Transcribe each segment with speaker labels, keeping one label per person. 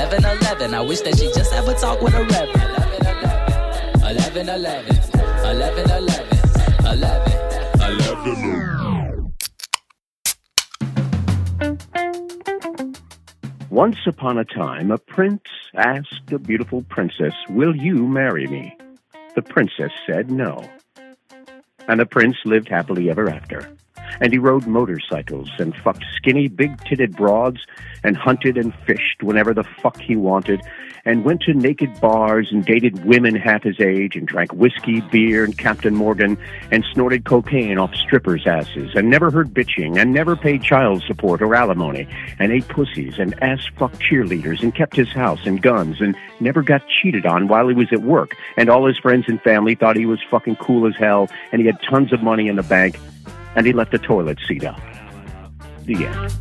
Speaker 1: 11. I wish that she just have a talk with a reverend. 11, 11, 11, 11, 11, 11, 11.
Speaker 2: Once upon a time, a prince asked a beautiful princess, Will you marry me? The princess said no. And the prince lived happily ever after. And he rode motorcycles and fucked skinny, big titted broads and hunted and fished whenever the fuck he wanted and went to naked bars and dated women half his age and drank whiskey, beer, and Captain Morgan and snorted cocaine off strippers' asses and never heard bitching and never paid child support or alimony and ate pussies and ass fuck cheerleaders and kept his house and guns and never got cheated on while he was at work and all his friends and family thought he was fucking cool as hell and he had tons of money in the bank and he left the toilet seat up. The end.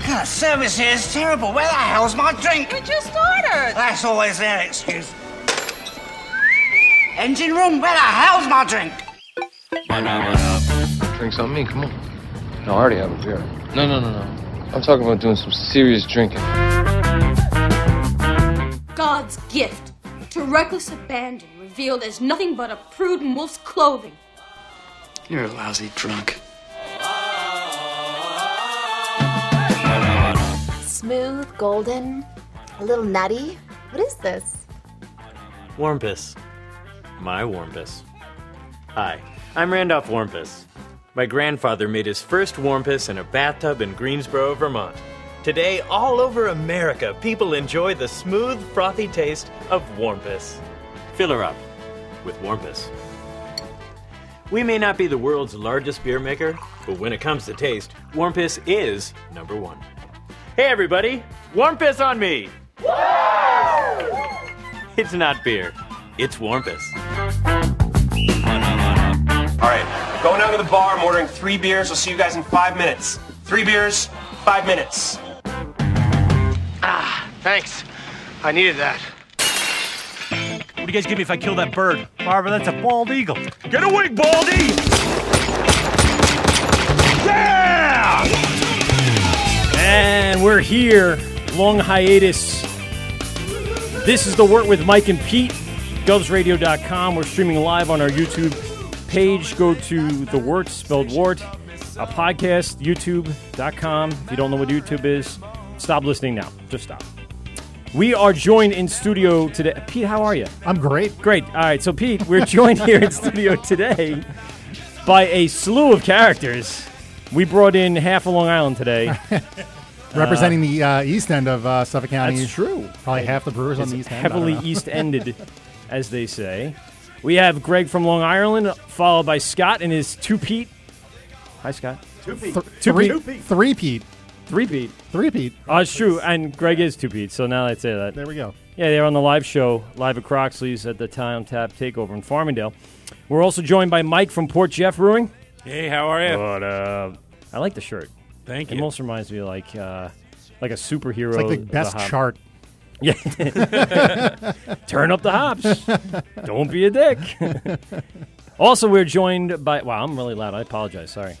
Speaker 3: Kind of service here is terrible. Where the hell's my drink?
Speaker 4: We just ordered.
Speaker 3: That's always their excuse. Engine room, where the hell's my drink?
Speaker 5: Drinks on me, come on. No, I already have a beer.
Speaker 6: No, no, no, no.
Speaker 5: I'm talking about doing some serious drinking.
Speaker 7: God's gift to reckless abandon revealed as nothing but a prude in wolf's clothing.
Speaker 6: You're a lousy drunk.
Speaker 8: Smooth, golden, a little nutty. What is this?
Speaker 9: Warmpus. My Warmpus. Hi, I'm Randolph Warmpus. My grandfather made his first Warmpus in a bathtub in Greensboro, Vermont. Today, all over America, people enjoy the smooth, frothy taste of Warmpus. Fill her up with Warmpus. We may not be the world's largest beer maker, but when it comes to taste, Warmpus is number one. Hey everybody, Warmpus on me! It's not beer, it's Warmpus.
Speaker 10: All right, going down to the bar. I'm ordering three beers. I'll see you guys in five minutes. Three beers, five minutes.
Speaker 11: Ah, thanks. I needed that.
Speaker 12: What do you guys give me if I kill that uh, bird? Barbara, that's a bald eagle.
Speaker 13: Get away, Baldy! Yeah!
Speaker 12: And we're here. Long hiatus. This is the work with Mike and Pete. GovsRadio.com. We're streaming live on our YouTube page. Go to the Wort, spelled Wort, a podcast, YouTube.com. If you don't know what YouTube is, stop listening now. Just stop. We are joined in studio today. Pete, how are you?
Speaker 14: I'm great.
Speaker 12: Great. All right. So, Pete, we're joined here in studio today by a slew of characters. We brought in half of Long Island today. Uh,
Speaker 14: Representing the uh, east end of uh, Suffolk County.
Speaker 12: That's true.
Speaker 14: Probably half the brewers on
Speaker 12: It's
Speaker 14: the east end. I don't
Speaker 12: Heavily
Speaker 14: know.
Speaker 12: east ended, as they say. We have Greg from Long Ireland, followed by Scott and his two Pete. Hi, Scott.
Speaker 13: Two
Speaker 14: Th-
Speaker 13: feet.
Speaker 14: three, three Pete.
Speaker 12: Three Pete.
Speaker 14: Three Pete.
Speaker 12: Oh, it's true. And Greg is two Pete, so now they say that.
Speaker 14: There we go.
Speaker 12: Yeah, they were on the live show, live at Croxley's at the Town Tap Takeover in Farmingdale. We're also joined by Mike from Port Jeff Brewing.
Speaker 15: Hey, how are
Speaker 4: Oh.
Speaker 15: you?
Speaker 12: What up? uh, I like the shirt.
Speaker 15: Thank
Speaker 12: It
Speaker 15: you.
Speaker 12: almost reminds me of like uh, like a superhero.
Speaker 14: It's like the
Speaker 12: of
Speaker 14: best
Speaker 12: hop.
Speaker 14: chart.
Speaker 12: Yeah. Turn up the hops. Don't be a dick. also, we're joined by. Wow, I'm really loud. I apologize. Sorry.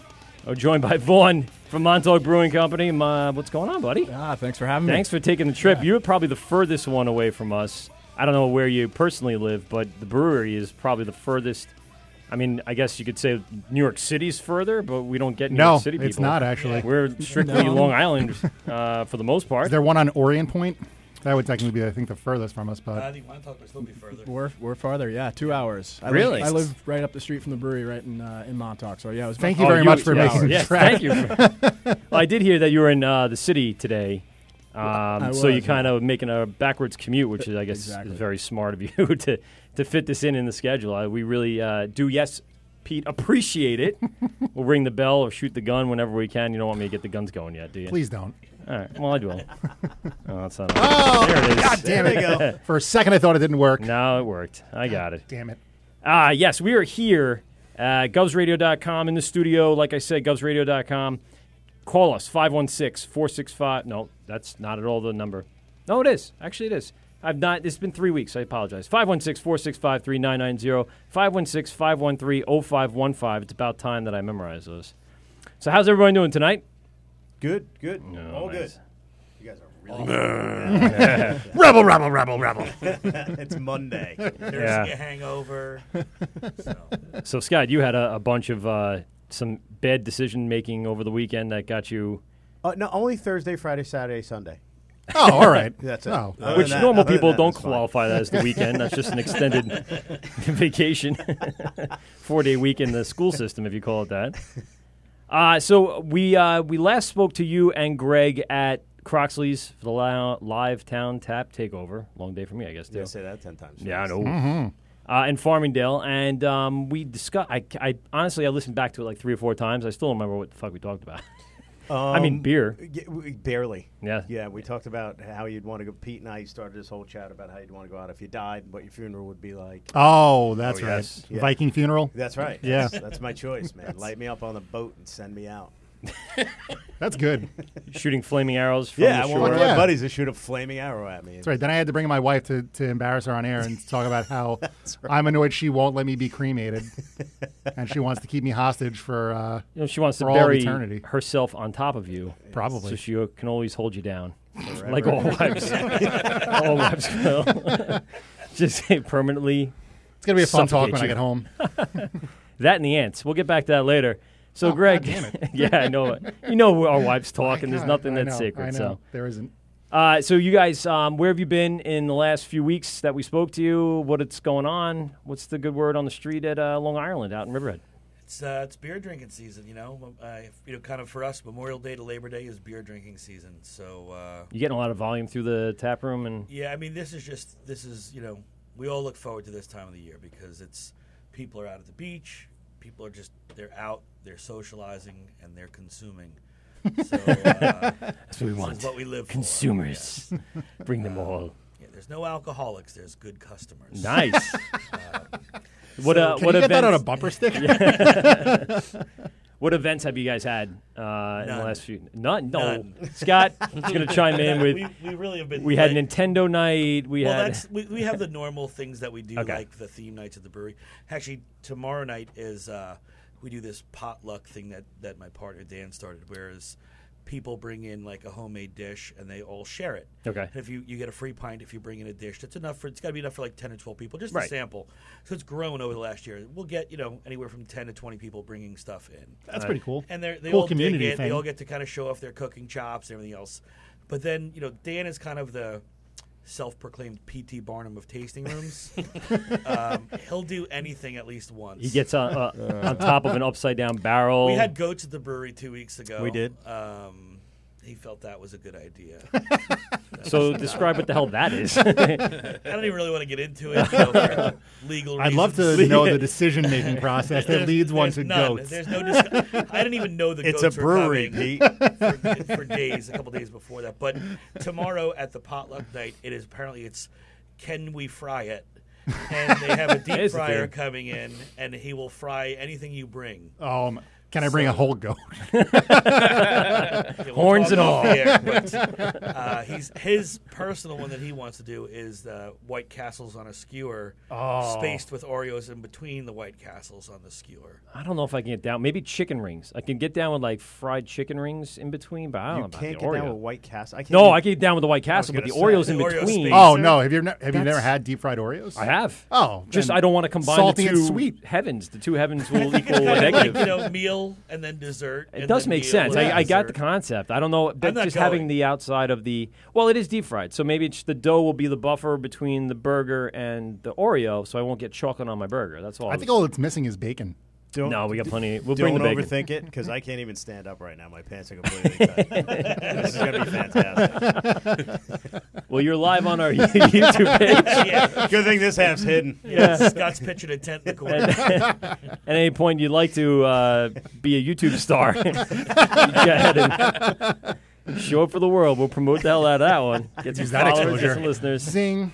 Speaker 12: We're joined by Vaughn from Montauk Brewing Company. Ma- what's going on, buddy?
Speaker 16: Ah, thanks for having me.
Speaker 12: Thanks for taking the trip. You're probably the furthest one away from us. I don't know where you personally live, but the brewery is probably the furthest. I mean, I guess you could say New York City's further, but we don't get New
Speaker 14: No,
Speaker 12: York City people.
Speaker 14: it's not, actually.
Speaker 12: We're strictly
Speaker 14: No.
Speaker 12: Long Island uh, for the most part.
Speaker 14: Is there one on Orient Point? That would technically be, I think, the furthest from us. But
Speaker 13: Uh,
Speaker 16: think Montauk would still be further. We're, we're farther, yeah, two hours. I
Speaker 12: Really?
Speaker 16: Live, I live right up the street from the brewery, right in uh, in Montauk. So yeah, it was.
Speaker 14: Thank
Speaker 16: my-
Speaker 14: you
Speaker 16: Oh,
Speaker 14: very much for
Speaker 16: yeah.
Speaker 14: making the
Speaker 12: Yes,
Speaker 14: trip.
Speaker 12: thank you. well, I did hear that you were in uh, the city today, um,
Speaker 16: I
Speaker 12: so you
Speaker 16: was,
Speaker 12: kind of making a backwards commute, which is, I guess, is very smart of you to to fit this in in the schedule. I, we really uh, do, yes, Pete, appreciate it. we'll ring the bell or shoot the gun whenever we can. You don't want me to get the guns going yet, do you?
Speaker 14: Please don't.
Speaker 12: All right. Well, I will. oh, that's not.
Speaker 14: Oh,
Speaker 12: there it is.
Speaker 14: God damn it. For a second, I thought it didn't work.
Speaker 12: No, it worked. I got it.
Speaker 14: Damn it.
Speaker 12: Ah, yes, we are here at govsradio.com in the studio. Like I said, govsradio.com. Call us 516 465. No, that's not at all the number. No, it is. Actually, it is. I've not, it's been three weeks. I apologize. 516 465 3990, 516 513 0515. It's about time that I memorize those. So, how's everyone doing tonight?
Speaker 17: Good, good. All good. You guys
Speaker 4: really?
Speaker 15: Nah. Rebel, rebel, rebel, rebel.
Speaker 4: it's Monday. There's
Speaker 12: Yeah.
Speaker 4: a hangover.
Speaker 12: So Scott, you had a, a bunch of uh, some bad decision making over the weekend that got you.
Speaker 17: Uh, no, only Thursday, Friday, Saturday, Sunday.
Speaker 12: Oh,
Speaker 17: Oh, That's it. Other than
Speaker 12: Which
Speaker 17: that-
Speaker 12: normal
Speaker 17: other than
Speaker 12: people
Speaker 17: that,
Speaker 12: don't
Speaker 17: it's fine.
Speaker 12: qualify that as the weekend. That's just an extended vacation, four day week in the school system, if you call it that. Uh, so we uh, we last spoke to you and Greg at Croxley's for the li- live town tap takeover. Long day for me, I guess.
Speaker 18: You gotta
Speaker 12: too.
Speaker 18: say that 10 times
Speaker 12: Yeah, I know.
Speaker 18: Mhm.
Speaker 12: Uh, in Farmingdale, and um, we discussed. I, I honestly, I listened back to it like three or four times. I still don't remember what the fuck we talked about. I mean,
Speaker 17: Um,
Speaker 12: beer.
Speaker 17: y- w- barely.
Speaker 12: Yeah.
Speaker 17: Yeah. We talked about how you'd want to go. Pete and I started this whole chat about how you'd want to go out if you died, what your funeral would be like.
Speaker 14: Oh, that's Oh, right. yes.
Speaker 17: Yeah.
Speaker 14: Viking funeral?
Speaker 17: That's right.
Speaker 14: Yeah.
Speaker 17: That's, that's my choice, man. Light me up on the boat and send me out.
Speaker 14: That's good.
Speaker 12: Shooting flaming arrows from the
Speaker 17: yeah, I
Speaker 12: shore.
Speaker 17: want one of my buddies to shoot a flaming arrow at me.
Speaker 14: That's right. Then I had to bring my wife to, to embarrass her on air and talk about how I'm annoyed she won't let me be cremated, and she wants to keep me hostage for uh,
Speaker 12: You know, she wants to
Speaker 14: for all of
Speaker 12: bury
Speaker 14: eternity.
Speaker 12: herself on top of you,
Speaker 14: Probably.
Speaker 12: so she can always hold you down,
Speaker 14: Forever.
Speaker 12: like all wives. all wives will. Just say permanently.
Speaker 14: It's gonna be a fun talk
Speaker 12: suffocate
Speaker 14: when I
Speaker 12: you.
Speaker 14: get home.
Speaker 12: that and the ants. We'll get back to that later. So,
Speaker 14: Oh,
Speaker 12: Greg,
Speaker 14: God damn it.
Speaker 12: yeah, I know. it. You know where our wives talk, and there's
Speaker 14: God,
Speaker 12: nothing
Speaker 14: I
Speaker 12: that's
Speaker 14: know,
Speaker 12: sacred.
Speaker 14: I know.
Speaker 12: So
Speaker 14: There isn't.
Speaker 12: Uh, so, you guys, um, where have you been in the last few weeks that we spoke to you? What it's going on? What's the good word on the street at uh, Long Island out in Riverhead?
Speaker 18: It's uh, it's beer drinking season, you know. Uh, you know, kind of for us, Memorial Day to Labor Day is beer drinking season. So uh,
Speaker 12: You getting a lot of volume through the tap room, and
Speaker 18: yeah, I mean, this is just this is you know we all look forward to this time of the year because it's people are out at the beach, people are just they're out, they're socializing, and they're consuming. So uh,
Speaker 12: that's what we
Speaker 18: this
Speaker 12: want.
Speaker 18: Is what we live for.
Speaker 12: Consumers, bring them all.
Speaker 18: Yeah, there's no alcoholics. There's good customers. Uh,
Speaker 12: Nice. what
Speaker 18: so-
Speaker 12: uh, what events- Yeah. what events have you guys had uh, in the
Speaker 18: None.
Speaker 12: last few? None. No.
Speaker 18: None.
Speaker 12: Scott is going to chime in with.
Speaker 18: We- we really have been
Speaker 12: We had
Speaker 18: like-
Speaker 12: Nintendo night. We
Speaker 18: well,
Speaker 12: had.
Speaker 18: that's, we, we have the normal things that we do,
Speaker 12: Okay.
Speaker 18: like the theme nights at the brewery. Actually, tomorrow night is uh, we do this potluck thing that that my partner Dan started, whereas people bring in like a homemade dish and they all share it.
Speaker 12: Okay.
Speaker 18: And if you, you get a free pint if you bring in a dish, that's enough for it's got to be enough for like ten or twelve people, just a
Speaker 12: Right.
Speaker 18: sample. So it's grown over the last year. We'll get you know anywhere from ten to twenty people bringing stuff in.
Speaker 14: That's pretty cool.
Speaker 18: And they're, they
Speaker 14: Cool
Speaker 18: all dig
Speaker 14: community
Speaker 18: it. They
Speaker 14: thing.
Speaker 18: all get to kind of show off their cooking chops and everything else. But then, you know, Dan is kind of the self-proclaimed P.T. Barnum of tasting rooms. um, he'll do anything at least once.
Speaker 12: he gets on uh, on top of an upside down barrel.
Speaker 18: We had goats at the brewery two weeks ago.
Speaker 12: We did.
Speaker 18: Um, he felt that was a good idea.
Speaker 12: So describe what the hell that is.
Speaker 18: I don't even really want to get into it. You know, for legal.
Speaker 14: I'd love to
Speaker 18: reasons.
Speaker 14: know the decision-making process that
Speaker 18: There's-
Speaker 14: leads one
Speaker 18: there's
Speaker 14: to
Speaker 18: none.
Speaker 14: goats.
Speaker 18: There's no. Dis- I didn't even know the
Speaker 14: It's a
Speaker 18: goats were
Speaker 14: brewery,
Speaker 18: coming
Speaker 14: Pete.
Speaker 18: For, for days, a couple days before that. But tomorrow at the potluck night, it is apparently it's can we fry it? And they have a
Speaker 14: That
Speaker 18: deep
Speaker 14: is the
Speaker 18: fryer
Speaker 14: thing.
Speaker 18: coming in, and he will fry anything you bring.
Speaker 14: Um, can I bring a whole goat?
Speaker 18: Yeah, we'll talk off the air, but, uh, he's his personal one that he wants to do is uh, White Castles on a skewer,
Speaker 12: Oh.
Speaker 18: spaced with Oreos in between the White Castles on the skewer.
Speaker 12: I don't know if I can get down. Maybe chicken rings. I can get down with like fried chicken rings in between, but I don't
Speaker 17: You
Speaker 12: know about
Speaker 17: can't
Speaker 12: the
Speaker 17: get
Speaker 12: Oreo.
Speaker 17: down with White Castle? I can't
Speaker 12: no,
Speaker 17: even-
Speaker 12: I can get down with the White
Speaker 17: I was
Speaker 12: Castle, but the
Speaker 17: gonna
Speaker 12: Oreos
Speaker 17: say.
Speaker 12: in
Speaker 17: The Oreo
Speaker 12: between.
Speaker 17: spacer?
Speaker 14: Oh, no. Have you ne- have you
Speaker 12: That's-
Speaker 14: never had deep fried Oreos?
Speaker 12: I have.
Speaker 14: Oh,
Speaker 12: just
Speaker 14: then
Speaker 12: I don't want to combine
Speaker 14: salty
Speaker 12: the
Speaker 14: and
Speaker 12: two
Speaker 14: sweet.
Speaker 12: heavens. The two heavens will
Speaker 18: It's
Speaker 12: equal a
Speaker 18: kinda like,
Speaker 12: negative.
Speaker 18: you know, meal and then dessert.
Speaker 12: It
Speaker 18: and
Speaker 12: does
Speaker 18: then
Speaker 12: make
Speaker 18: meal
Speaker 12: sense.
Speaker 18: and
Speaker 12: I, I got the
Speaker 18: dessert.
Speaker 12: concept. I don't know, but
Speaker 18: not
Speaker 12: just
Speaker 18: going.
Speaker 12: having the outside of the well, it is deep fried, so maybe it's the dough will be the buffer between the burger and the Oreo, so I won't get chocolate on my burger. That's all.
Speaker 14: I think all it's missing is bacon.
Speaker 12: no, we got plenty. We'll
Speaker 17: Don't
Speaker 12: bring the bacon.
Speaker 17: overthink it because I can't even stand up right now. My pants are completely cut. this is gonna be fantastic.
Speaker 12: Well, you're live on our YouTube page.
Speaker 17: Yeah. Good thing this half's hidden.
Speaker 18: Yeah, Scott's pictured a tent in the corner.
Speaker 12: And- At any point you'd like to uh, be a YouTube star, you go ahead and show up for the world. We'll promote the hell out of that one. Get some
Speaker 14: Use that
Speaker 12: followers, get
Speaker 14: exposure.
Speaker 12: some listeners.
Speaker 14: Zing.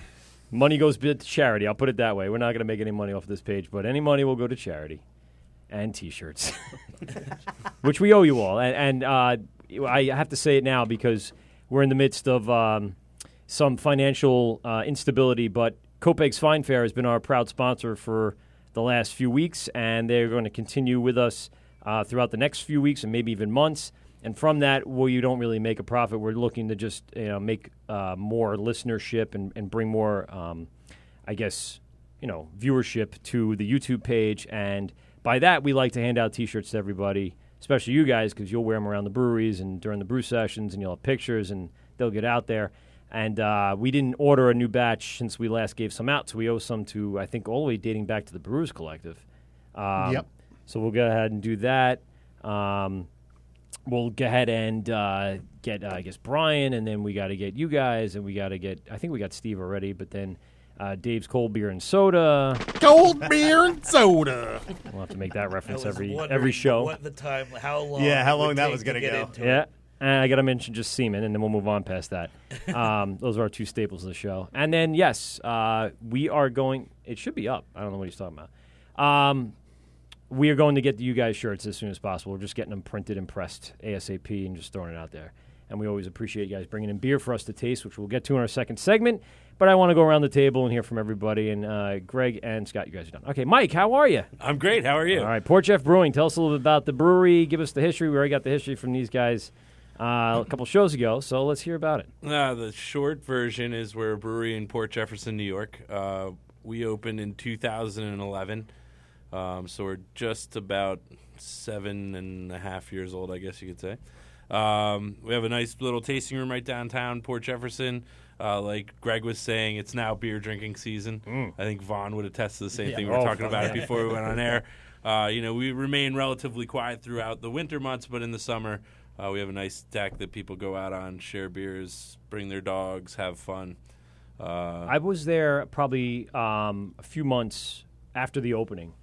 Speaker 12: Money goes bit to charity. I'll put it that way. We're not going to make any money off this page, but any money will go to charity and T-shirts, which we owe you all. And, and uh, I have to say it now because we're in the midst of um, some financial uh, instability. But Copeg's Fine Fair has been our proud sponsor for the last few weeks, and they're going to continue with us uh, throughout the next few weeks and maybe even months. And from that, well, you don't really make a profit. We're looking to just you know make uh, more listenership and, and bring more, um, I guess, you know, viewership to the YouTube page. And by that, we like to hand out T-shirts to everybody, especially you guys, because you'll wear them around the breweries and during the brew sessions, and you'll have pictures, and they'll get out there. And uh, we didn't order a new batch since we last gave some out, so we owe some to I think all the way dating back to the Brewers Collective. Um,
Speaker 14: Yep.
Speaker 12: So we'll go ahead and do that. Um, we'll go ahead and uh, get uh, I guess Brian, and then we got to get you guys, and we got to get I think we got Steve already, but then uh, Dave's cold beer and soda.
Speaker 14: Cold beer and soda.
Speaker 12: We'll have to make that reference
Speaker 18: was
Speaker 12: every
Speaker 18: wondering
Speaker 12: every show.
Speaker 18: What the time? How long?
Speaker 17: Yeah, how
Speaker 18: it would
Speaker 17: long that
Speaker 18: take
Speaker 17: was
Speaker 18: to
Speaker 17: gonna
Speaker 18: get
Speaker 17: go.
Speaker 18: into it.
Speaker 12: Yeah. And I got to mention just semen, and then we'll move on past that. Um, those are our two staples of the show. And then, yes, uh, we are going, it should be up. I don't know what he's talking about. Um, we are going to get you guys shirts as soon as possible. We're just getting them printed and pressed ASAP and just throwing it out there. And we always appreciate you guys bringing in beer for us to taste, which we'll get to in our second segment. But I want to go around the table and hear from everybody. And uh, Greg and Scott, you guys are done. Okay, Mike, how are you?
Speaker 9: I'm great. How are you?
Speaker 12: All right, Port Jeff Brewing. Tell us a little bit about the brewery. Give us the history. We already got the history from these guys uh, a couple shows ago, so let's hear about it.
Speaker 19: Uh, the short version is we're a brewery in Port Jefferson, New York. Uh, we opened in 2011, um, so we're just about seven and a half years old, I guess you could say. Um, we have a nice little tasting room right downtown Port Jefferson. Uh, like Greg was saying, it's now beer drinking season. I think Vaughn would attest to the same
Speaker 9: Mm. Yeah.
Speaker 19: thing we were
Speaker 9: Oh,
Speaker 19: talking about
Speaker 9: fuck
Speaker 19: it
Speaker 9: yeah.
Speaker 19: before we went on air. Uh, you know, we remain relatively quiet throughout the winter months, but in the summer, uh, we have a nice deck that people go out on, share beers, bring their dogs, have fun. Uh,
Speaker 12: I was there probably um, a few months after the opening,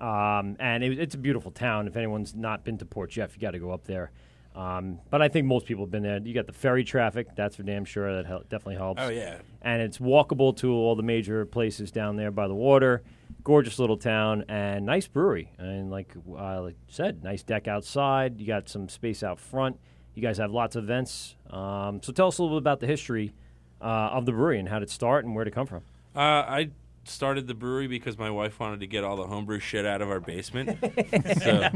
Speaker 12: um, and it, it's a beautiful town. If anyone's not been to Port Jeff, you got to go up there. Um, but I think most people have been there. You got the ferry traffic; that's for damn sure. That hel- definitely helps.
Speaker 19: Oh, yeah.
Speaker 12: and it's walkable to all the major places down there by the water. Gorgeous little town and nice brewery. And like uh, like you said, nice deck outside. You got some space out front. You guys have lots of events. Um, so tell us a little bit about the history uh, of the brewery and how did it start and where did it come from.
Speaker 19: Uh, I started the brewery because my wife wanted to get all the homebrew shit out of our basement. so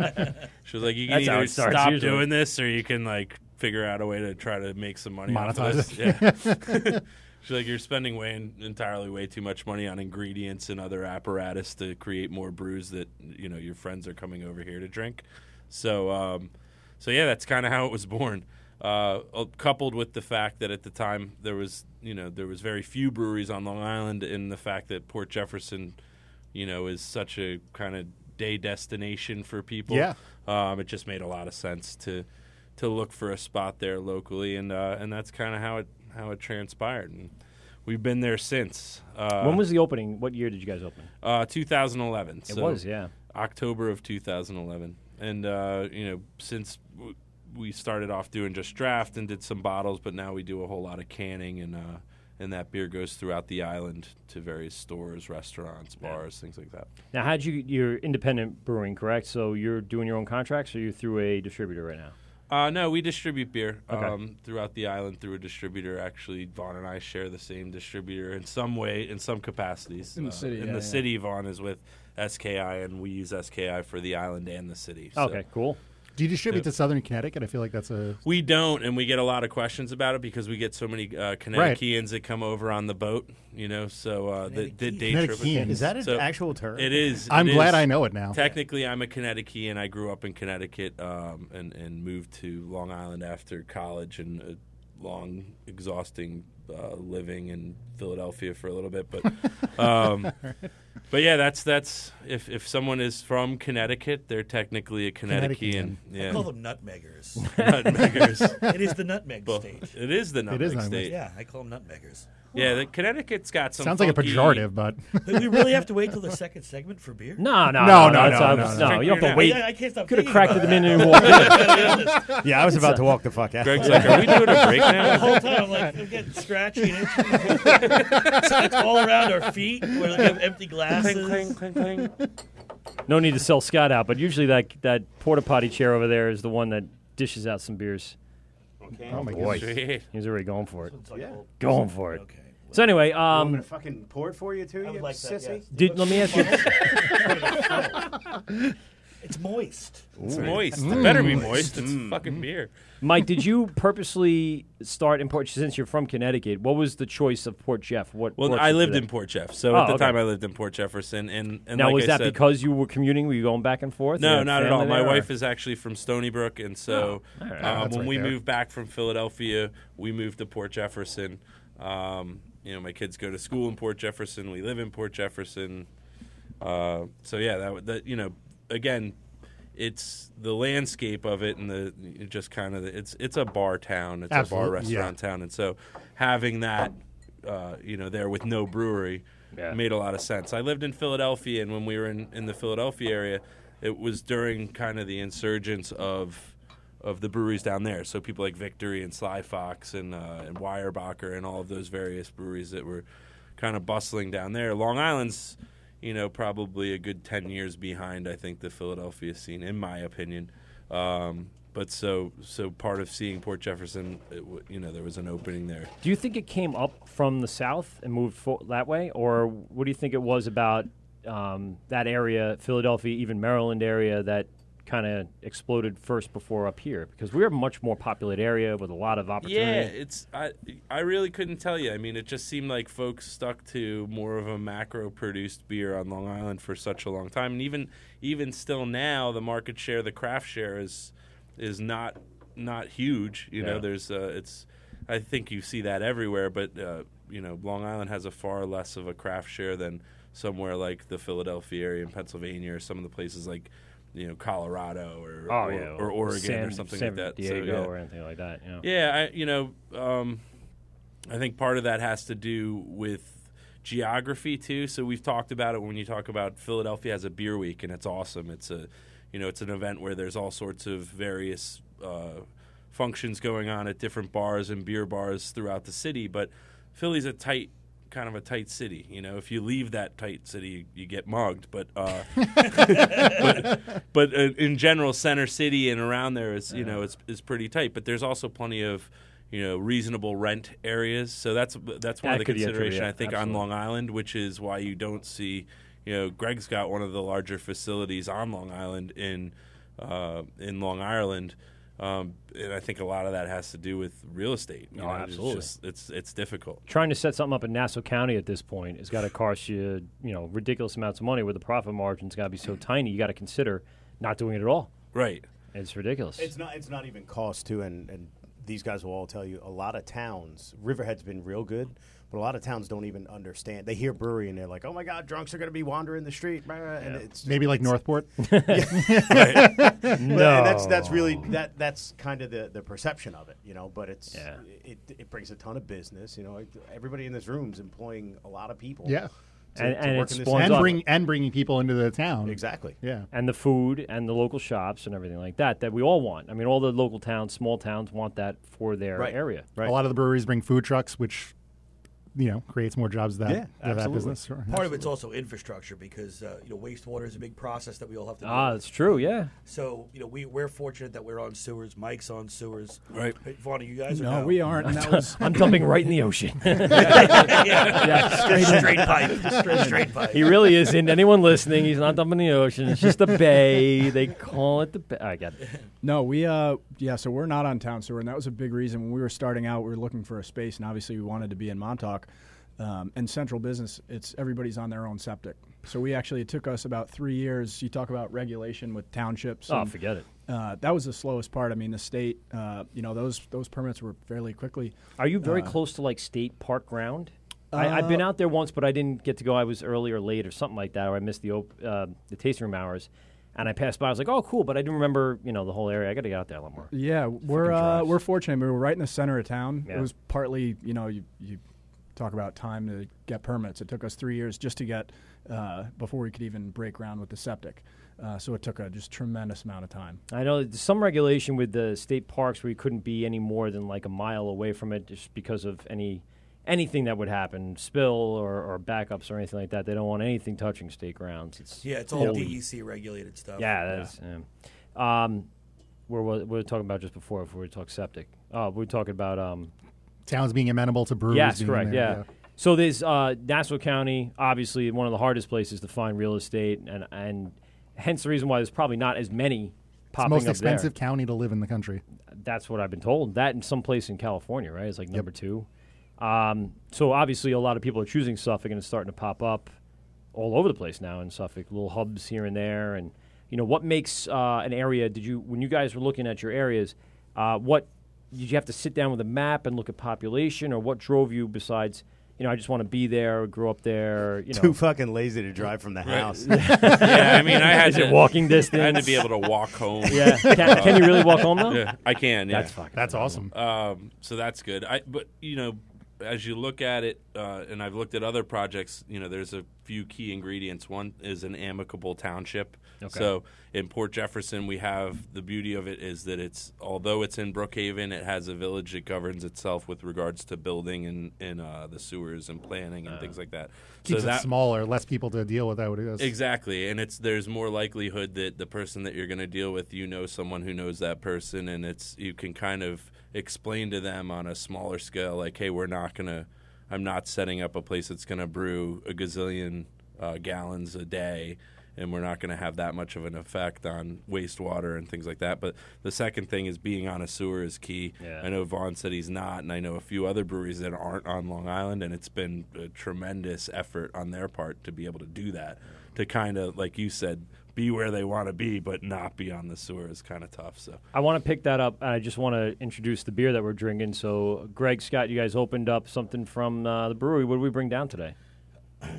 Speaker 19: she was like, "You can
Speaker 12: That's how
Speaker 19: either
Speaker 12: it starts
Speaker 19: stop
Speaker 12: usually.
Speaker 19: doing this, or you can like figure out a way to try to make some money off of
Speaker 14: Monetize
Speaker 19: this."
Speaker 14: it.
Speaker 19: Yeah. She's like, "You're spending way entirely way too much money on ingredients and other apparatus to create more brews that you know your friends are coming over here to drink." So, um, so yeah, that's kind of how it was born. Uh, uh, coupled with the fact that at the time there was, you know, there was very few breweries on Long Island, and the fact that Port Jefferson, you know, is such a kind of day destination for people.
Speaker 14: Yeah.
Speaker 19: um, it just made a lot of sense to to look for a spot there locally, and uh, and that's kind of how it how it transpired. And we've been there since. Uh,
Speaker 12: when was the opening? What year did you guys open?
Speaker 19: uh, 2011.
Speaker 12: It was, yeah.
Speaker 19: October of 2011, and uh, you know, since w- we started off doing just draft and did some bottles, but now we do a whole lot of canning, and uh, and that beer goes throughout the island to various stores, restaurants, bars, things like that.
Speaker 12: Now, how'd you you're independent brewing, correct? So you're doing your own contracts, or you're through a distributor right now?
Speaker 19: Uh, no, we distribute beer
Speaker 12: Okay.
Speaker 19: um, throughout the island through a distributor. Actually, Vaughn and I share the same distributor in some way, in some capacities. Uh,
Speaker 16: In the city,
Speaker 19: in
Speaker 16: yeah,
Speaker 19: the
Speaker 16: yeah.
Speaker 19: city, Vaughn is with SKI, and we use SKI for the island and the city. so-
Speaker 12: Okay, cool.
Speaker 14: Do you distribute
Speaker 19: Yep.
Speaker 14: to Southern Connecticut? I feel like that's a
Speaker 19: We don't, and we get a lot of questions about it because we get so many uh, Connecticutans that come over on the boat. You know, so uh, that, that day trip
Speaker 14: Connecticutans. Is that
Speaker 17: an actual term?
Speaker 19: It is.
Speaker 14: I'm
Speaker 19: it
Speaker 14: glad
Speaker 19: is.
Speaker 14: I know it now.
Speaker 19: Technically, I'm a Connecticutan. I grew up in Connecticut um, and and moved to Long Island after college and a long, exhausting uh, living in Philadelphia for a little bit, but. Um, But yeah, that's that's if, if someone is from Connecticut, they're technically a Connecticut.
Speaker 18: Connecticut.
Speaker 19: Yeah.
Speaker 18: I call them nutmeggers.
Speaker 19: nutmeggers.
Speaker 18: It is the nutmeg
Speaker 19: Well,
Speaker 18: state.
Speaker 19: It is the
Speaker 14: It is
Speaker 19: nutmeg
Speaker 14: nutmeg
Speaker 19: state.
Speaker 18: Yeah, I call them nutmeggers.
Speaker 19: Yeah, the, Connecticut's got some.
Speaker 14: Sounds like a
Speaker 19: funky-
Speaker 14: pejorative, but
Speaker 18: Wait, we really have to wait till the second segment for beer?
Speaker 12: No, no,
Speaker 14: No,
Speaker 12: no, Oh, no,
Speaker 14: no, no,
Speaker 12: that's- I
Speaker 14: no,
Speaker 12: was-
Speaker 14: no.
Speaker 12: you don't have
Speaker 18: Yeah,
Speaker 12: to wait.
Speaker 18: I, I can't stop.
Speaker 12: Could have
Speaker 18: thinking
Speaker 12: cracked
Speaker 18: about
Speaker 12: it the minute
Speaker 18: that.
Speaker 12: you walked
Speaker 18: Yeah,
Speaker 12: in.
Speaker 17: Yeah, I was
Speaker 12: It's
Speaker 17: about
Speaker 12: a-
Speaker 17: to walk the fuck out.
Speaker 19: Greg's like, "Are we doing a break now?"
Speaker 18: The whole time, I'm like, I'm getting scratchy and itchy. it's, it's all around our feet. We're like, have empty glasses.
Speaker 19: Cling, cling, cling, cling.
Speaker 12: No need to sell Scott out, but usually that that porta potty chair over there is the one that dishes out some beers.
Speaker 17: Okay.
Speaker 12: Oh,
Speaker 17: Oh,
Speaker 12: my
Speaker 17: my
Speaker 12: boy,
Speaker 17: goodness.
Speaker 12: he's already going for it.
Speaker 17: like Yeah.
Speaker 12: Going for it. Okay. So anyway,
Speaker 17: I'm
Speaker 12: um,
Speaker 17: gonna fucking pour it for you too, you
Speaker 18: like that,
Speaker 17: sissy.
Speaker 18: yes.
Speaker 12: Did- let me ask you-
Speaker 18: It's moist. Mm.
Speaker 19: It's moist. It better
Speaker 17: Mm.
Speaker 19: be moist. It's fucking beer.
Speaker 12: Mm. Mm-hmm. Mike, did you purposely start in Port since you're from Connecticut? What was the choice of Port Jeff? What
Speaker 19: Well,
Speaker 12: brought
Speaker 19: I
Speaker 12: you to
Speaker 19: lived
Speaker 12: that?
Speaker 19: in Port Jeff, so
Speaker 12: Oh,
Speaker 19: at the
Speaker 12: okay.
Speaker 19: time I lived in Port Jefferson, and and
Speaker 12: now
Speaker 19: like
Speaker 12: was
Speaker 19: I
Speaker 12: that
Speaker 19: said-
Speaker 12: because you were commuting? Were you going back and forth? You
Speaker 19: No,
Speaker 12: had
Speaker 19: not at
Speaker 12: family
Speaker 19: all. My
Speaker 12: there, or-
Speaker 19: wife is actually from Stony Brook, and so
Speaker 12: Oh, all right.
Speaker 19: uh,
Speaker 12: That's
Speaker 19: when
Speaker 12: right
Speaker 19: we
Speaker 12: there.
Speaker 19: moved back from Philadelphia, we moved to Port Jefferson. Um, you know, my kids go to school in Port Jefferson. We live in Port Jefferson. Uh, so yeah, that w- that you know, again, it's the landscape of it and the it just kind of it's it's a bar town. It's a bar
Speaker 20: Absolutely, yeah.
Speaker 19: restaurant town, and so having that, uh, you know, there with no brewery made a lot of sense. I lived in Philadelphia, and when we were in, in the Philadelphia area, it was during kind of the insurgence of of the breweries down there. So people like Victory and Sly Fox and uh, and Weyerbacher and all of those various breweries that were kind of bustling down there. Long Island's, you know, probably a good ten years behind. I think the Philadelphia scene, in my opinion. Um, but so so part of seeing Port Jefferson, it w- you know, there was an opening there.
Speaker 12: Do you think it came up from the south and moved fo- that way, or what do you think it was about um, that area, Philadelphia, even Maryland area, that kind of exploded first before up here? Because we're a much more populated area with a lot of opportunity.
Speaker 19: Yeah, it's I I really couldn't tell you. I mean, it just seemed like folks stuck to more of a macro produced beer on Long Island for such a long time, and even even still now, the market share, the craft share is is not not huge. You know,
Speaker 20: Yeah.
Speaker 19: there's uh, it's I think you see that everywhere, but uh, you know, Long Island has a far less of a craft share than somewhere like the Philadelphia area in Pennsylvania or some of the places like you know Colorado or
Speaker 12: Oh,
Speaker 19: or,
Speaker 12: yeah,
Speaker 19: or Oregon or
Speaker 12: San-
Speaker 19: something like
Speaker 12: San
Speaker 19: that.
Speaker 12: Diego
Speaker 19: yeah.
Speaker 12: or anything like that, yeah.
Speaker 19: Yeah, I, you know, um, I think part of that has to do with geography too. So we've talked about it when you talk about Philadelphia has a beer week, and it's awesome. It's a, you know, it's an event where there's all sorts of various uh, functions going on at different bars and beer bars throughout the city. But Philly's a tight, kind of a tight city. You know, if you leave that tight city, you, you get mugged. But uh, but, but uh, in general, Center City and around there is you know is is pretty tight. But there's also plenty of you know reasonable rent areas. So that's that's one
Speaker 12: That
Speaker 19: of the
Speaker 12: could be a trivia,
Speaker 19: consideration I think
Speaker 12: absolutely.
Speaker 19: on Long Island, which is why you don't see you know Greg's got one of the larger facilities on Long Island in uh, in Long Ireland. Um, and I think a lot of that has to do with real estate. You
Speaker 12: Oh,
Speaker 19: know,
Speaker 12: absolutely.
Speaker 19: It's, just, it's it's difficult.
Speaker 12: Trying to set something up in Nassau County at this point has got to cost you, you know, ridiculous amounts of money. Where the profit margin's got to be so tiny, you got to consider not doing it at all.
Speaker 19: Right.
Speaker 12: It's ridiculous.
Speaker 17: It's not. It's not even cost too, and and these guys will all tell you. A lot of towns, Riverhead's been real good, but a lot of towns don't even understand. They hear brewery and they're like, "Oh my God, drunks are going to be wandering the street," blah, blah," and it's
Speaker 14: Maybe like Northport?
Speaker 17: Right. But- and that's that's
Speaker 14: No.
Speaker 17: really that that's kind of the, the perception of it, you know. But it's it, it brings a ton of business, you know. Like, Everybody in this room's employing a lot of people.
Speaker 14: Yeah.
Speaker 17: to- to work in this
Speaker 14: and bring and bringing people into the town.
Speaker 17: Exactly.
Speaker 14: Yeah.
Speaker 12: And the food and the local shops and everything like that that we all want. I mean, all the local towns, small towns want that for their area.
Speaker 14: A lot of the breweries bring food trucks, which you know creates more jobs that
Speaker 12: Yeah,
Speaker 14: for that
Speaker 12: absolutely.
Speaker 14: business. Sure.
Speaker 12: Part
Speaker 18: Part of it's also infrastructure because uh, you know wastewater is a big process that we all have to.
Speaker 12: Ah,
Speaker 18: deal
Speaker 12: that's true, yeah.
Speaker 18: So you know we we're fortunate that we're on sewers. Mike's on sewers.
Speaker 19: Right.
Speaker 18: Hey, Vaughn, are you guys? or
Speaker 16: No, we aren't, and that I'm was-
Speaker 12: I'm dumping right in the ocean.
Speaker 18: yeah. Straight,
Speaker 12: in.
Speaker 18: straight pipe. Straight, straight pipe.
Speaker 12: He really isn't. Anyone listening, he's not dumping in the ocean. It's just the bay. They call it the bay. I got it.
Speaker 16: No, we uh yeah, so we're not on town sewer, and that was a big reason when we were starting out. We were looking for a space, and obviously we wanted to be in Montauk. Um, and central business, it's everybody's on their own septic. So we actually it took us about three years. You talk about regulation with townships.
Speaker 12: Oh,
Speaker 16: and,
Speaker 12: forget it.
Speaker 16: Uh, that was the slowest part. I mean, the state, uh, you know, those those permits were fairly quickly.
Speaker 12: Are you very
Speaker 16: uh,
Speaker 12: close to like state park ground? I, I've
Speaker 16: Uh,
Speaker 12: been out there once, but I didn't get to go. I was early or late or something like that, or I missed the op- uh, the tasting room hours. And I passed by. I was like, "Oh, cool!" But I didn't remember, you know, the whole area. I got to get out there a lot more.
Speaker 16: Yeah, we're uh, we're fortunate. We were right in the center of town.
Speaker 12: Yeah.
Speaker 16: It was partly, you know, you, you talk about time to get permits. It took us three years just to get uh, before we could even break ground with the septic. Uh, so it took a just tremendous amount of time.
Speaker 12: I know there's some regulation with the state parks where you couldn't be any more than like a mile away from it, just because of any anything that would happen, spill or, or backups or anything like that. They don't want anything touching state grounds. It's
Speaker 18: Yeah, it's all
Speaker 12: holy.
Speaker 18: DEC regulated stuff.
Speaker 12: Yeah,
Speaker 18: Yeah.
Speaker 12: that's. Yeah. Um, where was, we were talking about just before, if we were talking septic. Oh, we were talking about um,
Speaker 14: Towns being amenable to breweries.
Speaker 12: Yes,
Speaker 14: being
Speaker 12: correct.
Speaker 14: there,
Speaker 12: yeah. So there's uh, Nassau County, obviously one of the hardest places to find real estate, and and Hence the reason why there's probably not as many
Speaker 14: It's the
Speaker 12: popping
Speaker 14: most
Speaker 12: up there.
Speaker 14: expensive county to live in the country.
Speaker 12: That's what I've been told. That in some place in California, right? It's like number two. Um, so obviously, a lot of people are choosing Suffolk, and it's starting to pop up all over the place now in Suffolk. Little hubs here and there, and you know what makes uh, an area? Did you when you guys were looking at your areas, uh, what did you have to sit down with a map and look at population, or what drove you besides? You know, I just want to be there, grow up there. You know,
Speaker 17: Too fucking lazy to drive from the house.
Speaker 19: yeah, I mean, I had
Speaker 12: Is
Speaker 19: to
Speaker 12: it walking distance?
Speaker 19: I had to be able to walk home. Uh,
Speaker 12: Yeah. Can- can you really walk home, though?
Speaker 19: Yeah, I can. Yeah.
Speaker 12: That's fucking That's awesome.
Speaker 19: Um, so that's good. I but you know, as you look at it, uh, and I've looked at other projects. You know, there's a few key ingredients. One is an amicable township.
Speaker 20: Okay.
Speaker 19: So in Port Jefferson, we have the beauty of it is that it's although it's in Brookhaven, it has a village that governs itself with regards to building and and uh, the sewers and planning and things like that.
Speaker 14: Keeps
Speaker 19: so
Speaker 14: it smaller, less people to deal with. That would is.
Speaker 19: Exactly, and it's there's more likelihood that the person that you're going to deal with, you know, someone who knows that person, and it's you can kind of explain to them on a smaller scale, like, hey, we're not going to, I'm not setting up a place that's going to brew a gazillion uh, gallons a day, and we're not going to have that much of an effect on wastewater and things like that. But the second thing is being on a sewer is key. I know Vaughn said he's not, and I know a few other breweries that aren't on Long Island, and it's been a tremendous effort on their part to be able to do that to kind of, like you said, be where they want to be, but not be on the sewer is kind of tough. So
Speaker 12: I want to pick that up, and I just want to introduce the beer that we're drinking. So, Greg Scott, you guys opened up something from uh, the brewery. What did we bring down today?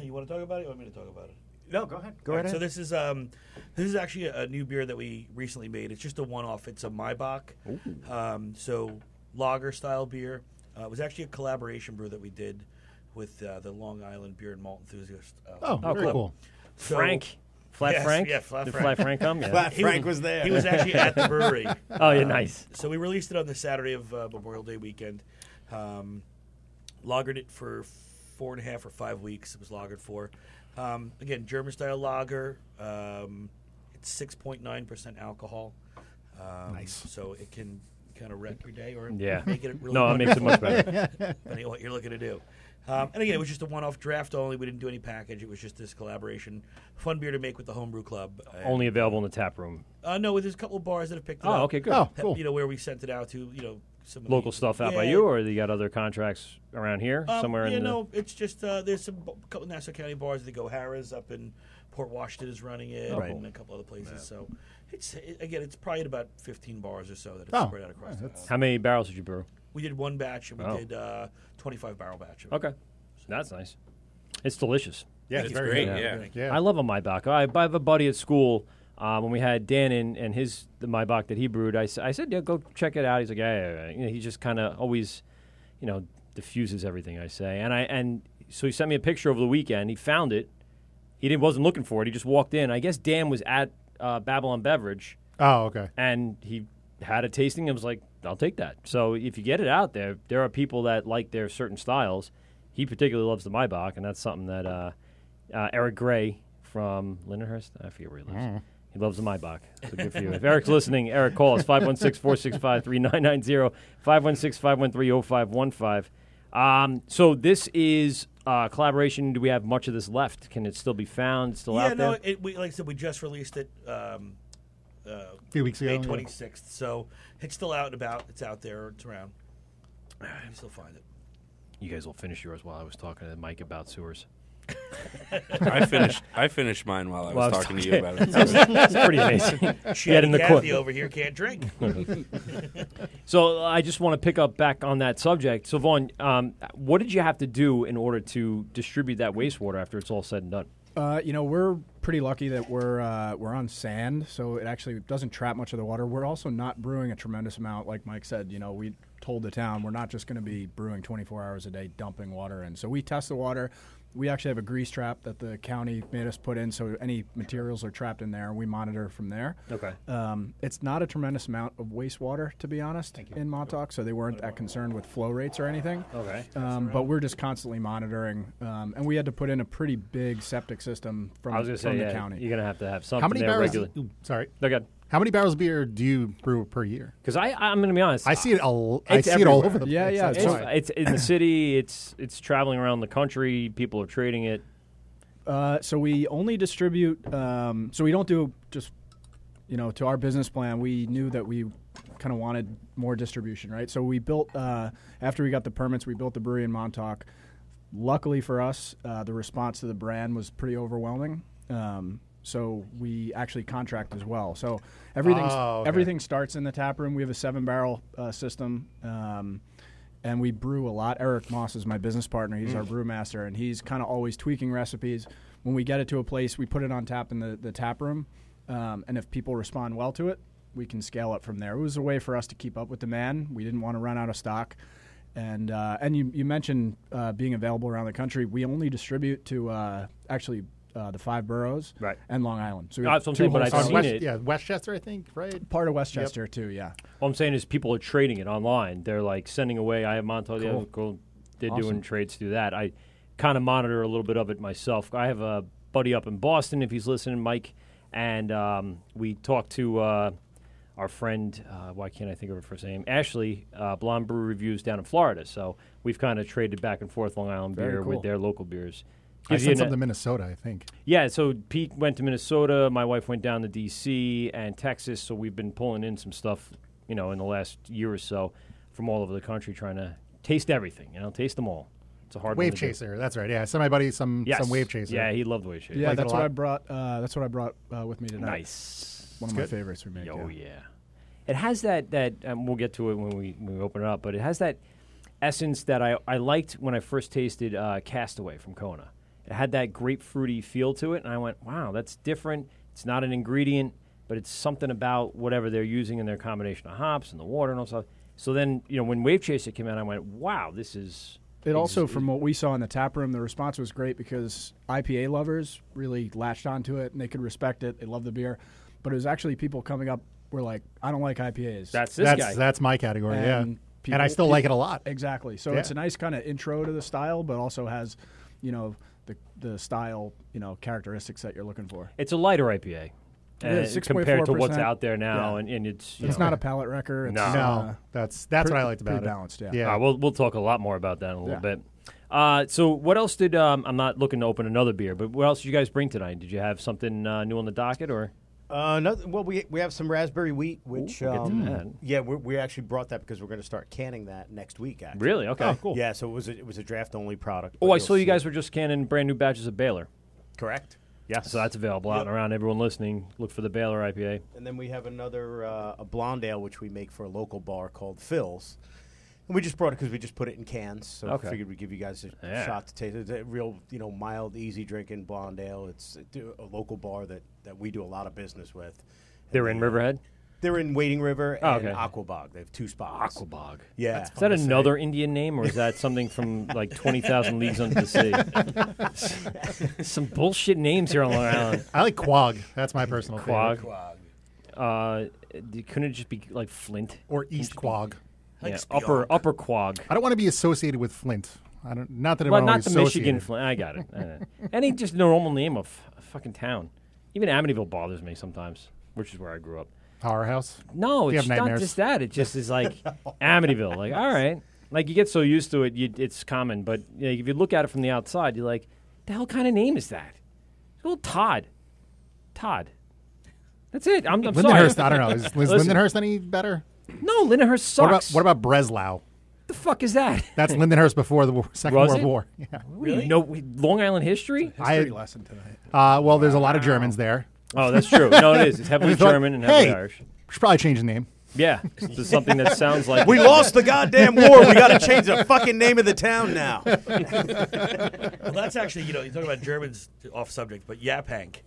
Speaker 18: you want to talk about it? Or you want me to talk about it?
Speaker 17: No, go ahead. Go
Speaker 18: All
Speaker 17: right
Speaker 18: So
Speaker 17: ahead.
Speaker 18: this is um, this is actually a, a new beer that we recently made. It's just a one-off. It's a Maibach, um, so lager style beer. Uh, it was actually a collaboration brew that we did with uh, the Long Island Beer and Malt Enthusiast. Uh,
Speaker 12: Oh,
Speaker 18: Club.
Speaker 12: very cool. Frank. Flat
Speaker 18: Yes,
Speaker 12: Frank?
Speaker 18: yeah, Flat
Speaker 12: Did
Speaker 18: Frank.
Speaker 12: Flat Frank come? Yeah. Flat
Speaker 18: He
Speaker 12: Frank was there.
Speaker 18: He was actually at the brewery. Um,
Speaker 12: Oh, yeah, nice.
Speaker 18: So we released it on the Saturday of uh, Memorial Day weekend. Um, lagered it for four and a half or five weeks. It was lagered for. Um, again, German style lager. Um, it's six point nine percent alcohol. Um, nice. So it can kind of wreck your day or
Speaker 12: Yeah.
Speaker 18: make it really.
Speaker 12: No, it makes it much
Speaker 18: wonderful,
Speaker 12: better.
Speaker 18: depending on what you're looking to do. Um, and again, it was just a one-off draft only. We didn't do any package. It was just this collaboration, fun beer to make with the homebrew club. And-
Speaker 12: Only available in the tap room.
Speaker 18: uh, no, there's a couple of bars that have picked it
Speaker 12: Oh,
Speaker 18: up.
Speaker 12: okay, good. Oh,
Speaker 18: That,
Speaker 12: cool.
Speaker 18: You know where we sent it out to. You know, some of
Speaker 12: Local
Speaker 18: the-
Speaker 12: stuff out by
Speaker 18: Yeah.
Speaker 12: you, or you got other contracts around here
Speaker 18: Um,
Speaker 12: somewhere
Speaker 18: yeah,
Speaker 12: in the.
Speaker 18: no, it's just uh, there's some a couple of Nassau County bars. They go Harrah's up in Port Washington is running it,
Speaker 12: Oh,
Speaker 18: and
Speaker 12: cool.
Speaker 18: a couple other places. So it's it, again, it's probably at about 15 bars or so that it's
Speaker 12: Oh,
Speaker 18: spread out across. the island.
Speaker 12: How many barrels did you brew?
Speaker 18: We did one batch and we
Speaker 12: Oh.
Speaker 18: did uh, 25 barrel batch. Of it.
Speaker 12: Okay. That's nice. It's delicious.
Speaker 18: Yeah, It's it's very great, good. yeah. Yeah.
Speaker 12: I love a Maybach. I, I have a buddy at school. Uh, when we had Dan in and his the Maybach that he brewed, I, s- I said, "Yeah, go check it out." He's like, "Yeah, yeah, yeah." You know, he just kind of always, you know, diffuses everything I say. And I and so he sent me a picture over the weekend. He found it. He didn't wasn't looking for it. He just walked in. I guess Dan was at uh, Babylon Beverage.
Speaker 14: Oh, okay.
Speaker 12: And he had a tasting and was like, I'll take that. So if you get it out there, there are people that like their certain styles. He particularly loves the Maybach, and that's something that uh, uh, Eric Gray from Lindenhurst, I forget where he lives.
Speaker 20: Mm.
Speaker 12: He loves the Maybach. So good for you. If Eric's listening, Eric, call us 516 465 3990, 516 513 0515. Um, so this is uh, collaboration. Do we have much of this left? Can it still be found? It's Still
Speaker 18: yeah,
Speaker 12: out there?
Speaker 18: no, it, we, like I said, we just released it um, uh, a
Speaker 14: Few weeks ago,
Speaker 18: May
Speaker 14: yeah.
Speaker 18: 26th. So it's still out and about. It's out there. It's around. You can still find it.
Speaker 12: You guys will finish yours while I was talking to Mike about sewers.
Speaker 19: I finished. I finished mine while I was,
Speaker 12: While I was
Speaker 19: talking, to you
Speaker 12: talking-
Speaker 19: about it.
Speaker 12: That's- that's pretty amazing. She had in the
Speaker 18: Kathy
Speaker 12: cor-
Speaker 18: over here can't drink.
Speaker 12: so I just want to pick up back on that subject. So Vaughn, um, what did you have to do in order to distribute that wastewater after it's all said and done?
Speaker 16: Uh, you know, we're pretty lucky that we're uh, we're on sand, so it actually doesn't trap much of the water. We're also not brewing a tremendous amount, like Mike said. You know, we told the town we're not just going to be brewing 24 hours a day, dumping water in. So we test the water. We actually have a grease trap that the county made us put in, so any materials are trapped in there. We monitor from there.
Speaker 12: Okay.
Speaker 16: Um, it's not a tremendous amount of wastewater, to be honest, in Montauk, so they weren't that concerned with flow rates or anything.
Speaker 12: Okay.
Speaker 16: Um, but we're just constantly monitoring, um, and we had to put in a pretty big septic system from,
Speaker 12: I was going to
Speaker 16: from
Speaker 12: say,
Speaker 16: the
Speaker 12: yeah,
Speaker 16: county.
Speaker 12: you're going to have to have something
Speaker 14: How many
Speaker 12: there
Speaker 14: barrels?
Speaker 12: regularly.
Speaker 14: ooh, sorry.
Speaker 12: No, good.
Speaker 14: How many barrels of beer do you brew per year?
Speaker 12: Because I, I'm going to be honest.
Speaker 14: I see it all. I see it all over the place. That's
Speaker 12: It's,
Speaker 14: why.
Speaker 12: it's in the city. It's it's traveling around the country. People are trading it.
Speaker 16: Uh, so we only distribute. Um, so we don't do just, you know, to our business plan. We knew that we kind of wanted more distribution, right? So we built uh, after we got the permits, we built the brewery in Montauk. Luckily for us, uh, the response to the brand was pretty overwhelming. Um, so we actually contract as well. So everything
Speaker 17: Oh, okay.
Speaker 16: everything starts in the tap room. We have a seven barrel uh, system. Um, and we brew a lot. Eric Moss is my business partner. He's our
Speaker 17: Mm.
Speaker 16: brewmaster, and he's kind of always tweaking recipes. When we get it to a place, we put it on tap in the, the tap room, um, and if people respond well to it, we can scale up from there. It was a way for us to keep up with demand. We didn't want to run out of stock, and uh, and you you mentioned uh, being available around the country. We only distribute to uh, actually. Uh, the five boroughs right. and Long Island.
Speaker 17: Uh,
Speaker 16: we have
Speaker 12: That's what I'm saying,
Speaker 16: two
Speaker 12: but
Speaker 16: whole
Speaker 12: I've
Speaker 16: towns.
Speaker 12: seen it.
Speaker 14: Yeah, Westchester, I think, right?
Speaker 16: Part of Westchester, too, yeah.
Speaker 12: All I'm saying is people are trading it online. They're like sending away. I have Montauk. they
Speaker 16: Cool.
Speaker 12: have Gold- They're
Speaker 16: Awesome.
Speaker 12: doing trades through that. I kind of monitor a little bit of it myself. I have a buddy up in Boston. If he's listening, Mike, and um, we talked to uh, our friend. Uh, why can't I think of her first name? Ashley uh, Blonde Brew Reviews down in Florida. So we've kind of traded back and forth Long Island
Speaker 14: Very
Speaker 12: beer
Speaker 14: cool.
Speaker 12: with their local beers.
Speaker 14: I
Speaker 12: Gives you
Speaker 14: sent
Speaker 12: an-
Speaker 14: something to Minnesota, I think.
Speaker 12: yeah, so Pete went to Minnesota. My wife went down to D.C. and Texas. So we've been pulling in some stuff, you know, in the last year or so from all over the country, trying to taste everything. You know, taste them all. It's a hard one
Speaker 14: Wave
Speaker 12: to do.
Speaker 14: chaser. That's right. Yeah, I sent my buddy some
Speaker 12: Yes.
Speaker 14: some wave chaser.
Speaker 12: Yeah, he loved wave chaser.
Speaker 16: Yeah,
Speaker 14: Liked it
Speaker 16: that's
Speaker 14: a
Speaker 16: what I
Speaker 14: lot.
Speaker 16: brought. Uh, that's what I brought uh, with me tonight.
Speaker 12: Nice.
Speaker 16: One
Speaker 12: It's
Speaker 16: of my
Speaker 12: good.
Speaker 16: favorites we make.
Speaker 12: Oh yeah. It has that that um, we'll get to it when we when we open it up, but it has that essence that I, I liked when I first tasted uh, Castaway from Kona. It had that grapefruity feel to it, and I went, "Wow, that's different. It's not an ingredient, but it's something about whatever they're using in their combination of hops and the water and all stuff." So then, you know, when Wave Chaser came out, I went, "Wow, this is."
Speaker 16: It also,
Speaker 12: exi-
Speaker 16: from what we saw in the tap room, the response was great because IPA lovers really latched onto it and they could respect it. They loved the beer, but it was actually people coming up were like, "I don't like IPAs."
Speaker 12: That's
Speaker 14: this That's- guy. that's my category, yeah. And I still like it a lot.
Speaker 16: Exactly. So
Speaker 14: Yeah.
Speaker 16: it's a nice kind of intro to the style, but also has, you know, the the style, you know, characteristics that you're looking for.
Speaker 12: It's a lighter IPA.
Speaker 16: It
Speaker 12: uh,
Speaker 16: is, 6.4%.
Speaker 12: compared to what's out there now,
Speaker 16: Yeah.
Speaker 12: and, and it's you
Speaker 16: it's
Speaker 12: know-
Speaker 16: not a palate wrecker. It's,
Speaker 12: No.
Speaker 16: uh,
Speaker 14: that's that's
Speaker 16: pre-
Speaker 14: what I liked about
Speaker 16: pretty
Speaker 14: it.
Speaker 16: Balanced, yeah.
Speaker 12: Uh, we'll we'll talk a lot more about that in a little
Speaker 16: Yeah.
Speaker 12: bit. Uh, so what else did um, I'm not looking to open another beer, but what else did you guys bring tonight? Did you have something uh, new on the docket or?
Speaker 17: Uh, another, well, we we have some raspberry wheat, which
Speaker 12: Ooh, we'll get to
Speaker 17: um,
Speaker 12: that.
Speaker 17: yeah, we we actually brought that because we're going to start canning that next week. Actually,
Speaker 12: Really? Okay. Oh, cool.
Speaker 17: Yeah, so it was a, it was a draft only product.
Speaker 12: Oh, I
Speaker 17: but you'll
Speaker 12: saw you
Speaker 17: see
Speaker 12: guys were just canning brand new batches of Baylor.
Speaker 17: it. Correct.
Speaker 12: Yeah. So that's available out
Speaker 17: Yep.
Speaker 12: and around. Everyone listening, look for the Baylor IPA.
Speaker 17: And then we have another uh, a blonde ale, which we make for a local bar called Phil's. And we just brought it because we just put it in cans, so I
Speaker 12: Okay.
Speaker 17: figured we'd give you guys a
Speaker 12: Yeah.
Speaker 17: shot to taste. It's a real, you know, mild, easy drinking blonde ale. It's a- a local bar that, that we do a lot of business with.
Speaker 12: They're in Riverhead.
Speaker 17: They're in Wading River
Speaker 12: Oh,
Speaker 17: and
Speaker 12: okay.
Speaker 17: Aquabog. They have two spots.
Speaker 12: Aquabog.
Speaker 17: Yeah.
Speaker 12: Is that another Indian name, or is that something from like Twenty Thousand Leagues Under the Sea? Some bullshit names here on Long Island.
Speaker 14: I like Quag. That's my personal
Speaker 12: Quag.
Speaker 14: favorite.
Speaker 12: Uh, d- couldn't it just be like Flint
Speaker 14: or East Quag?
Speaker 12: Yeah, upper upper Quag.
Speaker 14: I don't want to be associated with Flint. I don't. Not that I
Speaker 12: well,
Speaker 14: want
Speaker 12: not
Speaker 14: to
Speaker 12: the
Speaker 14: be
Speaker 12: Michigan
Speaker 14: associated.
Speaker 12: Flint. I got it. I know. Any just normal name of a fucking town. Even Amityville bothers me sometimes, which is where I grew up.
Speaker 14: Powerhouse.
Speaker 12: No,
Speaker 14: Do you
Speaker 12: it's
Speaker 14: have
Speaker 12: not
Speaker 14: nightmares?
Speaker 12: just that. It just is like Amityville. Like, all right, like you get so used to it, you, it's common. But you know, if you look at it from the outside, you're like, the hell kind of name is that? Well, Todd. Todd. That's it. I'm, I'm sorry.
Speaker 14: Lindenhurst. I don't know. Is Liz
Speaker 12: Listen,
Speaker 14: Lindenhurst any better?
Speaker 12: No, Lindenhurst
Speaker 14: What about,
Speaker 12: sucks.
Speaker 14: what about Breslau?
Speaker 12: the fuck is that?
Speaker 14: That's Lindenhurst before the war, Second
Speaker 12: Was
Speaker 14: World
Speaker 12: it?
Speaker 14: War.
Speaker 12: What do you know Long Island history?
Speaker 14: I- Uh, well, there's a lot of Germans there.
Speaker 12: Oh, that's true. No, it is. It's
Speaker 14: And
Speaker 12: heavily
Speaker 14: we thought,
Speaker 12: German and heavily
Speaker 14: hey,
Speaker 12: Irish.
Speaker 14: Should probably change the name.
Speaker 12: Yeah, so something that sounds like
Speaker 17: We lost the goddamn war. We got to change the fucking name of the town now.
Speaker 18: well, that's actually, you know, you talk about Germans off subject, but Yapank.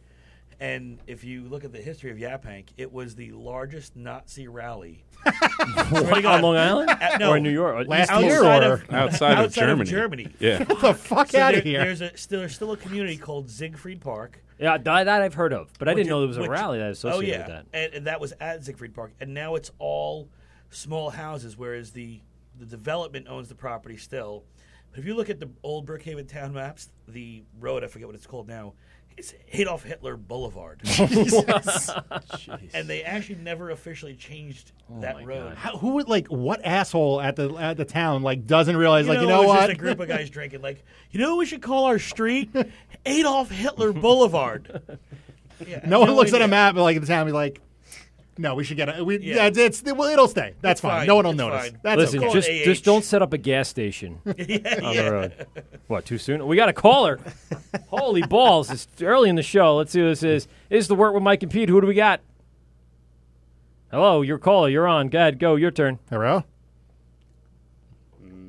Speaker 18: And if you look at the history of Yapank, it was the largest Nazi rally. Swear to
Speaker 12: On
Speaker 18: God.
Speaker 12: Long Island?
Speaker 18: Uh, no.
Speaker 12: Or in New York? Last
Speaker 18: outside
Speaker 12: year
Speaker 18: of,
Speaker 12: or-
Speaker 19: Outside of Germany.
Speaker 18: Germany.
Speaker 19: Yeah.
Speaker 14: Get the fuck
Speaker 18: So
Speaker 14: outta
Speaker 18: there-
Speaker 14: here.
Speaker 18: There's, a, still, there's still a community called Siegfried Park.
Speaker 12: Yeah, that, that I've heard of, but I
Speaker 18: Which
Speaker 12: didn't
Speaker 18: is-
Speaker 12: know there was a
Speaker 18: which-
Speaker 12: rally that associated
Speaker 18: oh, yeah.
Speaker 12: with that.
Speaker 18: And, and that was at Siegfried Park. And now it's all small houses, whereas the, the development owns the property still. But if you look at the old Brookhaven town maps, the road, I forget what it's called now, it's Adolf Hitler Boulevard.
Speaker 15: Jesus.
Speaker 18: and they actually never officially changed
Speaker 15: Oh
Speaker 18: that road.
Speaker 15: How, who would like what asshole at the at the town like doesn't realize like you know
Speaker 18: it was
Speaker 15: what?
Speaker 18: Just a group of guys drinking. Like, you know, what we should call our street Adolf Hitler Boulevard. Yeah,
Speaker 15: no one looks at a
Speaker 18: idea.
Speaker 15: map like at the town and be like, no, we should get it. We,
Speaker 18: Yeah.
Speaker 15: yeah. it's, it, well, it'll stay. That's
Speaker 18: It's
Speaker 15: fine.
Speaker 18: fine.
Speaker 15: No one will
Speaker 18: It's
Speaker 15: notice.
Speaker 18: fine.
Speaker 15: That's
Speaker 12: Listen,
Speaker 15: okay.
Speaker 12: just
Speaker 18: AH.
Speaker 12: just don't set up a gas station
Speaker 18: Yeah,
Speaker 12: on
Speaker 18: yeah.
Speaker 12: the road. What? Too soon? We got a caller. Holy balls! It's early in the show. Let's see who this is. This is the work with Mike and Pete. Who do we got? Hello, your caller. You're on. Go ahead. Go. Your turn.
Speaker 14: Hello.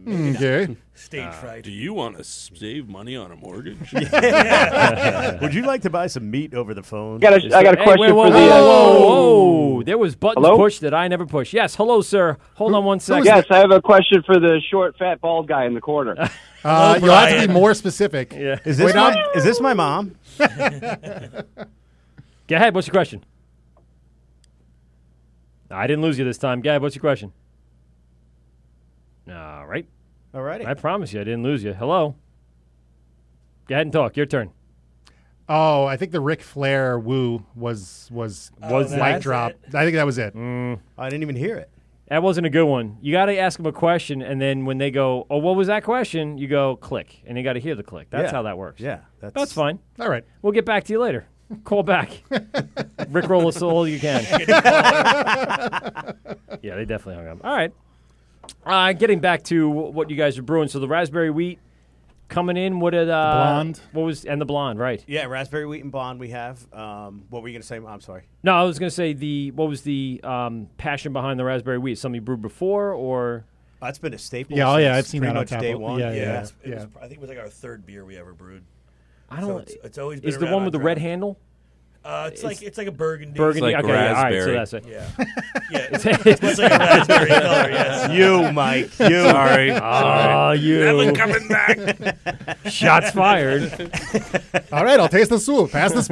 Speaker 18: Mm,
Speaker 14: Okay.
Speaker 18: Stage fright.
Speaker 19: Do you want to save money on a mortgage?
Speaker 17: Would you like to buy some meat over the phone?
Speaker 19: got a- I got a Hey, question
Speaker 12: Wait, whoa,
Speaker 19: for
Speaker 12: whoa,
Speaker 19: the, uh,
Speaker 12: whoa, whoa, whoa. There was buttons
Speaker 20: Hello?
Speaker 12: pushed that I never pushed. Yes, hello, sir. Hold on one second.
Speaker 20: Yes, I have a question for the short, fat, bald guy in the corner.
Speaker 14: Uh, you'll have to be more specific.
Speaker 12: Oh, Yeah.
Speaker 17: Is this my, is this my mom?
Speaker 12: Go ahead. What's your question? I didn't lose you this time. Gab, what's your question? All right.
Speaker 17: All righty.
Speaker 12: I promise you, I didn't lose you. Hello. Go ahead and talk. Your turn.
Speaker 14: Oh, I think the Ric Flair woo was was
Speaker 18: Oh,
Speaker 12: Was that-
Speaker 14: mic drop. I think that was it.
Speaker 12: Mm.
Speaker 17: I didn't even hear it.
Speaker 12: That wasn't a good one. You got to ask them a question, and then when they go, "Oh, what was that question?" You go, "Click," and they got to hear the click. That's
Speaker 17: Yeah.
Speaker 12: how that works.
Speaker 17: Yeah,
Speaker 12: that's,
Speaker 17: that's-
Speaker 12: fine.
Speaker 14: All right,
Speaker 12: we'll get back to you later. Call back. Rick roll us all you can. yeah, they definitely hung up. All right. Uh, getting back to wh- what you guys are brewing. So the raspberry wheat coming in. What did uh,
Speaker 17: blonde.
Speaker 12: What was and the blonde? Right.
Speaker 17: Yeah, raspberry wheat and blonde we have. Um, what were you going to say? I'm sorry.
Speaker 12: No, I was going to say the what was the um, passion behind the raspberry wheat? Something you brewed before or?
Speaker 17: That's been a staple.
Speaker 14: Yeah, oh, yeah,
Speaker 17: since
Speaker 14: I've seen
Speaker 17: pretty
Speaker 14: that on
Speaker 17: much
Speaker 14: tap.
Speaker 17: day
Speaker 14: Yeah,
Speaker 17: one.
Speaker 14: yeah,
Speaker 18: Yeah,
Speaker 14: yeah.
Speaker 18: it's- it was- I think it was like our third beer we ever brewed.
Speaker 12: I
Speaker 18: So
Speaker 12: don't.
Speaker 18: it's, it's always been
Speaker 12: is the
Speaker 18: around
Speaker 12: one with the
Speaker 18: on
Speaker 12: red
Speaker 18: draft.
Speaker 12: handle.
Speaker 18: Uh, it's, like it's like a burgundy.
Speaker 12: Burgundy. okay, yeah, all right, so that's it.
Speaker 18: Yeah, yeah. It's, it's like a raspberry color. Yes.
Speaker 17: You, Mike. You.
Speaker 12: Sorry. Ah, you.
Speaker 18: Never coming back.
Speaker 12: Shots fired.
Speaker 14: All right, I'll taste the soup. Pass the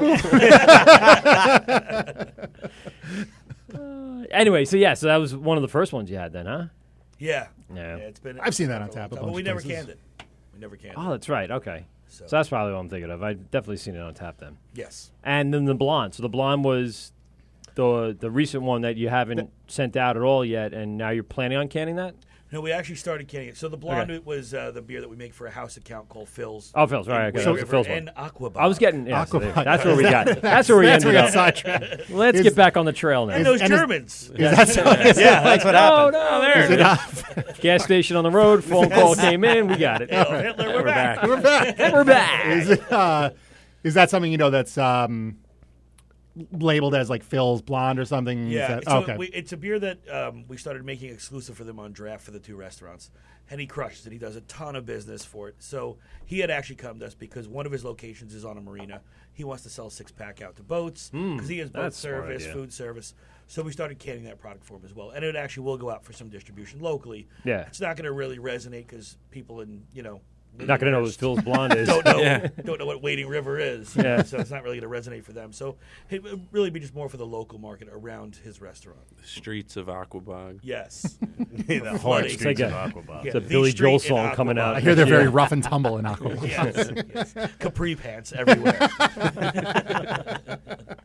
Speaker 14: spoon.
Speaker 12: Anyway, so yeah, so that was one of the first ones you had then, huh?
Speaker 18: Yeah.
Speaker 12: Yeah.
Speaker 18: It's been.
Speaker 14: I've seen that on tap a
Speaker 18: But
Speaker 14: bunch
Speaker 18: we
Speaker 14: of
Speaker 18: never
Speaker 14: places.
Speaker 18: canned it. We never canned.
Speaker 12: Oh,
Speaker 18: it.
Speaker 12: that's right. Okay. So,
Speaker 18: So-
Speaker 12: that's probably what I'm thinking of. I've definitely seen it on tap then.
Speaker 18: Yes.
Speaker 12: And then the blonde. So the blonde was the the recent one that you haven't sent out at all yet, and now you're planning on canning that?
Speaker 18: No, we actually started canning it. So the blonde was uh, the beer that we make for a house account called Phil's.
Speaker 12: Oh, Phil's. All
Speaker 18: in
Speaker 12: right.
Speaker 18: Wade
Speaker 12: Okay. that was the
Speaker 18: River
Speaker 12: Phil's one.
Speaker 18: and Aquabot.
Speaker 12: I was getting. Yeah, so there-
Speaker 18: Aquabot.
Speaker 12: that's where we got. That's, where we ended up. Let's get back on the trail now.
Speaker 18: And those Germans.
Speaker 12: no,
Speaker 18: No,
Speaker 12: No,
Speaker 18: there. it is.
Speaker 12: Gas station on the road. Phone call came in. We got it.
Speaker 18: Adolf Hitler, we're, back.
Speaker 14: Oh, We're back.
Speaker 12: We're back.
Speaker 14: Is, it, uh, is that something you know that's um, labeled as like Phil's blonde or something? Is
Speaker 18: Yeah,
Speaker 14: that-
Speaker 18: so
Speaker 14: okay.
Speaker 18: we, it's a beer that um, we started making exclusive for them on draft for the two restaurants, and he crushes it. He does a ton of business for it. So he had actually come to us because one of his locations is on a marina. He wants to sell six pack out to boats
Speaker 12: Mm,
Speaker 18: because he has boat
Speaker 12: that's a smart
Speaker 18: service,
Speaker 12: idea.
Speaker 18: food service. So we started canning that product for him as well, and it actually will go out for some distribution locally.
Speaker 12: Yeah.
Speaker 18: it's not going to really resonate because people in you know.
Speaker 12: Not gonna know what Phil's Blonde is.
Speaker 18: don't know
Speaker 12: Yeah.
Speaker 18: don't know what Wading River is.
Speaker 12: Yeah.
Speaker 18: so it's not really going to resonate for them. So it would really be just more for the local market around his restaurant.
Speaker 19: Streets of Aquabog.
Speaker 18: Yes.
Speaker 19: The
Speaker 18: For
Speaker 19: hard
Speaker 18: flooding.
Speaker 19: streets It's like of a- Aquabog.
Speaker 12: it's a
Speaker 18: The
Speaker 12: Billy
Speaker 18: street
Speaker 12: Joel
Speaker 18: in
Speaker 12: song coming
Speaker 18: Aquabog.
Speaker 12: out.
Speaker 14: I hear they're very rough and tumble in Aquabog.
Speaker 18: yes, yes. Capri pants everywhere.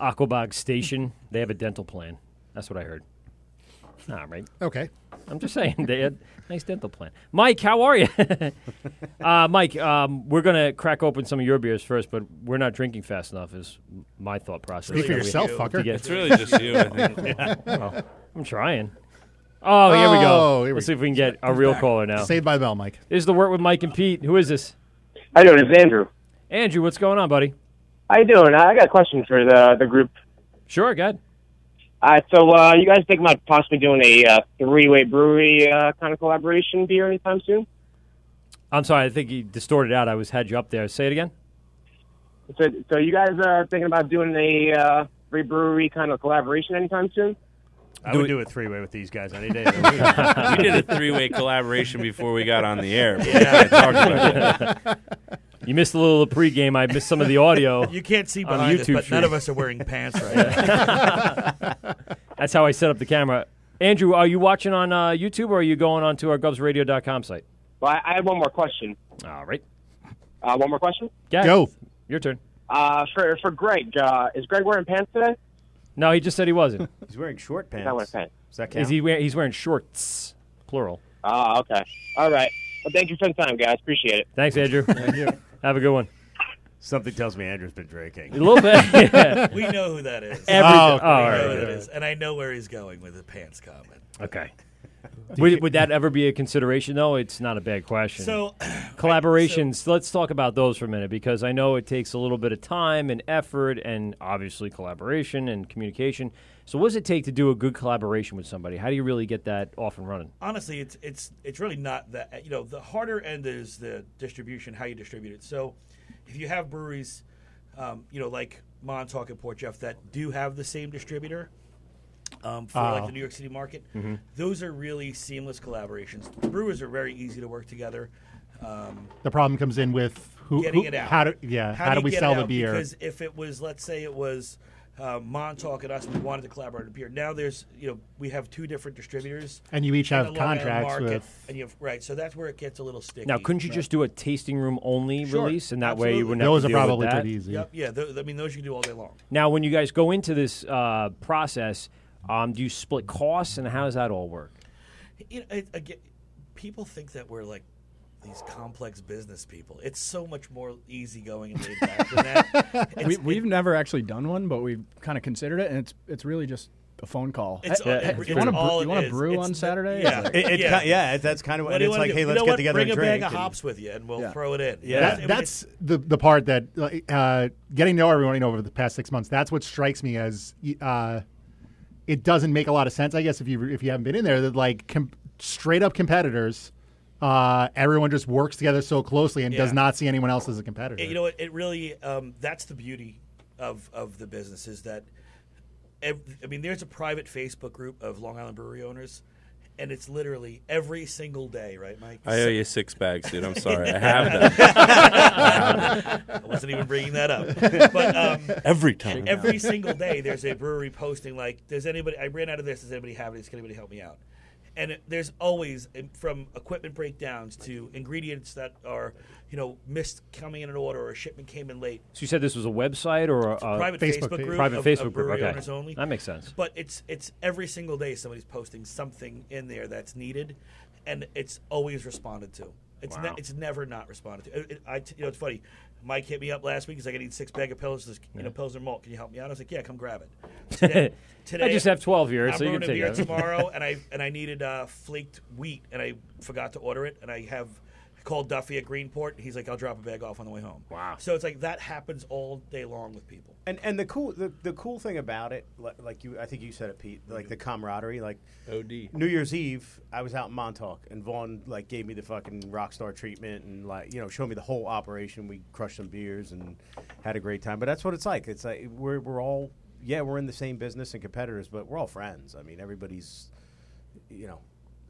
Speaker 12: Aquabog Station. They have a dental plan. That's what I heard. All right.
Speaker 14: Okay.
Speaker 12: I'm just saying they had nice dental plan. Mike, how are you? uh, Mike, um, we're gonna crack open some of your beers first, but we're not drinking fast enough. Is my thought process.
Speaker 14: Speak for yourself, fucker.
Speaker 19: It's really just you, I think.
Speaker 12: Well, I'm trying. Oh, here we go.
Speaker 14: Oh, here we
Speaker 12: Let's see
Speaker 14: go.
Speaker 12: if we can get a
Speaker 14: He's
Speaker 12: real
Speaker 14: back.
Speaker 12: caller now.
Speaker 14: Saved by the Bell, Mike.
Speaker 12: This is the work with Mike and Pete. Who is this?
Speaker 20: How you doing? It's Andrew.
Speaker 12: Andrew, what's going on, buddy?
Speaker 20: How you doing? I got a question for the the group.
Speaker 12: Sure, go ahead.
Speaker 20: Uh, so uh, you guys think about possibly doing a uh, three-way brewery uh, kind of collaboration beer anytime soon?
Speaker 12: I'm sorry, I think you distorted out. I was had you up there. Say it again.
Speaker 20: So, so you guys are thinking about doing a uh, three brewery kind of collaboration anytime soon?
Speaker 17: I
Speaker 12: Do
Speaker 17: would
Speaker 12: it-
Speaker 17: do a three way with these guys any day. of
Speaker 19: we
Speaker 17: the week.
Speaker 19: did a three-way collaboration before we got on the air. But yeah. I talked about that.
Speaker 12: You missed a little of the pregame. I missed some of the audio.
Speaker 18: You can't see
Speaker 12: on the
Speaker 18: behind us,
Speaker 12: YouTube
Speaker 18: but none
Speaker 12: feed.
Speaker 18: of us are wearing pants right now.
Speaker 12: That's how I set up the camera. Andrew, are you watching on uh, YouTube or are you going onto our gubsradio.com site?
Speaker 20: Well, I, I have one more question.
Speaker 12: All right.
Speaker 20: Uh, one more question.
Speaker 12: Gav,
Speaker 20: Go.
Speaker 12: Your turn.
Speaker 20: Uh, for for Greg, uh, is Greg wearing pants today?
Speaker 12: No, he just said he wasn't.
Speaker 17: He's wearing short
Speaker 20: He's
Speaker 17: pants.
Speaker 20: not wearing pants.
Speaker 17: Does that count?
Speaker 12: Is he? Wear, he's wearing shorts, plural.
Speaker 20: Ah, okay. All right. Well, thank you for the time, guys. Appreciate it.
Speaker 12: Thanks, Andrew. Thank you. Have a good one.
Speaker 17: Something tells me Andrew's been drinking.
Speaker 12: A little bit. yeah.
Speaker 18: We know who that is.
Speaker 12: Every- oh,
Speaker 18: We
Speaker 12: all right.
Speaker 18: know who that is. And I know where he's going with the pants comment.
Speaker 12: Okay. would, would that ever be a consideration, though? It's not a bad question.
Speaker 18: So-
Speaker 12: collaborations. let's talk about those for a minute because I know it takes a little bit of time and effort, and obviously collaboration and communication. So, what does it take to do a good collaboration with somebody? How do you really get that off and running?
Speaker 18: honestly, it's it's it's really not that. You know, the harder end is the distribution, how you distribute it. So, if you have breweries, um, you know, like Montauk and Port Jeff that do have the same distributor um, for like
Speaker 21: Oh.
Speaker 18: the New York City market,
Speaker 21: Mhm.
Speaker 18: those are really seamless collaborations. Brewers are very easy to work together. Um,
Speaker 14: The problem comes in with who,
Speaker 18: getting
Speaker 14: who-
Speaker 18: it out.
Speaker 14: how do yeah how, do we
Speaker 18: get it
Speaker 14: sell the
Speaker 18: out?
Speaker 14: beer?
Speaker 18: Because if it was, let's say, it was uh, Montauk and us, we wanted to collaborate on beer. Now there's, you know, we have two different distributors,
Speaker 14: And you each
Speaker 18: in
Speaker 14: have
Speaker 18: the Long Island
Speaker 14: contracts
Speaker 18: market,
Speaker 14: with-
Speaker 18: and you have right. So that's where it gets a little sticky.
Speaker 12: Now, couldn't you just do a tasting room only
Speaker 18: Sure,
Speaker 12: release, and that way you
Speaker 18: absolutely.
Speaker 12: wouldn't have to deal with that?
Speaker 18: Yep, yeah, tho- I mean, those you can do all day long.
Speaker 12: Now, when you guys go into this uh, process, um, do you split costs, and how does that all work?
Speaker 18: You know, it, again, people think that we're like these complex business people. It's so much more easygoing and laid back than that. It's-
Speaker 16: we, we've never actually done one, but we've kind of considered it, and it's it's really just a phone call.
Speaker 18: It's-
Speaker 16: Hey,
Speaker 18: uh,
Speaker 16: hey,
Speaker 18: it's
Speaker 16: you want to
Speaker 18: all
Speaker 16: brew,
Speaker 18: it
Speaker 16: you wanna
Speaker 18: is.
Speaker 16: brew
Speaker 18: It's
Speaker 16: on
Speaker 18: the-
Speaker 16: Saturday?
Speaker 18: yeah.
Speaker 16: Like-
Speaker 18: It- it Yeah.
Speaker 17: ki- yeah, that's kind of what-
Speaker 18: What do you
Speaker 17: it's
Speaker 18: wanna
Speaker 17: like,
Speaker 18: do?
Speaker 17: hey,
Speaker 18: You
Speaker 17: let's
Speaker 18: know
Speaker 17: get
Speaker 18: what?
Speaker 17: together
Speaker 18: Bring
Speaker 17: and
Speaker 18: a bag
Speaker 17: drink
Speaker 18: of
Speaker 17: and-
Speaker 18: hops with you, and we'll throw it in.
Speaker 17: Yeah.
Speaker 18: That's- I
Speaker 14: That-
Speaker 18: mean,
Speaker 14: that's the the part that like, uh, getting to know everyone you know, over the past six months. That's what strikes me as y- uh, it doesn't make a lot of sense. I guess if you if you haven't been in there, that like com- straight up competitors, uh, everyone just works together so closely and does
Speaker 18: Yeah.
Speaker 14: not see anyone else as a competitor.
Speaker 18: It- you know, what? it really um, that's the beauty of of the business is that ev- I mean, there's a private Facebook group of Long Island brewery owners. And it's literally every single day, right, Mike?
Speaker 19: I owe you six bags, dude. I'm sorry. I have them.
Speaker 18: I wasn't even bringing that up. But um,
Speaker 19: Every time.
Speaker 18: every single day, there's a brewery posting like, "Does anybody? I ran out of this. Does anybody have it? Can anybody help me out?" And it, there's always um, from equipment breakdowns to ingredients that are, you know, missed coming in an order or a shipment came in late.
Speaker 12: So you said this was a website or a, a
Speaker 18: private Facebook, group,
Speaker 12: private
Speaker 18: of,
Speaker 12: Facebook
Speaker 18: of
Speaker 12: group.
Speaker 18: brewery
Speaker 12: Okay,
Speaker 18: owners only.
Speaker 12: that makes sense.
Speaker 18: But it's it's every single day somebody's posting something in there that's needed, and it's always responded to. It's ne-
Speaker 12: Wow.
Speaker 18: it's never not responded to. It- it- I t- you know it's funny. Mike hit me up last week. He's like, I need six bag of Pilsner, you know, Pilsner malt. Can you help me out? I was like, Yeah, come grab it. Today, today
Speaker 12: I just have 12 here,
Speaker 18: I'm
Speaker 12: so you
Speaker 18: brewing
Speaker 12: can
Speaker 18: a
Speaker 12: take
Speaker 18: beer
Speaker 12: it.
Speaker 18: tomorrow, and I and I needed uh, flaked wheat, and I forgot to order it, and I have called Duffy at Greenport. And he's like, I'll drop a bag off on the way home. Wow. So it's like that happens all day long with people.
Speaker 17: And and the cool the, the cool thing about it, li- like you, I think you said it, Pete, like
Speaker 19: Mm-hmm.
Speaker 17: the camaraderie, like
Speaker 19: OD.
Speaker 17: New Year's Eve, I was out in Montauk, and Vaughn like gave me the fucking rock star treatment, and like you know showed me the whole operation. We crushed some beers and had a great time. But that's what it's like. It's like we're we're all yeah we're in the same business and competitors, but we're all friends. I mean everybody's you know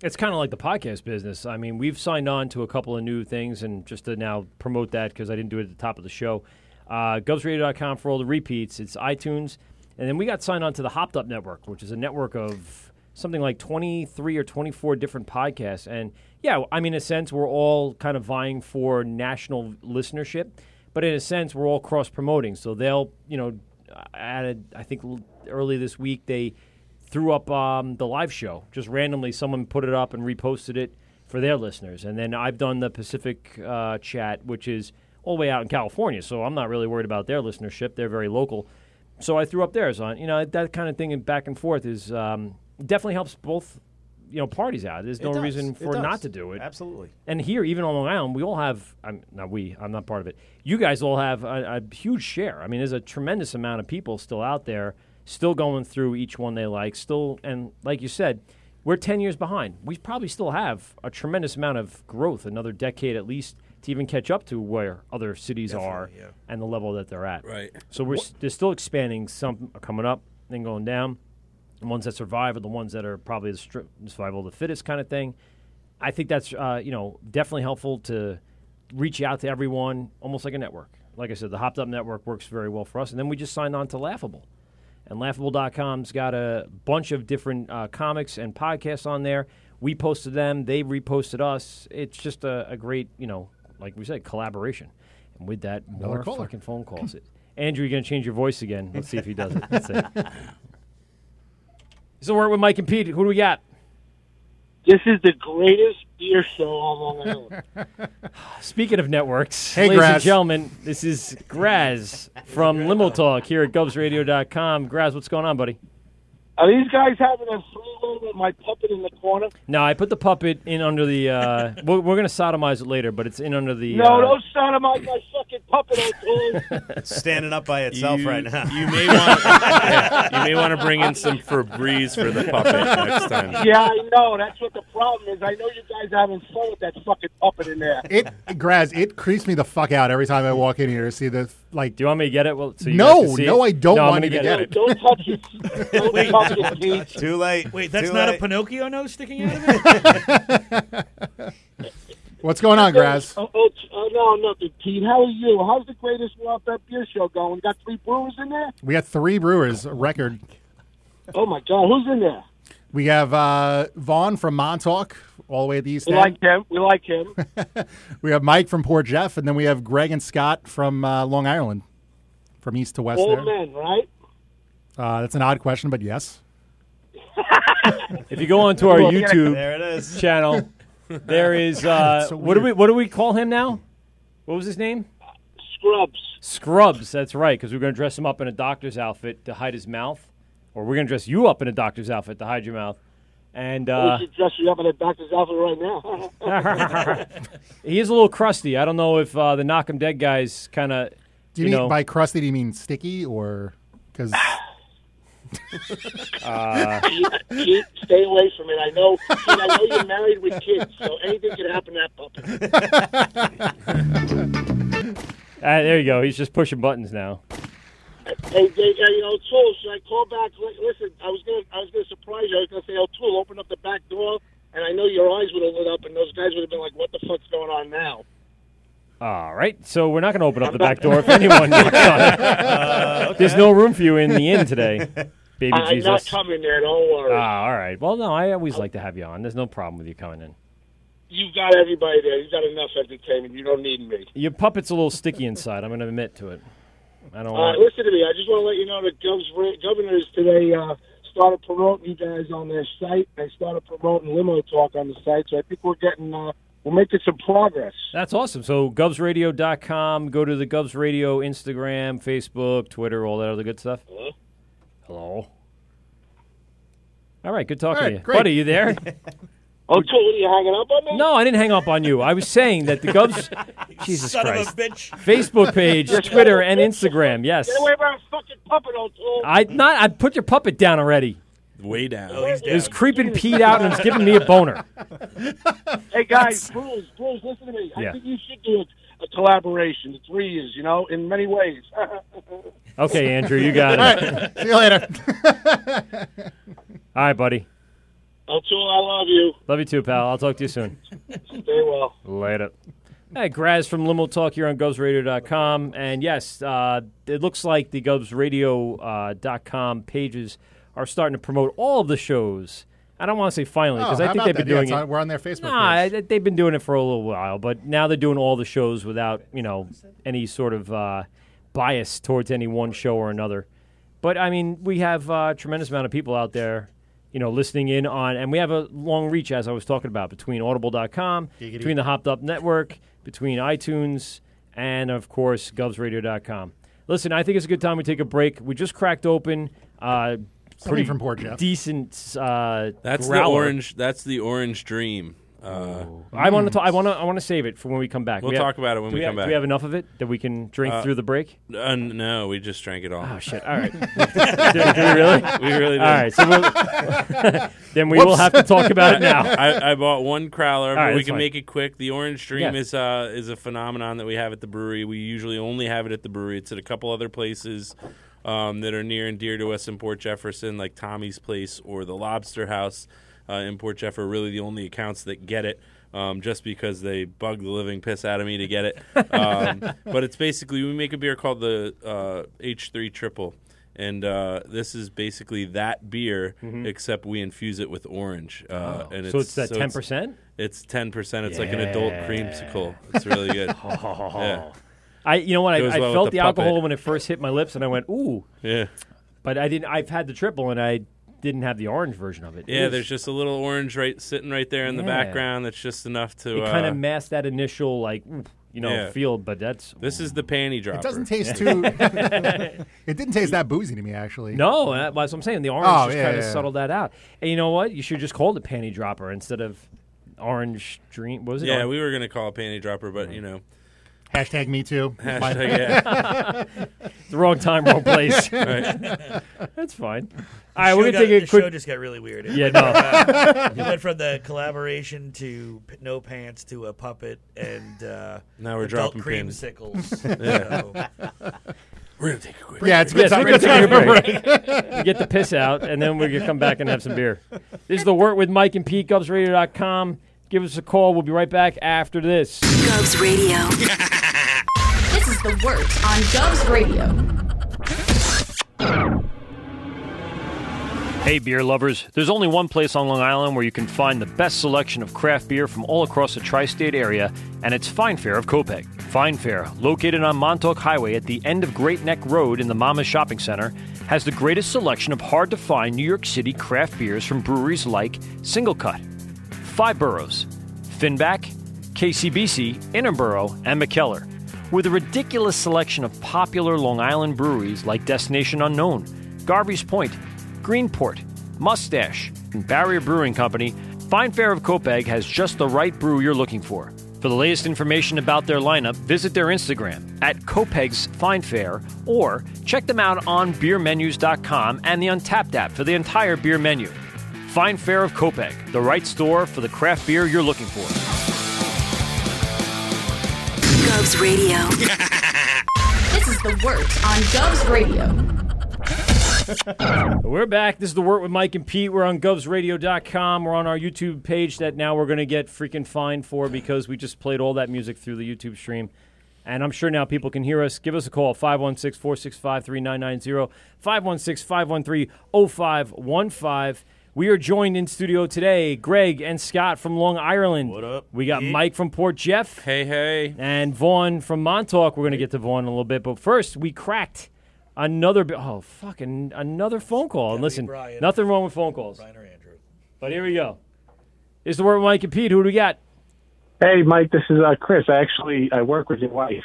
Speaker 12: It's kind of like the podcast business. I mean, we've signed on to a couple of new things, and just to now promote that because I didn't do it at the top of the show, uh, GubsRadio.com for all the repeats. It's iTunes, and then we got signed on to the Hopped Up Network, which is a network of something like twenty three or twenty four different podcasts. And yeah, I mean, in a sense, we're all kind of vying for national listenership, but in a sense, we're all cross promoting. So they'll, you know, added. I think l- early this week they threw up um, the live show just randomly. Someone put it up and reposted it for their listeners. And then I've done the Pacific uh, chat, which is all the way out in California, so I'm not really worried about their listenership. They're very local, so I threw up theirs on. You know that kind of thing and back and forth is um, definitely helps both you know parties out. There's
Speaker 17: It
Speaker 12: no
Speaker 17: does.
Speaker 12: reason
Speaker 17: It
Speaker 12: for
Speaker 17: does.
Speaker 12: not to do it.
Speaker 17: Absolutely.
Speaker 12: And here, even on Long Island, we all have. I'm not we. I'm not part of it. You guys all have a, a huge share. I mean, there's a tremendous amount of people still out there, still going through each one they like. Still, and like you said, we're ten years behind. We probably still have a tremendous amount of growth, another decade at least, to even catch up to where other cities are
Speaker 19: Definitely, yeah.
Speaker 12: and the level that they're at.
Speaker 19: Right.
Speaker 12: So we're s- they're still expanding. Some are coming up, then going down. The ones that survive are the ones that are probably the str- survival of the fittest kind of thing. I think that's uh, you know definitely helpful to reach out to everyone, almost like a network. Like I said, the Hopped Up Network works very well for us, and then we just signed on to Laughable, and Laughable.com's got a bunch of different uh, comics and podcasts on there. We posted them, they reposted us. It's just a, a great you know, like we said, collaboration. And with that,
Speaker 14: Another
Speaker 12: more
Speaker 14: caller.
Speaker 12: fucking phone calls. Andrew, you're going to change your voice again. Let's see if he does it. Let's see. So we're with Mike and Pete. Who do we got?
Speaker 21: This is the greatest beer show on Long Island.
Speaker 12: Speaking of networks,
Speaker 21: Hey,
Speaker 12: ladies and
Speaker 21: Graz.
Speaker 12: gentlemen, this is Graz from Limo Talk here at GubsRadio.com. Graz, what's going on, buddy?
Speaker 21: Are these guys having a freeload with my puppet in the corner?
Speaker 12: No, I put the puppet in under the. Uh, we're we're going to sodomize it later, but it's in under the.
Speaker 21: no,
Speaker 12: uh,
Speaker 21: don't sodomize my fucking puppet, O'Toole.
Speaker 17: Standing up by itself
Speaker 19: You-
Speaker 17: right now.
Speaker 19: You may want, yeah, you may want to bring in some Febreze for the puppet next time.
Speaker 21: yeah, I know. That's what the problem is. I know you guys are having fun with that fucking puppet in there.
Speaker 14: It Graz, it creeps me the fuck out every time I walk in here to see the like. Do
Speaker 12: you want me to get it? Well, so you
Speaker 14: no,
Speaker 12: guys can see
Speaker 14: no,
Speaker 12: it?
Speaker 14: I don't
Speaker 12: No, I'm
Speaker 14: want
Speaker 12: gonna
Speaker 14: you
Speaker 12: get
Speaker 14: to get
Speaker 12: it.
Speaker 14: it.
Speaker 21: Don't touch it. Don't touch it, Pete.
Speaker 17: Too late.
Speaker 18: Wait, that's
Speaker 17: Too
Speaker 18: not a
Speaker 17: late.
Speaker 18: Pinocchio nose sticking out of it?
Speaker 14: What's going on, Graz?
Speaker 21: Oh, oh, oh, no, nothing, Pete. How are you? How's the greatest Wild Bet beer show going? Got three brewers in there?
Speaker 14: We got three brewers a record.
Speaker 21: Oh, my God. Who's in there?
Speaker 14: We have uh, Vaughn from Montauk, all the way at the East
Speaker 21: We
Speaker 14: End.
Speaker 21: like him. We like him.
Speaker 14: We have Mike from Port Jeff, and then we have Greg and Scott from uh, Long Island, from east to west.
Speaker 21: Old
Speaker 14: There,
Speaker 21: men, right?
Speaker 14: uh, that's an odd question, but yes.
Speaker 12: If you go onto our
Speaker 14: Well,
Speaker 12: YouTube
Speaker 14: there it is.
Speaker 12: channel, there is uh,
Speaker 14: it's so
Speaker 12: what do we
Speaker 14: weird.
Speaker 12: what do we call him now? What was his name?
Speaker 21: Scrubs.
Speaker 12: Scrubs. That's right, because we're going to dress him up in a doctor's outfit to hide his mouth, or we're going to dress you up in a doctor's outfit to hide your mouth. And uh,
Speaker 21: we should dress you up in a doctor's outfit right now.
Speaker 12: he is a little crusty. I don't know if uh, the knock 'em dead guys kind of
Speaker 14: Do
Speaker 12: you,
Speaker 14: you, mean
Speaker 12: know
Speaker 14: by crusty? Do you mean sticky or because?
Speaker 12: uh,
Speaker 21: Pete, Pete, stay away from it. I know, Pete, I know you're married with kids, so anything can happen to that puppet.
Speaker 12: Ah, there you go. He's just pushing buttons now.
Speaker 21: hey, they, uh, you know, Tool, should I call back? Li- Listen, I was gonna, I was gonna surprise you. I was gonna say, oh, Tool, open up the back door, and I know your eyes would have lit up, and those guys would have been like, what the fuck's going on now?
Speaker 12: All right, so we're not going to open up the back door if anyone knocks on it. There's no room for you in the inn today, baby
Speaker 21: I, am not
Speaker 12: Jesus.
Speaker 21: coming there. Don't worry.
Speaker 12: Ah, all right. Well, no, I always like to have you on. There's no problem with you coming in.
Speaker 21: You've got everybody there. You've got enough entertainment. You don't need me.
Speaker 12: Your puppet's a little sticky inside. I'm going to admit to it. I don't.
Speaker 21: All right,
Speaker 12: want
Speaker 21: listen to me. I just want to let you know that Gov's ra- governors today uh, started promoting you guys on their site. They started promoting limo talk on the site, so I think we're getting uh, we're making some progress.
Speaker 12: That's awesome. So govsradio.com. Go to the Govs Radio Instagram, Facebook, Twitter, all that other good stuff.
Speaker 21: Hello.
Speaker 12: Hello. All right. Good talking
Speaker 21: All
Speaker 12: to
Speaker 21: right,
Speaker 12: you,
Speaker 21: great.
Speaker 12: buddy. You there?
Speaker 21: Oh, Tool, are you hanging up on me?
Speaker 12: No, I didn't hang up on you. I was saying that the Govs, Jesus
Speaker 21: Son of a
Speaker 12: Christ,
Speaker 21: bitch.
Speaker 12: Facebook page,
Speaker 21: Yes,
Speaker 12: Twitter, and Instagram. Yes,
Speaker 21: Get away from our fucking puppet, O'Toole.
Speaker 12: I not. I put your puppet down already.
Speaker 19: Way down.
Speaker 21: Oh,
Speaker 12: It was creeping Pete out and it's giving me a boner.
Speaker 21: Hey guys, Bruce, Bruce, listen to me.
Speaker 12: Yeah.
Speaker 21: I think you should do a, a collaboration. The three is, you know, in many ways.
Speaker 12: Okay, Andrew, you got it.
Speaker 14: All right, see you later.
Speaker 12: All right, buddy.
Speaker 21: O'Toole, I love you.
Speaker 12: Love you too, pal. I'll talk to you soon.
Speaker 21: Stay well.
Speaker 12: Later. Hey, Graz from Limo Talk here on GubsRadio.com. And yes, uh, it looks like the GubsRadio.com uh, dot com pages are starting to promote all of the shows. I don't want to say finally because
Speaker 14: Oh,
Speaker 12: I
Speaker 14: how
Speaker 12: think
Speaker 14: about
Speaker 12: they've been
Speaker 14: that? Yeah,
Speaker 12: doing
Speaker 14: it's
Speaker 12: it.
Speaker 14: on- we're on their Facebook
Speaker 12: Nah, I- they've been doing it for a little while, but now they're doing all the shows without you know any sort of uh, bias towards any one show or another. But I mean, we have uh, a tremendous amount of people out there, you know, listening in on, and we have a long reach, as I was talking about, between Audible.com,
Speaker 22: Giggity.
Speaker 12: between the Hopped Up Network, between iTunes, and of course, GovsRadio.com. Listen, I think it's a good time we take a break. We just cracked open. Uh, Pretty
Speaker 14: from Port Jeff.
Speaker 12: decent. Uh,
Speaker 19: That's
Speaker 12: growler.
Speaker 19: the orange. That's the orange dream. Uh,
Speaker 12: I want to. I want to. I want to save it for when we come back.
Speaker 19: We'll
Speaker 12: We have-
Speaker 19: talk about it when
Speaker 12: do
Speaker 19: we
Speaker 12: have-
Speaker 19: come back.
Speaker 12: Do we have enough of it that we can drink
Speaker 19: Uh,
Speaker 12: through the break?
Speaker 19: Uh, no, we just drank it all.
Speaker 12: Oh shit! All right. do, do we really?
Speaker 19: We really did.
Speaker 12: All right. So we'll, then we will have to talk about it now.
Speaker 19: I, I bought one crowler,
Speaker 12: All
Speaker 19: but
Speaker 12: right,
Speaker 19: we
Speaker 12: that's
Speaker 19: can
Speaker 12: fine.
Speaker 19: make it quick. The orange dream
Speaker 12: Yeah.
Speaker 19: is uh, is a phenomenon that we have at the brewery. We usually only have it at the brewery. It's at a couple other places um, that are near and dear to us in Port Jefferson, like Tommy's Place or the Lobster House uh, in Port Jeff are really the only accounts that get it. Um, just because they bug the living piss out of me to get it, um, but it's basically we make a beer called the uh, H3 Triple, and uh, this is basically that beer
Speaker 12: Mhm.
Speaker 19: except we infuse it with orange. Uh,
Speaker 12: Oh.
Speaker 19: and
Speaker 12: So it's that 10%?
Speaker 19: It's ten percent. It's like an adult
Speaker 12: Yeah. Oh.
Speaker 19: creamsicle. It's really good. yeah.
Speaker 12: I, you know what? I,
Speaker 19: Goes
Speaker 12: I
Speaker 19: well with
Speaker 12: felt
Speaker 19: the
Speaker 12: the, alcohol
Speaker 19: puppet.
Speaker 12: when it first hit my lips, and I went, "Ooh."
Speaker 19: Yeah.
Speaker 12: But I didn't. I've had the triple, and I didn't have the orange version of it.
Speaker 19: Yeah,
Speaker 12: It was-
Speaker 19: there's just a little orange right sitting right there in the
Speaker 12: Yeah.
Speaker 19: background. That's just enough to
Speaker 12: it
Speaker 19: uh,
Speaker 12: kind of masked that initial like, oof, you know,
Speaker 19: yeah.
Speaker 12: feel. But that's
Speaker 19: this is the panty dropper.
Speaker 12: It
Speaker 14: doesn't taste too. it didn't taste that boozy to me, actually.
Speaker 12: No, that- that's what I'm saying. The orange
Speaker 14: Oh,
Speaker 12: just
Speaker 14: yeah,
Speaker 12: kind of
Speaker 14: yeah, yeah.
Speaker 12: settled that out. And you know what? You should just call it panty dropper instead of orange dream. What was it? Mm-hmm.
Speaker 19: yeah,
Speaker 12: Orange-
Speaker 19: we were gonna call it panty dropper, but you know,
Speaker 14: Hashtag me too.
Speaker 19: Hashtag, yeah.
Speaker 12: the wrong time, wrong place.
Speaker 19: Right.
Speaker 12: That's fine.
Speaker 18: The
Speaker 12: All right,
Speaker 18: show
Speaker 12: we're
Speaker 18: got-
Speaker 12: gonna take
Speaker 18: the
Speaker 12: a quick.
Speaker 18: show just got really weird. It
Speaker 12: Yeah,
Speaker 18: went
Speaker 12: no.
Speaker 18: from, uh, it went from the collaboration to p- no pants to a puppet and uh,
Speaker 19: Now we're
Speaker 18: adult
Speaker 19: dropping
Speaker 18: cream
Speaker 19: pins.
Speaker 18: sickles.
Speaker 19: Yeah.
Speaker 18: so-
Speaker 19: We're gonna take a quick
Speaker 12: Yeah,
Speaker 19: Yeah,
Speaker 12: it's
Speaker 19: it's
Speaker 12: yes,
Speaker 19: been
Speaker 12: we're gonna
Speaker 19: time
Speaker 12: take a
Speaker 19: for a
Speaker 12: break.
Speaker 19: break.
Speaker 12: We get the piss out, and then we can come back and have some beer. This is the work with Mike and Pete. GovsRadio.com. Give us a call. We'll be right back after this.
Speaker 1: Govs Radio. this is the work on Govs Radio.
Speaker 12: Hey, beer lovers. There's only one place on Long Island where you can find the best selection of craft beer from all across the tri state area, and it's Fine Fare of Copeg. Fine Fare, located on Montauk Highway at the end of Great Neck Road in the Mama Shopping Center, has the greatest selection of hard to find New York City craft beers from breweries like Single Cut, Five Boroughs, Finback, KCBC, Innerborough, and McKellar, with a ridiculous selection of popular Long Island breweries like Destination Unknown, Garvey's Point, Greenport, Mustache, and Barrier Brewing Company, Fine Fare of Copeg has just the right brew you're looking for. For the latest information about their lineup, visit their Instagram at Copeg's Fine Fare or check them out on beermenus.com and the Untapped app for the entire beer menu. Find Fair of Copec, the right store for the craft beer you're looking for.
Speaker 1: Govs Radio. this is the work on Govs Radio.
Speaker 12: We're back. This is the work with Mike and Pete. We're on govsradio.com. We're on our YouTube page that now we're going to get freaking fined for because we just played all that music through the YouTube stream. And I'm sure now people can hear us. Give us a call 516 465 3990, 516 513 0515. We are joined in studio today, Greg and Scott from Long Ireland. What up? We got Mike from Port Jeff.
Speaker 19: Hey, hey.
Speaker 12: And Vaughn from Montauk. We're going to get to Vaughn in a little bit. But first, we cracked another. bi- Oh, fucking another phone call. And listen,
Speaker 18: Brian.
Speaker 12: nothing wrong with phone calls. But here we go. It's the word with Mike and Pete. Who do we got?
Speaker 22: Hey, Mike, this is uh, Chris. I actually I work with your wife.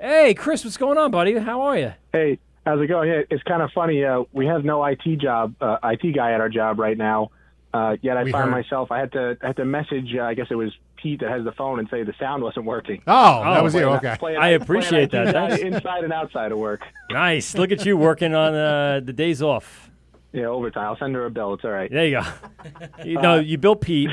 Speaker 12: Hey, Chris, what's going on, buddy? How are you?
Speaker 22: Hey, how's it going? Yeah, it's kind of funny. Uh, we have no IT job, uh, IT guy at our job right now. Uh, yet I
Speaker 14: We
Speaker 22: found
Speaker 14: heard.
Speaker 22: myself I had to I had to message. Uh, I guess it was Pete that has the phone and say the sound wasn't working.
Speaker 14: Oh, that was you.
Speaker 22: Playing-
Speaker 14: Okay.
Speaker 22: playing-
Speaker 12: I appreciate
Speaker 22: playing
Speaker 12: that.
Speaker 22: IT
Speaker 12: Thanks.
Speaker 22: guy Inside and outside of work.
Speaker 12: Nice. Look at you working on uh, the days off.
Speaker 22: Yeah, overtime. I'll send her a bill. It's all right.
Speaker 12: There you go. You, no, you built Pete.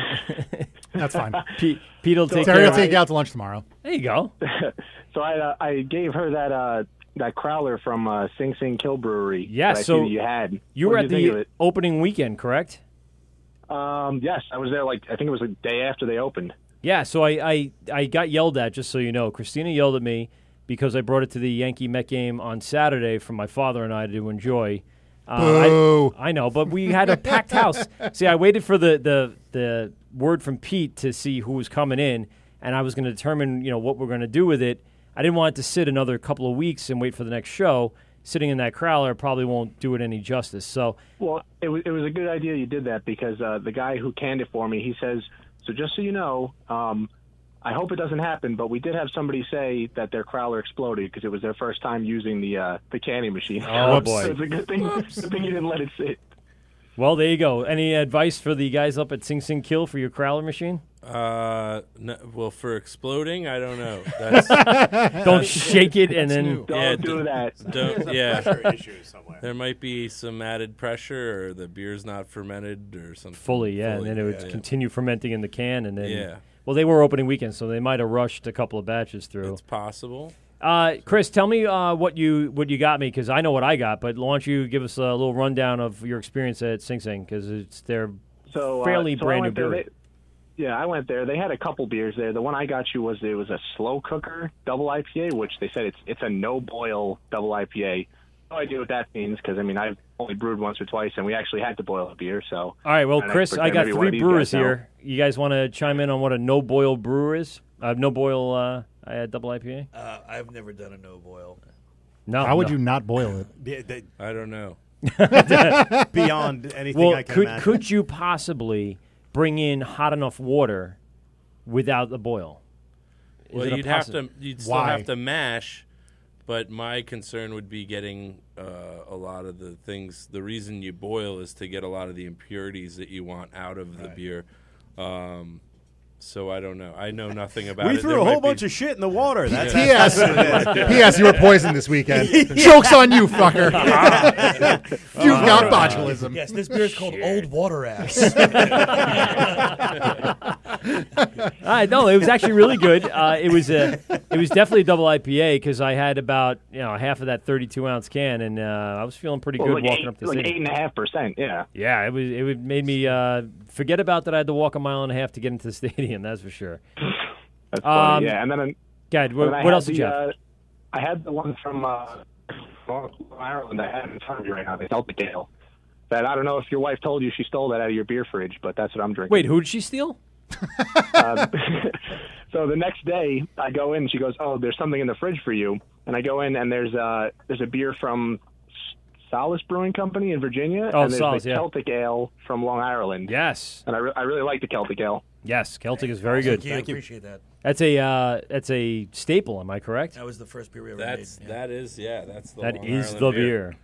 Speaker 22: That's fine.
Speaker 12: Pete, Pete will
Speaker 22: So-
Speaker 12: take
Speaker 22: Terry
Speaker 12: care
Speaker 22: will
Speaker 12: of
Speaker 22: take
Speaker 12: it.
Speaker 22: you out
Speaker 14: to lunch tomorrow.
Speaker 12: There you go.
Speaker 22: so I uh, I gave her that uh, that crowler from uh, Sing Sing Kill Brewery.
Speaker 12: Yeah,
Speaker 22: that I see
Speaker 12: so
Speaker 22: that you had.
Speaker 12: you were
Speaker 22: What'd
Speaker 12: at
Speaker 22: think of
Speaker 12: the
Speaker 22: it?
Speaker 12: opening weekend, correct?
Speaker 22: Um, yes, I was there. Like I think it was a day after they opened.
Speaker 12: Yeah, so I, I, I got yelled at, just so you know. Christina yelled at me because I brought it to the Yankee Met game on Saturday for my father and I to enjoy. Uh,
Speaker 14: Boo.
Speaker 12: I, I know, but we had a packed house. See, I waited for the, the, the word from Pete to see who was coming in, and I was going to determine you know what we're going to do with it. I didn't want it to sit another couple of weeks and wait for the next show. Sitting in that crowler probably won't do it any justice. So
Speaker 22: Well, it was it was a good idea you did that because uh, the guy who canned it for me, he says, so just so you know, um, I hope it doesn't happen, but we did have somebody say that their crowler exploded because it was their first time using the uh, the canning machine.
Speaker 12: Oh,
Speaker 22: So
Speaker 12: boy.
Speaker 22: it's a good thing, good thing you didn't let it sit.
Speaker 12: Well, there you go. Any advice for the guys up at Sing Sing Kill for your crowler machine?
Speaker 19: Uh, no, well, for exploding, I don't know. That's,
Speaker 12: Don't shake it and That's then- new.
Speaker 22: Don't do that.
Speaker 19: Don't,
Speaker 22: There's a
Speaker 19: yeah.
Speaker 22: pressure issue somewhere.
Speaker 19: There might be some added pressure, or the beer's not fermented, or something.
Speaker 12: Fully, yeah, and then it would
Speaker 19: yeah, yeah.
Speaker 12: continue fermenting in the can, and then
Speaker 19: Yeah.
Speaker 12: Well, they were opening weekend, so they might have rushed a couple of batches through.
Speaker 19: It's possible.
Speaker 12: uh, Chris, tell me uh, what you what you got me because I know what I got, but why don't you give us a little rundown of your experience at Sing Sing because it's their
Speaker 22: So uh,
Speaker 12: fairly
Speaker 22: so I
Speaker 12: brand new
Speaker 22: went there.
Speaker 12: brewery.
Speaker 22: They- yeah, I went there. They had a couple beers there. The one I got you was it was a slow cooker double IPA, which they said it's it's a no boil double IPA. No idea what that means because I mean I've only brewed once or twice, and we actually had to boil a beer. So
Speaker 12: All right, well,
Speaker 22: And
Speaker 12: Chris, I
Speaker 22: pretend
Speaker 12: got
Speaker 22: every one of
Speaker 12: three
Speaker 22: these
Speaker 12: brewers
Speaker 22: guys know.
Speaker 12: here. You guys want to chime in on what a no boil brewer is? Uh, no boil uh, I had double IPA.
Speaker 18: Uh, I've never done a no boil.
Speaker 12: No,
Speaker 14: How would
Speaker 12: no.
Speaker 14: you not boil it?
Speaker 19: I don't know.
Speaker 17: Beyond anything
Speaker 12: well,
Speaker 17: I can
Speaker 12: could
Speaker 17: imagine.
Speaker 12: could you possibly bring in hot enough water without the boil? Is
Speaker 19: Well,
Speaker 12: it a
Speaker 19: you'd have
Speaker 12: possi-
Speaker 19: to you'd still have to mash, but my concern would be getting uh, a lot of the things. The reason you boil is to get a lot of the impurities that you want out of the beer. Um, so I don't know. I know nothing about
Speaker 17: we
Speaker 19: it. There
Speaker 17: threw a whole
Speaker 19: might be-
Speaker 17: bunch of shit in the water. That's
Speaker 14: P.S. P.S. You were poisoned this weekend. Joke's on you, fucker.
Speaker 12: Ah.
Speaker 14: You've got botulism.
Speaker 18: Yes, this beer is called Old Water Ass.
Speaker 12: I no, it was actually really good. Uh, it was a, it was definitely a double IPA because I had about you know half of that 32 ounce can, and uh, I was feeling pretty
Speaker 22: Well,
Speaker 12: good
Speaker 22: like
Speaker 12: walking
Speaker 22: eight-
Speaker 12: up the
Speaker 22: like
Speaker 12: city.
Speaker 22: eight and a half percent, yeah.
Speaker 12: Yeah, it was. It would- made me uh, forget about that. I had to walk a mile and a half to get into the stadium. That's for sure.
Speaker 22: That's funny, yeah, and then
Speaker 12: God, what,
Speaker 22: When I
Speaker 12: what
Speaker 22: had
Speaker 12: else did
Speaker 22: the,
Speaker 12: you have?
Speaker 22: Uh, I had the one from uh, Northern Ireland. I have it in front of me right now. They called the Gale. That I don't know if your wife told you she stole that out of your beer fridge, but that's what I'm drinking.
Speaker 12: Wait, who did she steal?
Speaker 22: Um, so the next day, I go in. and She goes, "Oh, there's something in the fridge for you." And I go in, and there's a there's a beer from S- Solace Brewing Company in Virginia,
Speaker 12: Oh,
Speaker 22: and there's
Speaker 12: Solace,
Speaker 22: the
Speaker 12: yeah.
Speaker 22: Celtic Ale from Long Ireland.
Speaker 12: Yes,
Speaker 22: and I, re- I really like the Celtic Ale.
Speaker 12: Yes, Celtic is very
Speaker 22: Thank
Speaker 12: good.
Speaker 22: you, Thank you. appreciate
Speaker 18: that.
Speaker 12: That's a uh, that's a staple. Am I correct?
Speaker 18: That was the first beer we ever
Speaker 19: That's
Speaker 18: made.
Speaker 19: that is yeah. That's the
Speaker 12: That
Speaker 19: Long
Speaker 12: is
Speaker 19: Island
Speaker 12: the
Speaker 19: beer.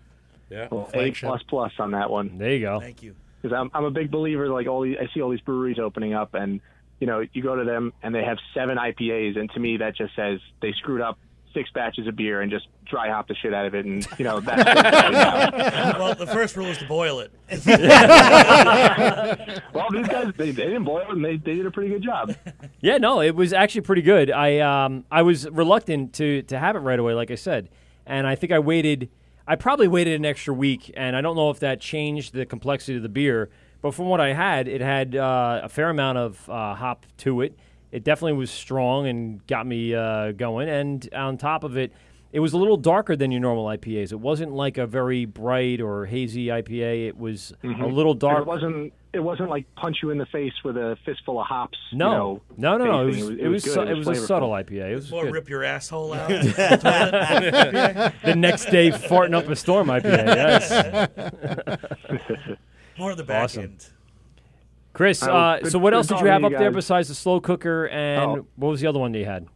Speaker 12: beer.
Speaker 19: Yeah.
Speaker 22: Well, A plus plus on that one.
Speaker 12: There you go.
Speaker 18: Thank you.
Speaker 22: Because I'm I'm a big believer. Like all these, I see all these breweries opening up, and you know you go to them and they have seven IPAs, and to me that just says they screwed up six batches of beer and just dry hop the shit out of it, and you know that's.
Speaker 18: well, the first rule is to boil it.
Speaker 22: well, these guys they, they didn't boil it, and they, they did a pretty good job.
Speaker 12: Yeah, no, it was actually pretty good. I um, I was reluctant to to have it right away, like I said, and I think I waited. I probably waited an extra week, and I don't know if that changed the complexity of the beer. But from what I had, it had uh, a fair amount of uh, hop to it. It definitely was strong and got me uh, going. And on top of it, it was a little darker than your normal IPAs. It wasn't like a very bright or hazy IPA. Mm-hmm. It was a
Speaker 22: Mhm.
Speaker 12: little
Speaker 22: And
Speaker 12: dark.
Speaker 22: It wasn't it wasn't like punch you in the face with a fistful of hops. you
Speaker 12: No,
Speaker 22: know,
Speaker 12: no, no, no. It
Speaker 22: facing.
Speaker 12: was it was,
Speaker 22: good,
Speaker 12: su- it was, a
Speaker 22: flavorful.
Speaker 12: subtle IPA. It was
Speaker 18: More
Speaker 12: good.
Speaker 18: rip your asshole out.
Speaker 12: the next day, farting up a storm IPA. Yes.
Speaker 18: More of the back
Speaker 12: Awesome.
Speaker 18: end.
Speaker 12: Chris,
Speaker 22: Oh,
Speaker 12: uh,
Speaker 22: good-
Speaker 12: so what
Speaker 22: good
Speaker 12: else did you
Speaker 22: talking
Speaker 12: have
Speaker 22: to
Speaker 12: up
Speaker 22: you
Speaker 12: there
Speaker 22: guys.
Speaker 12: besides the slow cooker and
Speaker 22: Oh.
Speaker 12: what was the other one that you had?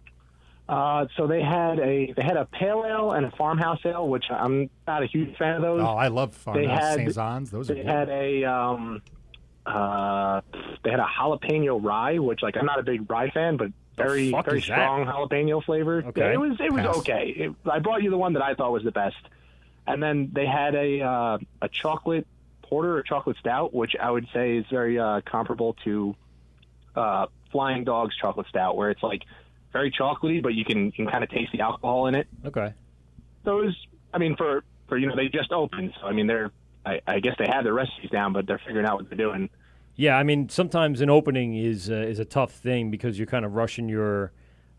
Speaker 22: Uh, so they had a they had a pale ale and a farmhouse ale, which I'm not a huge fan of those.
Speaker 14: Oh, I love
Speaker 22: They
Speaker 14: farmhouse
Speaker 22: had-
Speaker 14: saisons. Those are
Speaker 22: They
Speaker 14: good.
Speaker 22: had a um, uh, they had a jalapeno rye, which like I'm not a big rye fan, but very fuck very is that? strong jalapeno flavor. Okay. Yeah, it was it was Pass. okay. It, I brought you the one that I thought was the best, and then they had a uh, a chocolate porter or chocolate stout, which I would say is very uh, comparable to uh, Flying Dog's chocolate stout, where it's like very chocolatey, but you can you can kind of taste the alcohol in it
Speaker 12: Okay.
Speaker 22: those i mean for for you know they just opened so i mean they're i, I guess they have their recipes down but they're figuring out what they're doing
Speaker 12: Yeah, I mean, sometimes an opening is uh, is a tough thing because you're kind of rushing your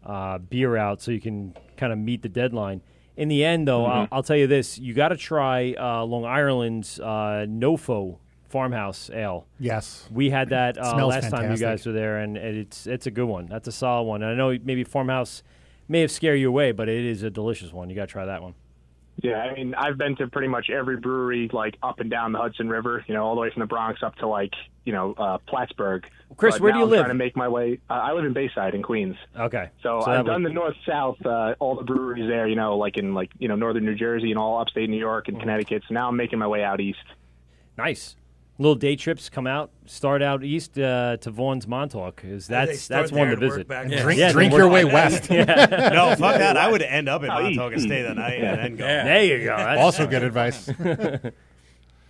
Speaker 12: uh, beer out so you can kind of meet the deadline. In the
Speaker 22: Mm-hmm.
Speaker 12: end, though, I'll,
Speaker 2: Mhm.
Speaker 12: I'll tell you this: you got to try uh, Long Ireland's uh, Nofo Farmhouse Ale.
Speaker 14: Yes.
Speaker 12: we had that uh,
Speaker 14: Smells
Speaker 12: last time you
Speaker 14: fantastic.
Speaker 12: guys were there, and and it's it's a good one. That's a solid one. And I know maybe Farmhouse may have scared you away, but it is a delicious one. You got to try that one.
Speaker 22: yeah i mean i've been to pretty much every brewery like up and down the hudson river you know all the way from the bronx up to like you know uh plattsburgh
Speaker 12: Chris,
Speaker 22: But
Speaker 12: where do
Speaker 22: now
Speaker 12: you
Speaker 22: I'm
Speaker 12: live?
Speaker 22: trying to make my way uh, i live in bayside in queens
Speaker 12: Okay,
Speaker 22: so,
Speaker 12: So that
Speaker 22: i've
Speaker 12: would-
Speaker 22: done the north south uh, all the breweries there you know like in like you know northern new jersey and all upstate new york
Speaker 12: Mm-hmm.
Speaker 22: and connecticut so now i'm making my way out east
Speaker 12: Nice. Little day trips come out, start out east uh, to Vaughn's Montauk. Is
Speaker 17: Yeah, they
Speaker 12: that's
Speaker 17: start
Speaker 12: that's one to
Speaker 17: there and work
Speaker 12: visit.
Speaker 17: back
Speaker 12: Yeah.
Speaker 17: east. Drink-
Speaker 12: Yeah,
Speaker 17: drink
Speaker 12: they
Speaker 17: your
Speaker 12: work
Speaker 17: way
Speaker 12: back
Speaker 17: west.
Speaker 12: Yeah.
Speaker 17: No, fuck that. I would end up in
Speaker 12: Oh,
Speaker 17: Montauk and stay the night and then go. Yeah.
Speaker 12: There you go. That's-
Speaker 14: Also good advice.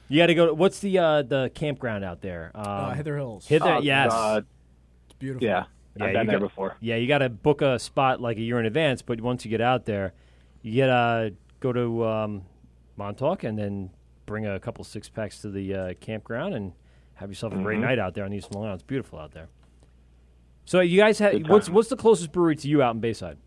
Speaker 12: you got to go. To, what's the uh, the campground out there? Um,
Speaker 16: Uh, Hither Hills.
Speaker 12: Hither,
Speaker 16: Oh,
Speaker 12: yes.
Speaker 16: God. It's beautiful. Yeah, I've been
Speaker 12: you
Speaker 16: there
Speaker 12: got-
Speaker 16: before.
Speaker 12: Yeah, you got to book a spot like a year in advance. But once you get out there, you get uh, go to um, Montauk and then bring a couple six packs to the uh, campground and have yourself a
Speaker 22: Mm-hmm.
Speaker 12: great
Speaker 2: Mhm.
Speaker 12: night out there on East Long Island. It's beautiful out there. So you guys had what's what's the closest brewery to you out in Bayside?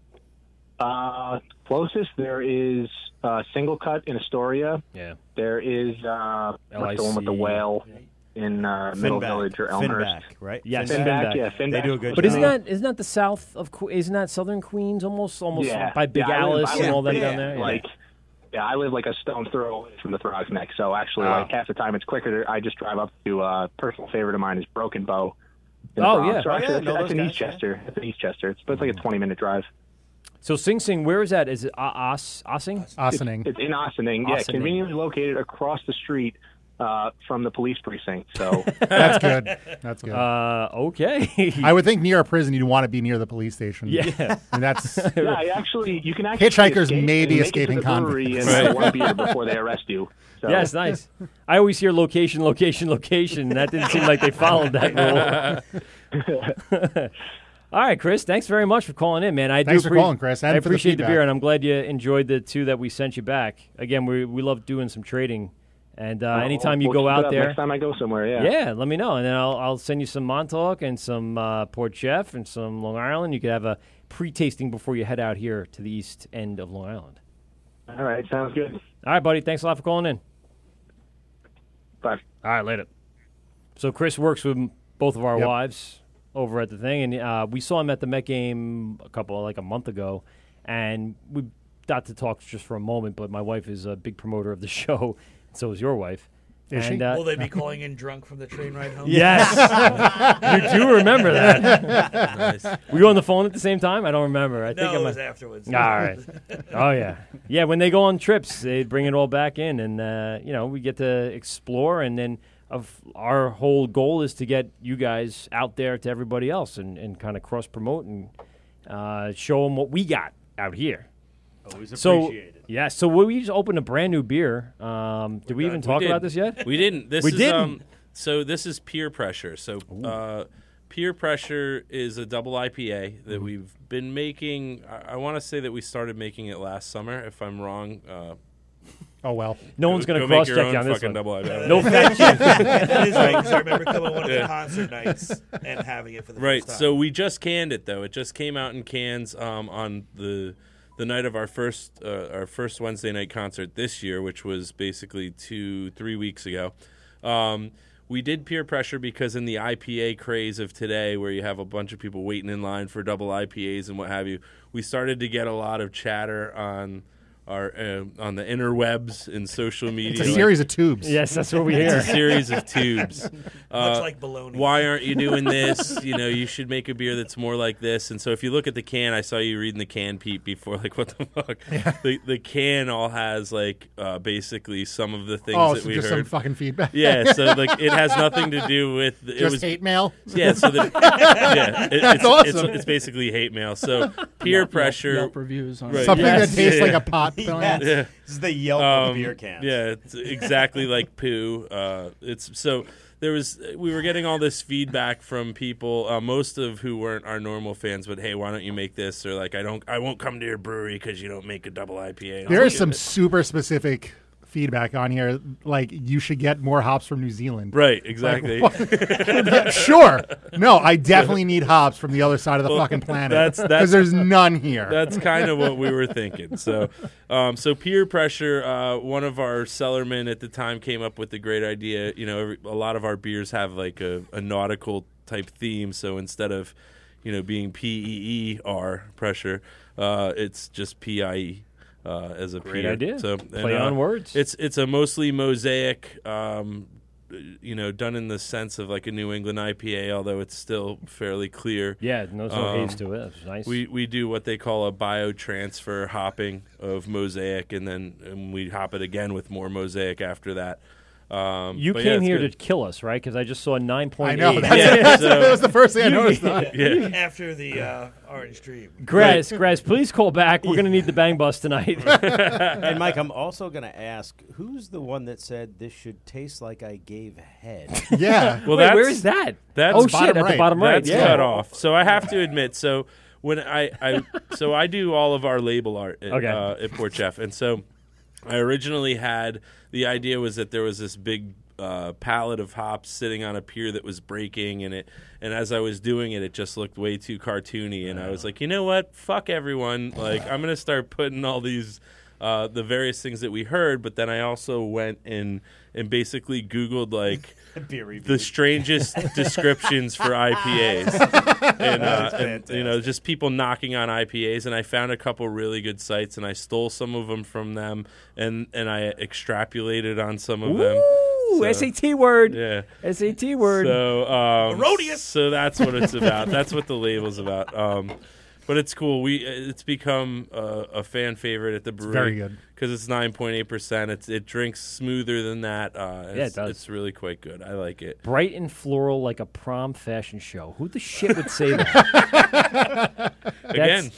Speaker 22: Uh, closest there is uh, Single Cut in Astoria.
Speaker 12: Yeah.
Speaker 22: There is uh, what's the one with the
Speaker 12: LIC.
Speaker 22: whale. Yeah. in uh, Middle
Speaker 17: Finback.
Speaker 22: Village or Elmhurst.
Speaker 17: Finback, right?
Speaker 22: Yes,
Speaker 17: Yes.
Speaker 22: Finback.
Speaker 17: Finback.
Speaker 22: Yeah,
Speaker 17: They
Speaker 22: Finback.
Speaker 17: do a good
Speaker 12: But isn't
Speaker 17: job.
Speaker 12: that isn't that the south of Que- isn't that southern Queens almost almost
Speaker 22: yeah.
Speaker 12: by Big
Speaker 22: yeah, I live-
Speaker 12: Alice
Speaker 22: I
Speaker 12: and
Speaker 22: live
Speaker 12: all that
Speaker 22: big,
Speaker 12: down there? Yeah.
Speaker 22: Like, yeah, I live like a stone throw away from the Throg's Neck. So actually,
Speaker 12: Ah.
Speaker 22: like half the time, it's quicker. To, I just drive up to uh, personal favorite of mine is Broken Bow. in the
Speaker 12: Oh,
Speaker 22: Bronx.
Speaker 12: yeah. Mm-hmm.
Speaker 22: Or actually,
Speaker 12: Oh, yeah, I
Speaker 22: that's,
Speaker 12: know
Speaker 22: that's
Speaker 12: those
Speaker 22: in
Speaker 12: guys,
Speaker 22: East Chester. That's in East Chester. It's, but it's like a twenty minute drive.
Speaker 12: So Sing Sing, where is that? Is it Ah- Os Ossing?
Speaker 22: It's, it's in Ossining. Yeah,
Speaker 12: Ossining.
Speaker 22: conveniently located across the street uh, from the police precinct. So
Speaker 14: That's good. That's good.
Speaker 12: Uh, okay.
Speaker 14: I would think near a prison, you'd want to be near the police station.
Speaker 22: Yeah.
Speaker 14: and that's
Speaker 22: yeah, I actually, you can actually
Speaker 14: Hitchhikers
Speaker 22: escape
Speaker 14: may
Speaker 22: and
Speaker 14: be
Speaker 22: make it
Speaker 14: escaping
Speaker 22: to the brewery
Speaker 14: convicts.
Speaker 22: and have
Speaker 14: Right.
Speaker 22: one beer before they arrest you. So.
Speaker 12: Yes, nice. I always hear location, location, location. and That didn't seem like they followed that rule. All right, Chris. Thanks very much for calling in, man. I
Speaker 14: Thanks
Speaker 12: do
Speaker 14: for calling, Chris, and
Speaker 12: I
Speaker 14: for the
Speaker 12: appreciate the,
Speaker 14: feedback.
Speaker 12: beer, and I'm glad you enjoyed the two that we sent you back. Again, we we love doing some trading, and uh,
Speaker 22: Well,
Speaker 12: anytime you
Speaker 22: we'll
Speaker 12: go
Speaker 22: keep it
Speaker 12: out
Speaker 22: up
Speaker 12: there,
Speaker 22: next time I go somewhere, yeah.
Speaker 12: yeah, let me know, and then I'll I'll send you some Montauk and some uh, Port Chef and some Long Island. You could have a pre-tasting before you head out here to the east end of Long Island.
Speaker 22: All right, sounds good.
Speaker 12: All right, buddy. Thanks a lot for calling in.
Speaker 22: Bye.
Speaker 12: All right, later. So Chris works with m- both of our
Speaker 14: Yep.
Speaker 12: wives over at the thing, and uh, we saw him at the Met game a couple like a month ago, and we got to talk just for a moment. But my wife is a big promoter of the show, and so is your wife. and, uh,
Speaker 18: Will they be calling in drunk from the train ride home?
Speaker 12: Yes, you do remember that. Were you on the phone at the same time? I don't remember. I think
Speaker 18: No, it
Speaker 12: I'm
Speaker 18: was
Speaker 12: a-
Speaker 18: afterwards.
Speaker 12: All right. Oh yeah, yeah. When they go on trips, they bring it all back in, and uh, you know we get to explore. And then of our whole goal is to get you guys out there to everybody else and, and kind of cross promote and uh, show them what we got out here.
Speaker 17: Always
Speaker 12: So
Speaker 17: appreciated.
Speaker 12: yeah, so we just opened a brand new beer. Um, did we even talk
Speaker 19: We did.
Speaker 12: about this yet?
Speaker 19: We didn't. This
Speaker 12: we
Speaker 19: is,
Speaker 12: didn't.
Speaker 19: Um, so this is peer pressure. So uh, peer pressure is a double IPA that
Speaker 12: Mm-hmm.
Speaker 2: Mhm.
Speaker 19: we've been making. I, I want to say that we started making it last summer. If I'm wrong. Uh,
Speaker 14: Oh well.
Speaker 12: No one's gonna
Speaker 19: go make
Speaker 12: cross
Speaker 19: your
Speaker 12: check
Speaker 19: own
Speaker 12: you on this
Speaker 19: fucking
Speaker 12: one.
Speaker 19: double IPA.
Speaker 12: No fact check.
Speaker 18: That is right, 'cause I remember coming to one of the
Speaker 19: Yeah.
Speaker 18: concert nights and having it for the
Speaker 19: right.
Speaker 18: first time.
Speaker 19: So we just canned it though. It just came out in cans um, on the the night of our first uh, our first Wednesday night concert this year, which was basically two three weeks ago. Um, we did peer pressure because in the IPA craze of today, where you have a bunch of people waiting in line for double IPAs and what have you, we started to get a lot of chatter on our uh, on the interwebs and social media.
Speaker 14: series of tubes.
Speaker 12: Yes, that's what we
Speaker 19: It's a
Speaker 12: hear.
Speaker 19: series of tubes. Uh,
Speaker 18: Much like bologna.
Speaker 19: Why aren't you doing this? you know, you should make a beer that's more like this. And so if you look at the can, I saw you reading the can, Pete, before. Like, what the fuck? The, the can all has, like, uh, basically some of the things
Speaker 14: Oh,
Speaker 19: that
Speaker 14: so
Speaker 19: we
Speaker 14: just some
Speaker 19: heard.
Speaker 14: fucking feedback.
Speaker 19: Yeah, so, like, it has nothing to do with. It
Speaker 14: Just
Speaker 19: was,
Speaker 14: hate mail?
Speaker 19: Yeah, so the, yeah, it-
Speaker 14: That's
Speaker 19: it's,
Speaker 14: awesome.
Speaker 19: It's, it's basically hate mail. So peer
Speaker 16: Yelp-
Speaker 19: pressure.
Speaker 16: Yelp reviews on-
Speaker 14: Something
Speaker 19: yes,
Speaker 14: that tastes
Speaker 19: yeah,
Speaker 14: like
Speaker 19: yeah.
Speaker 14: a pot.
Speaker 19: Yeah.
Speaker 14: Yes.
Speaker 4: This is the Yelp of
Speaker 19: Um,
Speaker 4: beer cans.
Speaker 19: Yeah, it's exactly like poo. Uh, it's so there was we were getting all this feedback from people, uh, most of who weren't our normal fans, but hey, why don't you make this? Or like, I don't, I won't come to your brewery because you don't make a double IPA.
Speaker 14: There is some super specific feedback on here, like you should get more hops from New Zealand.
Speaker 19: Right,
Speaker 14: Like,
Speaker 19: exactly.
Speaker 14: what? Yeah, sure. No, I definitely need hops from the other side of the
Speaker 19: Well,
Speaker 14: fucking planet.
Speaker 19: That's that's
Speaker 14: because there's none here.
Speaker 19: That's kind of what we were thinking. So, um, so peer pressure. Uh, one of our cellarmen at the time came up with the great idea. You know, every, a lot of our beers have like a, a nautical type theme. So instead of, you know, being P E E R pressure, uh, it's just P I E. Uh, as a
Speaker 12: Great
Speaker 19: peer.
Speaker 12: idea.
Speaker 19: So uh,
Speaker 12: Play on words.
Speaker 19: It's it's a mostly mosaic, um, you know, done in the sense of like a New England IPA, although it's still fairly clear.
Speaker 12: Yeah, no- no haze to it. It's nice.
Speaker 19: Um, We we do what they call a biotransfer hopping of mosaic, and then and we hop it again with more mosaic after that. Um,
Speaker 12: You
Speaker 19: but yeah,
Speaker 12: came
Speaker 19: it's
Speaker 12: here
Speaker 19: good.
Speaker 12: to kill us, right? Because I just saw nine point
Speaker 14: I
Speaker 12: eight.
Speaker 14: know, that's- Yeah, that's- so- that was the first thing I noticed, huh?
Speaker 19: Yeah.
Speaker 18: After the uh, Orange Dream.
Speaker 12: Grass, Grass, please call back. We're going to need the bang bus tonight.
Speaker 17: and Mike, I'm also going to ask, who's the one that said this should taste like I gave head?
Speaker 12: Well, Wait, where is that?
Speaker 19: That's
Speaker 12: oh shit, at the bottom right.
Speaker 19: That's
Speaker 12: yeah.
Speaker 19: cut off. So I have to admit. So when I, I so I do all of our label art at,
Speaker 12: Okay.
Speaker 19: uh, at Port Chef, and so I originally had the idea was that there was this big. Uh, pallet of hops sitting on a pier that was breaking, and it and as I was doing it, it just looked way too cartoony, and I was like, you know what, fuck everyone, like I'm gonna start putting all these uh, the various things that we heard. But then I also went and and basically Googled like
Speaker 17: Beer review.
Speaker 19: the strangest descriptions for IPAs, and, uh, and,
Speaker 17: That's
Speaker 19: you know just people knocking on IPAs. And I found a couple really good sites, and I stole some of them from them, and and I extrapolated on some of them.
Speaker 2: Ooh,
Speaker 19: So-
Speaker 2: SAT word.
Speaker 19: Yeah.
Speaker 2: SAT word.
Speaker 19: So um,
Speaker 2: Herodias.
Speaker 19: So that's what it's about. that's what the label's about. Um, but it's cool. We it's become a, a fan favorite at the brewery.
Speaker 14: very good.
Speaker 19: because it's nine point eight percent. It's it drinks smoother than that. Uh,
Speaker 2: Yeah, it
Speaker 19: it's,
Speaker 2: does.
Speaker 19: It's really quite good. I like it.
Speaker 2: Bright and floral like a prom fashion show. Who the shit would say that?
Speaker 19: Again,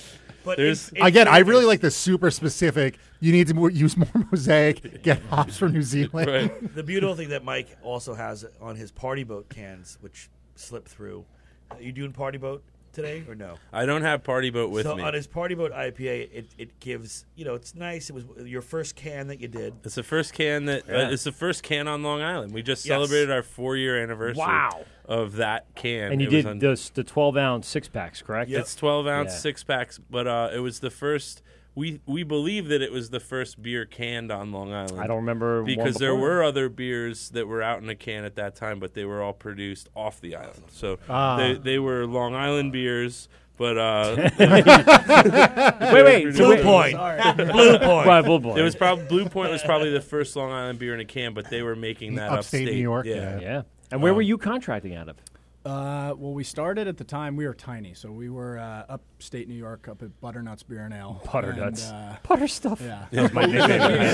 Speaker 19: But there's- in- in
Speaker 14: again. I really
Speaker 19: fairness-
Speaker 14: like the super specific. You need to mo- use more mosaic. Get hops from New Zealand.
Speaker 18: the beautiful thing that Mike also has on his party boat cans, which slip through. Are you doing party boat today or no?
Speaker 19: I don't have party boat with
Speaker 18: so
Speaker 19: me.
Speaker 18: on his party boat IPA, it, it gives you know it's nice. It was your first can that you did.
Speaker 19: It's the first can that
Speaker 18: Yeah.
Speaker 19: uh, it's the first can on Long Island. We just
Speaker 18: Yes.
Speaker 19: celebrated our four year anniversary.
Speaker 18: Wow.
Speaker 19: Of that can,
Speaker 2: and you
Speaker 19: It was
Speaker 2: did
Speaker 19: on-
Speaker 2: those, the 12 ounce six packs, correct?
Speaker 19: It's twelve ounce
Speaker 2: Yeah.
Speaker 19: six packs, but uh, it was the first. We we believe that it was the first beer canned on Long Island.
Speaker 2: I don't remember one
Speaker 19: because there
Speaker 2: before.
Speaker 19: were other beers that were out in a can at that time, but they were all produced off the island. So
Speaker 2: Ah.
Speaker 19: they they were Long Island beers. But uh,
Speaker 2: Wait, wait, Blue wait. Point. Blue Point. Right, Blue Point.
Speaker 19: It was probably Blue Point was probably the first Long Island beer in a can, but they were making that
Speaker 14: Upstate New York,
Speaker 19: Yeah, Um,
Speaker 2: yeah. And where were you contracting out of?
Speaker 16: Uh, well, we started at the time we were tiny, so we were uh, upstate New York, up at Butternuts Beer and Ale.
Speaker 2: Butternuts.
Speaker 16: and, uh,
Speaker 2: Butter stuff.
Speaker 16: Yeah,
Speaker 2: That was my
Speaker 16: We-
Speaker 2: nickname in high
Speaker 16: we,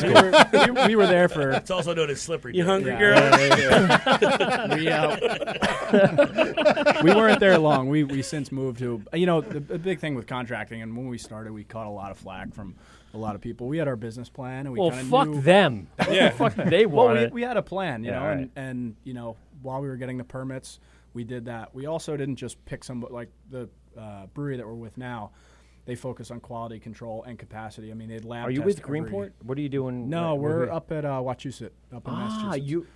Speaker 2: school.
Speaker 16: were, we, we were there for.
Speaker 18: It's also known as slippery
Speaker 16: You
Speaker 18: dick.
Speaker 16: hungry
Speaker 18: Yeah.
Speaker 16: girl? we, uh, we weren't there long. We we since moved to you know the, the big thing with contracting, and when we started, we caught a lot of flack from a lot of people. We had our business plan, and we
Speaker 2: Well,
Speaker 16: kind of
Speaker 2: fuck
Speaker 16: knew,
Speaker 2: them. What the Yeah. fuck they
Speaker 16: well, we,
Speaker 2: wanted.
Speaker 16: we had a plan, you
Speaker 2: Yeah,
Speaker 16: know,
Speaker 2: all
Speaker 16: and, and you know while we were getting the permits, we did that. We also didn't just pick some like the uh, brewery that we're with now. They focus on quality control and capacity. I mean, they lab.
Speaker 2: Are you
Speaker 16: test
Speaker 2: with
Speaker 16: every-
Speaker 2: Greenport? What are you doing?
Speaker 16: No,
Speaker 2: right-
Speaker 16: we're
Speaker 2: where-
Speaker 16: up at uh, Wachusett, up in
Speaker 2: Ah,
Speaker 16: Massachusetts.
Speaker 2: you.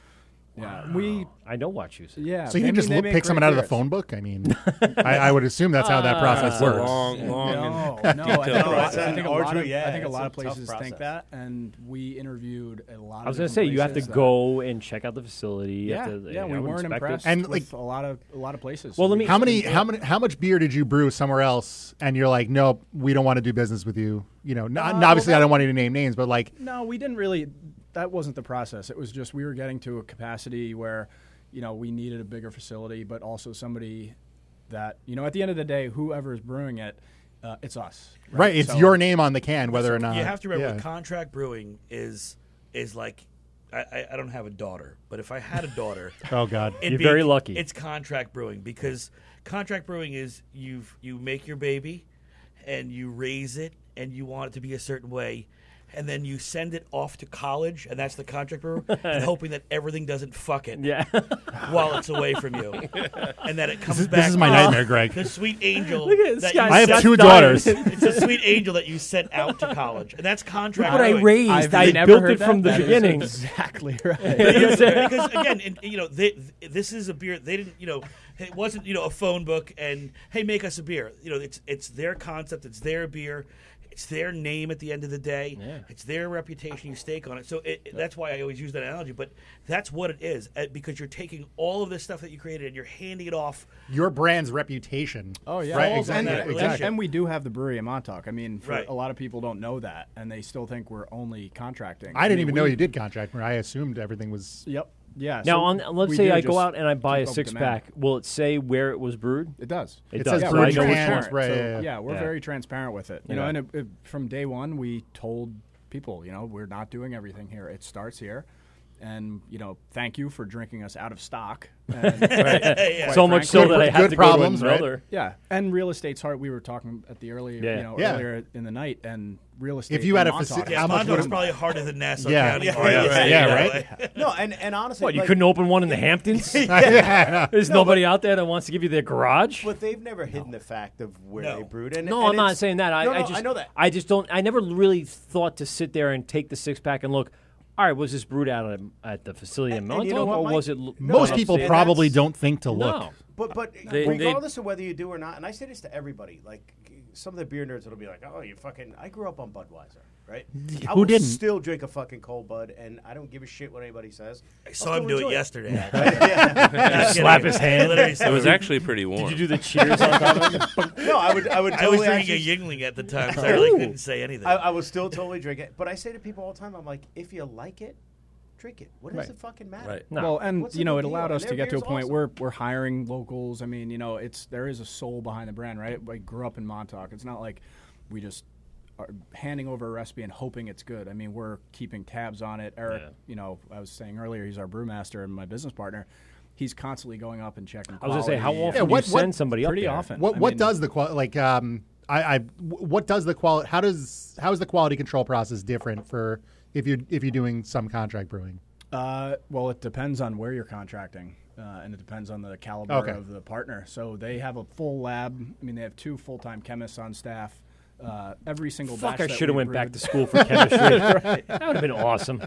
Speaker 16: Yeah,
Speaker 2: Wow.
Speaker 16: we.
Speaker 2: I know Wachusett.
Speaker 16: Yeah,
Speaker 14: So you
Speaker 16: they ma-
Speaker 14: can just
Speaker 16: they
Speaker 14: look,
Speaker 16: make
Speaker 14: pick
Speaker 16: great
Speaker 14: someone out of the
Speaker 16: beers.
Speaker 14: phone book. I mean, I, I would assume that's how that process
Speaker 19: Ah.
Speaker 14: works.
Speaker 19: Long, long,
Speaker 16: No,
Speaker 19: and
Speaker 16: no, I think, a lot, I
Speaker 19: process.
Speaker 16: think a
Speaker 19: An
Speaker 16: lot of,
Speaker 19: arduous- yeah,
Speaker 16: I think a
Speaker 19: it's
Speaker 16: lot
Speaker 19: a
Speaker 16: of
Speaker 19: tough
Speaker 16: places think that, and we interviewed a lot.
Speaker 2: I was
Speaker 16: going
Speaker 2: gonna
Speaker 16: to
Speaker 2: say you have to go and check out the facility. You
Speaker 16: Yeah,
Speaker 2: have to,
Speaker 16: yeah,
Speaker 2: I
Speaker 16: we
Speaker 2: would
Speaker 16: weren't
Speaker 2: inspect it.
Speaker 16: impressed
Speaker 14: And,
Speaker 16: and with a lot of a lot of places.
Speaker 2: Well, let
Speaker 16: We-
Speaker 14: How many? How many? How much beer did you brew somewhere else? And you're like, nope, we don't want to do business with you. You know, n-
Speaker 16: Uh,
Speaker 14: and obviously
Speaker 16: well,
Speaker 14: I
Speaker 16: that-
Speaker 14: don't want you to name names, but like,
Speaker 16: No, we didn't really. That wasn't the process. It was just we were getting to a capacity where, you know, we needed a bigger facility, but also somebody that you know. At the end of the day, whoever is brewing it, uh, it's us.
Speaker 14: right, it's
Speaker 16: So-
Speaker 14: your name on the can, whether or not
Speaker 18: you have to remember
Speaker 14: yeah.
Speaker 18: contract brewing is is like I, I, I don't have a daughter, but if I had a daughter,
Speaker 14: Oh, God.
Speaker 18: it'd
Speaker 14: You're very lucky.
Speaker 18: It's contract brewing because contract brewing is you you make your baby and you raise it and you want it to be a certain way. And then you send it off to college, and that's the contract brewer, and hoping that everything doesn't fuck it
Speaker 2: yeah.
Speaker 18: while it's away from you, and that it comes
Speaker 14: is- this
Speaker 18: back.
Speaker 14: is my
Speaker 18: Oh,
Speaker 14: nightmare, Greg.
Speaker 18: The sweet angel.
Speaker 2: Look at this
Speaker 18: that
Speaker 2: guy,
Speaker 18: you
Speaker 14: I have
Speaker 18: sent-
Speaker 14: two daughters.
Speaker 18: it's a sweet angel that you sent out to college, and that's contract.
Speaker 2: Look what I
Speaker 18: brewing.
Speaker 2: raised. I've I never built heard it that. from the That is beginning.
Speaker 16: exactly right.
Speaker 18: because, because again, and, you know, they, th- this is a beer. They didn't, you know, it wasn't you know a phone book and hey, make us a beer. You know, it's it's their concept. It's their beer. It's their name at the end of the day. It's their reputation you stake on it. So it, it- that's why I always use that analogy. But that's what it is uh, because you're taking all of this stuff that you created and you're handing it off
Speaker 14: your brand's reputation.
Speaker 16: Oh yeah,
Speaker 14: right,
Speaker 16: Well,
Speaker 14: exactly,
Speaker 16: and, and-
Speaker 14: exactly.
Speaker 16: and we do have the brewery in Montauk. I mean, for
Speaker 14: Right.
Speaker 16: a lot of people don't know that, and they still think we're only contracting.
Speaker 14: I didn't even know
Speaker 16: we-
Speaker 14: you did contract. I assumed everything was.
Speaker 16: Yep. Yeah.
Speaker 2: now,
Speaker 16: so
Speaker 2: on, let's
Speaker 16: we
Speaker 2: say
Speaker 16: do
Speaker 2: I
Speaker 16: just
Speaker 2: go out and I buy a
Speaker 16: keep up
Speaker 2: six
Speaker 16: demand.
Speaker 2: pack. Will it say where it was brewed?
Speaker 16: It does.
Speaker 2: It, does.
Speaker 16: Yeah,
Speaker 2: so
Speaker 16: we're
Speaker 2: I know which
Speaker 16: transparent.
Speaker 2: one.
Speaker 16: So, yeah, we're
Speaker 2: Yeah.
Speaker 16: very transparent with it. You know,
Speaker 2: Yeah.
Speaker 16: and it, it- from day one, we told people, you know, we're not doing everything here. It starts here. And you know, thank you for drinking us out of stock. And quite
Speaker 2: So much so
Speaker 16: frankly-
Speaker 2: that I have to go to another.
Speaker 16: Yeah, and real estate's hard. We were talking at the earlier,
Speaker 2: Yeah.
Speaker 16: you know,
Speaker 2: Yeah.
Speaker 16: earlier in the night, and real estate.
Speaker 14: you
Speaker 16: in
Speaker 14: had a
Speaker 16: Montauk
Speaker 14: faci-
Speaker 16: is
Speaker 14: how much
Speaker 16: hard.
Speaker 14: would it-
Speaker 18: It's probably harder than Nassau
Speaker 14: Yeah.
Speaker 18: County.
Speaker 14: Yeah,
Speaker 18: for you,
Speaker 14: right.
Speaker 18: you
Speaker 14: Yeah,
Speaker 18: know,
Speaker 14: right.
Speaker 18: like-
Speaker 17: No, and, and honestly,
Speaker 2: What, you
Speaker 17: like-
Speaker 2: couldn't open one in the Hamptons?
Speaker 17: Yeah, I know.
Speaker 2: There's
Speaker 17: No,
Speaker 2: nobody out there that wants to give you their garage.
Speaker 17: But they've never hidden the fact of where they brewed. And,
Speaker 2: no,
Speaker 17: and
Speaker 2: I'm not
Speaker 17: it's-
Speaker 2: saying that. I,
Speaker 17: No,
Speaker 2: I
Speaker 17: no,
Speaker 2: just
Speaker 17: know that.
Speaker 2: I just don't. I never really thought to sit there and take the six pack and look. All right, was this brewed out at, at the facility in
Speaker 17: and
Speaker 2: Montauk,
Speaker 17: you know
Speaker 2: or
Speaker 17: what,
Speaker 2: was it?
Speaker 17: Mike?
Speaker 2: l-
Speaker 14: Most
Speaker 2: done
Speaker 14: people
Speaker 2: upstate?
Speaker 14: probably don't think to look.
Speaker 2: No.
Speaker 17: But but
Speaker 2: They-
Speaker 17: regardless of whether you do or not, and I say this to everybody, like some of the beer nerds will be like, "Oh, you fucking." I grew up on Budweiser, right?
Speaker 14: Who
Speaker 17: I will
Speaker 14: didn't?
Speaker 17: Still drink a fucking cold Bud, and I don't give a shit what anybody says.
Speaker 18: I saw him do it yesterday.
Speaker 17: Yeah.
Speaker 18: Slap his hand. Literally
Speaker 20: It was actually pretty warm.
Speaker 12: Did you do the cheers on top
Speaker 17: of it? No, I would. I would.
Speaker 18: I was
Speaker 17: totally
Speaker 18: drinking
Speaker 17: actually-
Speaker 18: a Yingling at the time, so I really
Speaker 17: Ooh.
Speaker 18: couldn't say anything.
Speaker 17: I, I would still totally drink it, but I say to people all the time, I'm like, if you like it, drink it. What does
Speaker 16: Right.
Speaker 17: it fucking matter?
Speaker 16: Well, and
Speaker 17: What's the
Speaker 16: you know, it
Speaker 17: big deal?
Speaker 16: allowed us to
Speaker 17: Their
Speaker 16: get to a
Speaker 17: beer's
Speaker 16: point
Speaker 17: awesome.
Speaker 16: where we're hiring locals. I mean, you know, it's there is a soul behind the brand, right? I grew up in Montauk. It's not like we just are handing over a recipe and hoping it's good. I mean, we're keeping tabs on it. Eric,
Speaker 12: Yeah.
Speaker 16: you know, I was saying earlier, he's our brewmaster and my business partner. He's constantly going up and checking.
Speaker 12: I was gonna say, how
Speaker 16: quality.
Speaker 12: often Yeah, do you what- what- send somebody up
Speaker 16: Pretty
Speaker 12: there?
Speaker 16: often.
Speaker 14: What
Speaker 16: I
Speaker 14: what
Speaker 16: mean,
Speaker 14: does the qual like um I, I wh- what does the quality how does how is the quality control process different for if you're if you're doing some contract brewing?
Speaker 16: Uh, well, it depends on where you're contracting, uh, and it depends on the caliber
Speaker 14: Okay.
Speaker 16: of the partner. So they have a full lab. I mean, they have two full time chemists on staff. Uh, every single
Speaker 12: Fuck,
Speaker 16: batch
Speaker 12: I
Speaker 16: that
Speaker 12: should have
Speaker 16: we
Speaker 12: went back
Speaker 16: brewed-
Speaker 12: to school for chemistry.
Speaker 16: Right.
Speaker 12: That would have been awesome.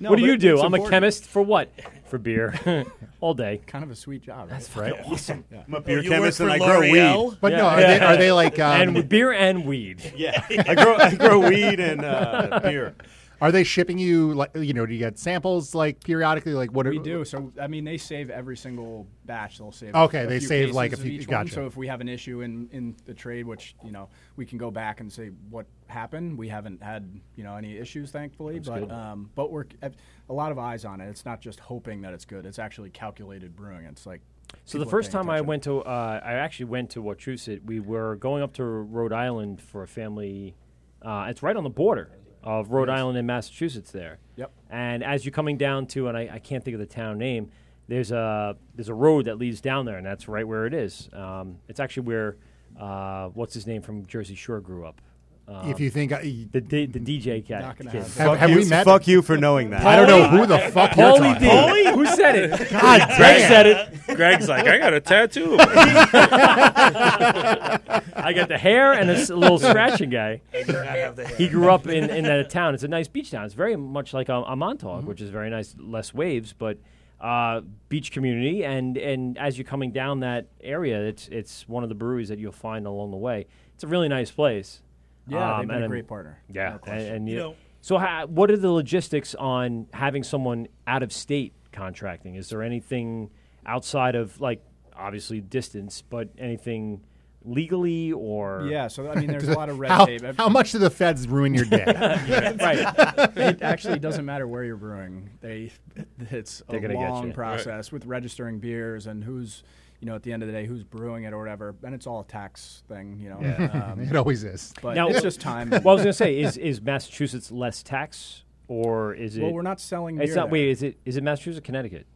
Speaker 16: No,
Speaker 12: what
Speaker 16: but
Speaker 12: do you do?
Speaker 16: it's
Speaker 12: I'm a
Speaker 16: important.
Speaker 12: chemist for what? For beer, all day.
Speaker 16: Kind of a sweet job. Right?
Speaker 12: That's right. Awesome.
Speaker 17: I'm a beer Well, you chemist work and for I grow L'Oreal? weed.
Speaker 14: But no, are they- are they like, um,
Speaker 12: and with beer and weed?
Speaker 17: Yeah. I grow- I grow weed and, uh, beer.
Speaker 14: Are they shipping you like you know, do you get samples like periodically like what
Speaker 16: we
Speaker 14: are,
Speaker 16: do. So I mean, they save every single batch. They'll save.
Speaker 14: Okay,
Speaker 16: a
Speaker 14: they
Speaker 16: few
Speaker 14: save,
Speaker 16: cases
Speaker 14: like, a
Speaker 16: of
Speaker 14: few-
Speaker 16: Each one.
Speaker 14: gotcha.
Speaker 16: So if we have an issue in in the trade, which you know we can go back and say what happened. We haven't had you know any issues, thankfully.
Speaker 12: That's
Speaker 16: but
Speaker 12: good.
Speaker 16: um, but we're c- have a lot of eyes on it. It's not just hoping that it's good. It's actually calculated brewing. It's like
Speaker 12: So
Speaker 16: people
Speaker 12: the
Speaker 16: are
Speaker 12: first
Speaker 16: paying
Speaker 12: time I went to, uh, I actually went to Wachusett. We were going up to Rhode Island for a family. Uh, it's right on the border of Rhode
Speaker 16: Yes.
Speaker 12: Island and Massachusetts. There.
Speaker 16: Yep.
Speaker 12: And as you're coming down to, and I, I can't think of the town name. There's a there's a road that leads down there, and that's right where it is. Um, it's actually where uh, what's his name from Jersey Shore grew up. Um,
Speaker 14: If you think I-
Speaker 12: the D, the DJ guy,
Speaker 16: Not gonna
Speaker 12: kid.
Speaker 16: happen.
Speaker 14: Have- have we met-
Speaker 17: Fuck you for knowing that.
Speaker 14: I don't know who the fuck you're
Speaker 12: Paulie
Speaker 14: talking
Speaker 12: D.
Speaker 14: about.
Speaker 12: Who said it?
Speaker 14: God damn.
Speaker 20: Greg said it. Greg's like, I got a tattoo.
Speaker 12: I got the hair and a s- little scratching guy.
Speaker 18: I do not have the hair.
Speaker 12: He grew up in, in that town. It's a nice beach town. It's very much like a, a Montauk,
Speaker 18: Mm-hmm.
Speaker 12: which is very nice, less waves, but uh, beach community. And, and as you're coming down that area, it's it's one of the breweries that you'll find along the way. It's a really nice place. Um,
Speaker 16: Yeah, they've been
Speaker 12: and
Speaker 16: a
Speaker 12: I'm-
Speaker 16: great partner.
Speaker 12: Yeah, and, and
Speaker 18: You
Speaker 12: you
Speaker 18: know-
Speaker 12: so ha- what are the logistics on having someone out of state contracting? Is there anything outside of like obviously distance, but anything legally or
Speaker 16: Yeah, so, I mean, there's a lot of red
Speaker 14: how,
Speaker 16: tape. Ev-
Speaker 14: How much do the feds ruin your day?
Speaker 16: right. It actually doesn't matter where you're brewing. They, it's
Speaker 12: They're
Speaker 16: a
Speaker 12: gonna get
Speaker 16: long
Speaker 12: you.
Speaker 16: process with registering beers and who's, you know, at the end of the day, who's brewing it or whatever. And it's all a tax thing, you know.
Speaker 14: Yeah. It always is.
Speaker 16: um, But it's just time.
Speaker 12: Well, I was gonna say, is is Massachusetts less tax or is it?
Speaker 16: Well, we're not selling
Speaker 12: It's
Speaker 16: beer
Speaker 12: not.
Speaker 16: there.
Speaker 12: Wait, is it is it Massachusetts, or Connecticut?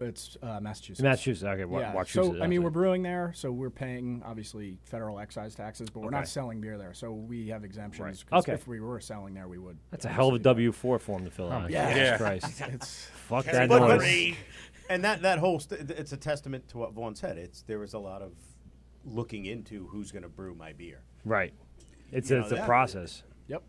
Speaker 16: It's uh, Massachusetts.
Speaker 12: Massachusetts, okay, wa- uh,
Speaker 16: yeah.
Speaker 12: Wachusett,
Speaker 16: So,
Speaker 12: I
Speaker 16: I mean,
Speaker 12: think.
Speaker 16: we're brewing there, so we're paying, obviously, federal excise taxes, but we're
Speaker 12: Okay.
Speaker 16: not selling beer there. So we have exemptions.
Speaker 12: Right.
Speaker 16: 'cause
Speaker 12: Okay.
Speaker 16: If we were selling there, we would.
Speaker 12: That's a hell of a W four form to fill out.
Speaker 16: yeah.
Speaker 12: Jesus
Speaker 16: Yeah.
Speaker 12: Oh, Christ.
Speaker 16: It's-
Speaker 12: Fuck
Speaker 16: Carry
Speaker 12: that
Speaker 16: the
Speaker 12: noise.
Speaker 16: three.
Speaker 17: and that that whole st- it's a testament to what Vaughn said. It's there was a lot of looking into who's going to brew my beer.
Speaker 12: Right. It's
Speaker 17: You
Speaker 12: a,
Speaker 17: know,
Speaker 12: it's a
Speaker 17: that-
Speaker 12: process.
Speaker 16: Yep.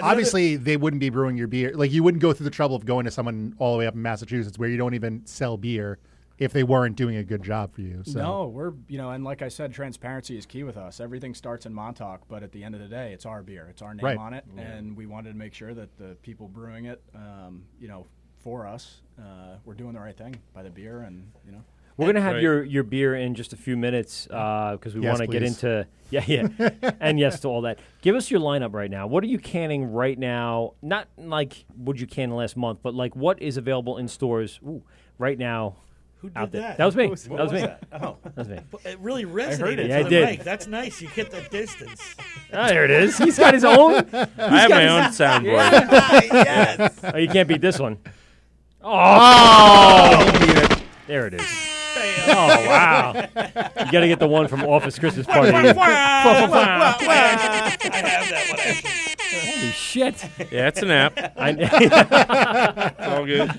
Speaker 14: Obviously, they wouldn't be brewing your beer. Like you wouldn't go through the trouble of going to someone all the way up in Massachusetts where you don't even sell beer if they weren't doing a good job for you. So
Speaker 16: No, we're you know, and like I said, transparency is key with us. Everything starts in Montauk, but at the end of the day, it's our beer, it's our name
Speaker 14: Right.
Speaker 16: on it,
Speaker 14: Yeah.
Speaker 16: and we wanted to make sure that the people brewing it, um, you know, for us, uh, we're doing the right thing by the beer, and you know,
Speaker 12: We're gonna have
Speaker 16: Right.
Speaker 12: your, your beer in just a few minutes because we
Speaker 14: Yes,
Speaker 12: want to get
Speaker 14: please.
Speaker 12: into yeah yeah and yes to all that. Give us your lineup right now. What are you canning right now? Not like would you can last month, but like what is available in stores ooh, right now? Who
Speaker 18: did
Speaker 12: out there.
Speaker 18: that?
Speaker 12: That was me.
Speaker 18: What was-
Speaker 12: that
Speaker 18: what
Speaker 12: was
Speaker 18: was
Speaker 12: me.
Speaker 18: that? Oh.
Speaker 12: That was me.
Speaker 18: But it really
Speaker 12: I heard
Speaker 18: resonated.
Speaker 12: it.
Speaker 18: to
Speaker 12: Yeah, I
Speaker 18: the
Speaker 12: did.
Speaker 18: mic. That's nice. You get the distance.
Speaker 12: Ah, there it is. He's got his own. he's
Speaker 18: I
Speaker 12: got
Speaker 18: have my
Speaker 12: his-
Speaker 18: own soundboard.
Speaker 12: Yeah.
Speaker 18: Yes.
Speaker 12: Oh, you can't beat this one. Oh, he beat it. There it is. Oh wow! You got to get the one from Office Christmas Party.
Speaker 18: I have that one. actually.
Speaker 12: Holy shit!
Speaker 20: Yeah, it's an app.
Speaker 12: I,
Speaker 20: It's all good.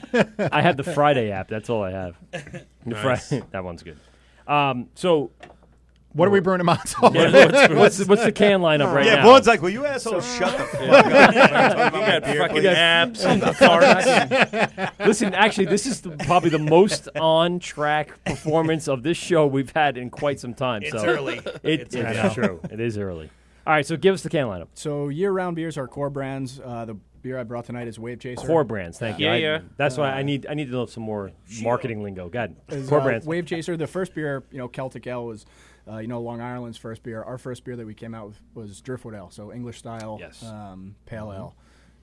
Speaker 12: I have the Friday app. That's all I have. The
Speaker 20: Nice.
Speaker 12: Fri- that one's good. Um, so,
Speaker 14: what are we brewing in Montauk?
Speaker 12: Yeah, what's, what's, what's the can lineup right
Speaker 17: yeah,
Speaker 12: now?
Speaker 17: Vaughn's like, "Will you assholes shut the fuck up?"
Speaker 12: You got fucking
Speaker 20: apps and
Speaker 12: Listen, actually, this is the, probably the most on-track performance of this show we've had in quite some time.
Speaker 18: It's
Speaker 12: so
Speaker 18: early.
Speaker 12: It,
Speaker 18: It's
Speaker 12: it's
Speaker 18: early.
Speaker 12: true. It is early. All right, so give us the can lineup.
Speaker 16: So year-round beers are core brands. Uh, the beer I brought tonight is Wave Chaser.
Speaker 12: Core brands, thank you.
Speaker 19: Yeah,
Speaker 12: I,
Speaker 19: yeah.
Speaker 12: That's
Speaker 16: Uh,
Speaker 12: why I need I need to know some more marketing lingo. God,
Speaker 16: is,
Speaker 12: core
Speaker 16: uh,
Speaker 12: brands.
Speaker 16: Wave Chaser, the first beer, you know, Celtic Ale was, uh, you know, Long Ireland's first beer. Our first beer that we came out with was Driftwood Ale, so English style
Speaker 12: Yes.
Speaker 16: um,
Speaker 19: Mm-hmm.
Speaker 16: pale ale.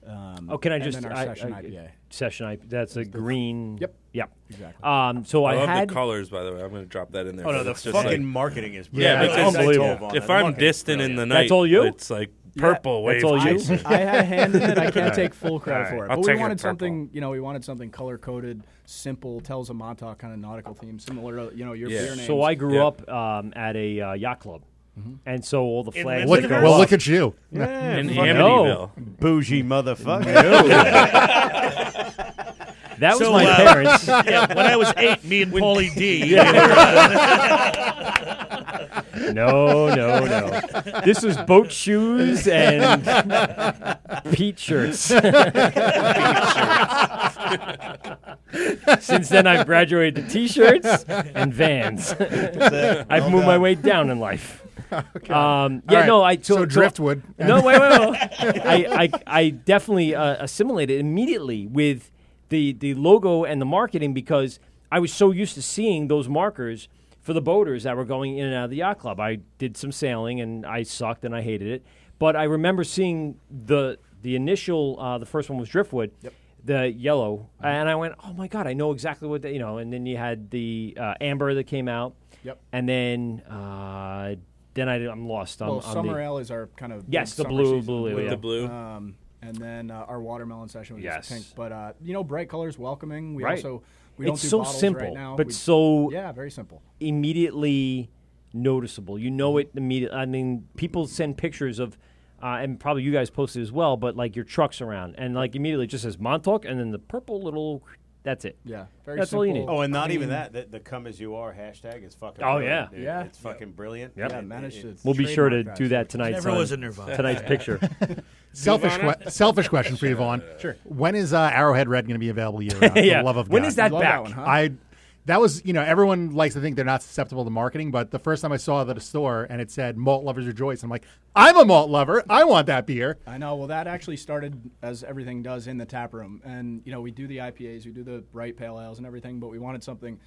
Speaker 16: Um,
Speaker 12: Oh, can I
Speaker 16: and
Speaker 12: just
Speaker 16: then our
Speaker 12: I-
Speaker 16: session
Speaker 12: I-
Speaker 16: IPA?
Speaker 12: Session IPA. That's a green.
Speaker 16: Yep.
Speaker 12: Yep.
Speaker 16: Exactly.
Speaker 12: Um, so I,
Speaker 19: love
Speaker 12: had
Speaker 19: the colors, by the way. I'm going to drop that in there.
Speaker 17: Oh, no,
Speaker 19: but
Speaker 17: the
Speaker 19: it's just
Speaker 17: fucking
Speaker 19: like-
Speaker 17: marketing is
Speaker 19: yeah,
Speaker 17: brilliant.
Speaker 19: because
Speaker 17: Yeah, it's unbelievable.
Speaker 19: if
Speaker 17: That
Speaker 19: I'm
Speaker 17: marketing's
Speaker 19: distant in
Speaker 17: brilliant.
Speaker 19: the night,
Speaker 12: That's all you?
Speaker 19: It's like purple
Speaker 12: Yeah,
Speaker 19: wave
Speaker 12: that's all you?
Speaker 19: chaser.
Speaker 16: I had a hand in it. I can't take full credit
Speaker 19: All right,
Speaker 16: for it.
Speaker 19: I'll
Speaker 16: But we
Speaker 19: take it
Speaker 16: wanted
Speaker 19: purple.
Speaker 16: something, you know, we wanted something color coded, simple, tells a Montauk kind of nautical theme, similar to, you know, your
Speaker 19: Yeah.
Speaker 16: beer name.
Speaker 12: So I grew up um, at a uh, yacht club, and so all the
Speaker 17: In
Speaker 12: flags.
Speaker 14: Look,
Speaker 12: would go
Speaker 14: Mm-hmm. well,
Speaker 12: up.
Speaker 14: look at you.
Speaker 17: Yeah,
Speaker 19: In
Speaker 17: fucking
Speaker 19: Amityville.
Speaker 17: Bougie motherfucker.
Speaker 12: That was
Speaker 18: So,
Speaker 12: my
Speaker 18: uh,
Speaker 12: parents.
Speaker 18: yeah, when I was eight, me and Paulie D.
Speaker 17: uh,
Speaker 12: No, no, no. This was boat shoes and Pete shirts. Since then, I've graduated to T-shirts and Vans.
Speaker 17: it.
Speaker 12: I've
Speaker 17: Well
Speaker 12: moved my
Speaker 17: done.
Speaker 12: way down in life. Um,
Speaker 14: All
Speaker 12: yeah,
Speaker 14: right.
Speaker 12: no, I
Speaker 14: So driftwood.
Speaker 12: No, wait, wait, wait. I, I, I definitely uh, assimilated immediately with the the logo and the marketing because I was so used to seeing those markers for the boaters that were going in and out of the yacht club. I did some sailing and I sucked and I hated it, but I remember seeing the the initial uh, the first one was driftwood. The yellow, and I went, oh my god, I know exactly what that, you know. And then you had the uh, amber that came out,
Speaker 16: Yep.
Speaker 12: and then uh, then I, am lost on,
Speaker 16: Well,
Speaker 12: on
Speaker 16: summer
Speaker 12: the,
Speaker 16: ale is our kind of big
Speaker 12: Yes, the
Speaker 16: summer
Speaker 12: blue-
Speaker 16: season,
Speaker 12: blue, yeah.
Speaker 19: The blue.
Speaker 16: Um, and then uh, our watermelon session was
Speaker 12: Yes.
Speaker 16: just pink. But uh, you know, bright colors, welcoming. We
Speaker 12: Right.
Speaker 16: also we don't
Speaker 12: It's
Speaker 16: do
Speaker 12: so
Speaker 16: bottles
Speaker 12: simple,
Speaker 16: right now.
Speaker 12: but
Speaker 16: We-
Speaker 12: so-
Speaker 16: yeah, very simple.
Speaker 12: immediately noticeable. You know it immediately. I mean, people send pictures of, uh, and probably you guys posted as well, but like your trucks around, and like immediately it just says Montauk, and then the purple little. That's it.
Speaker 16: Yeah, very
Speaker 12: That's all you need.
Speaker 16: simple.
Speaker 17: Oh, and not even
Speaker 16: Clean.
Speaker 17: that. The, the "come as you are" hashtag is fucking.
Speaker 12: Oh,
Speaker 17: brilliant,
Speaker 12: yeah.
Speaker 17: dude.
Speaker 16: Yeah.
Speaker 17: it's fucking brilliant.
Speaker 12: Yep.
Speaker 16: Yeah, managed to
Speaker 12: We'll be sure to
Speaker 16: trademark
Speaker 12: do that tonight.
Speaker 23: Never was a Nirvana.
Speaker 12: Tonight's picture.
Speaker 14: Selfish, que- selfish question for you, Vaughn. Sure. When is uh, Arrowhead Red going to be available year round? For
Speaker 12: Yeah.
Speaker 14: the love of
Speaker 12: When
Speaker 14: God.
Speaker 12: is that
Speaker 16: Love
Speaker 12: back?
Speaker 16: that one, huh?
Speaker 14: I that was you know everyone likes to think they're not susceptible to marketing, but the first time I saw it at a store and it said malt lovers rejoice, I'm like, I'm a malt lover. I want that beer.
Speaker 16: I know. Well, that actually started as everything does in the tap room, and you know we do the IPAs, we do the bright pale ales and everything, but we wanted something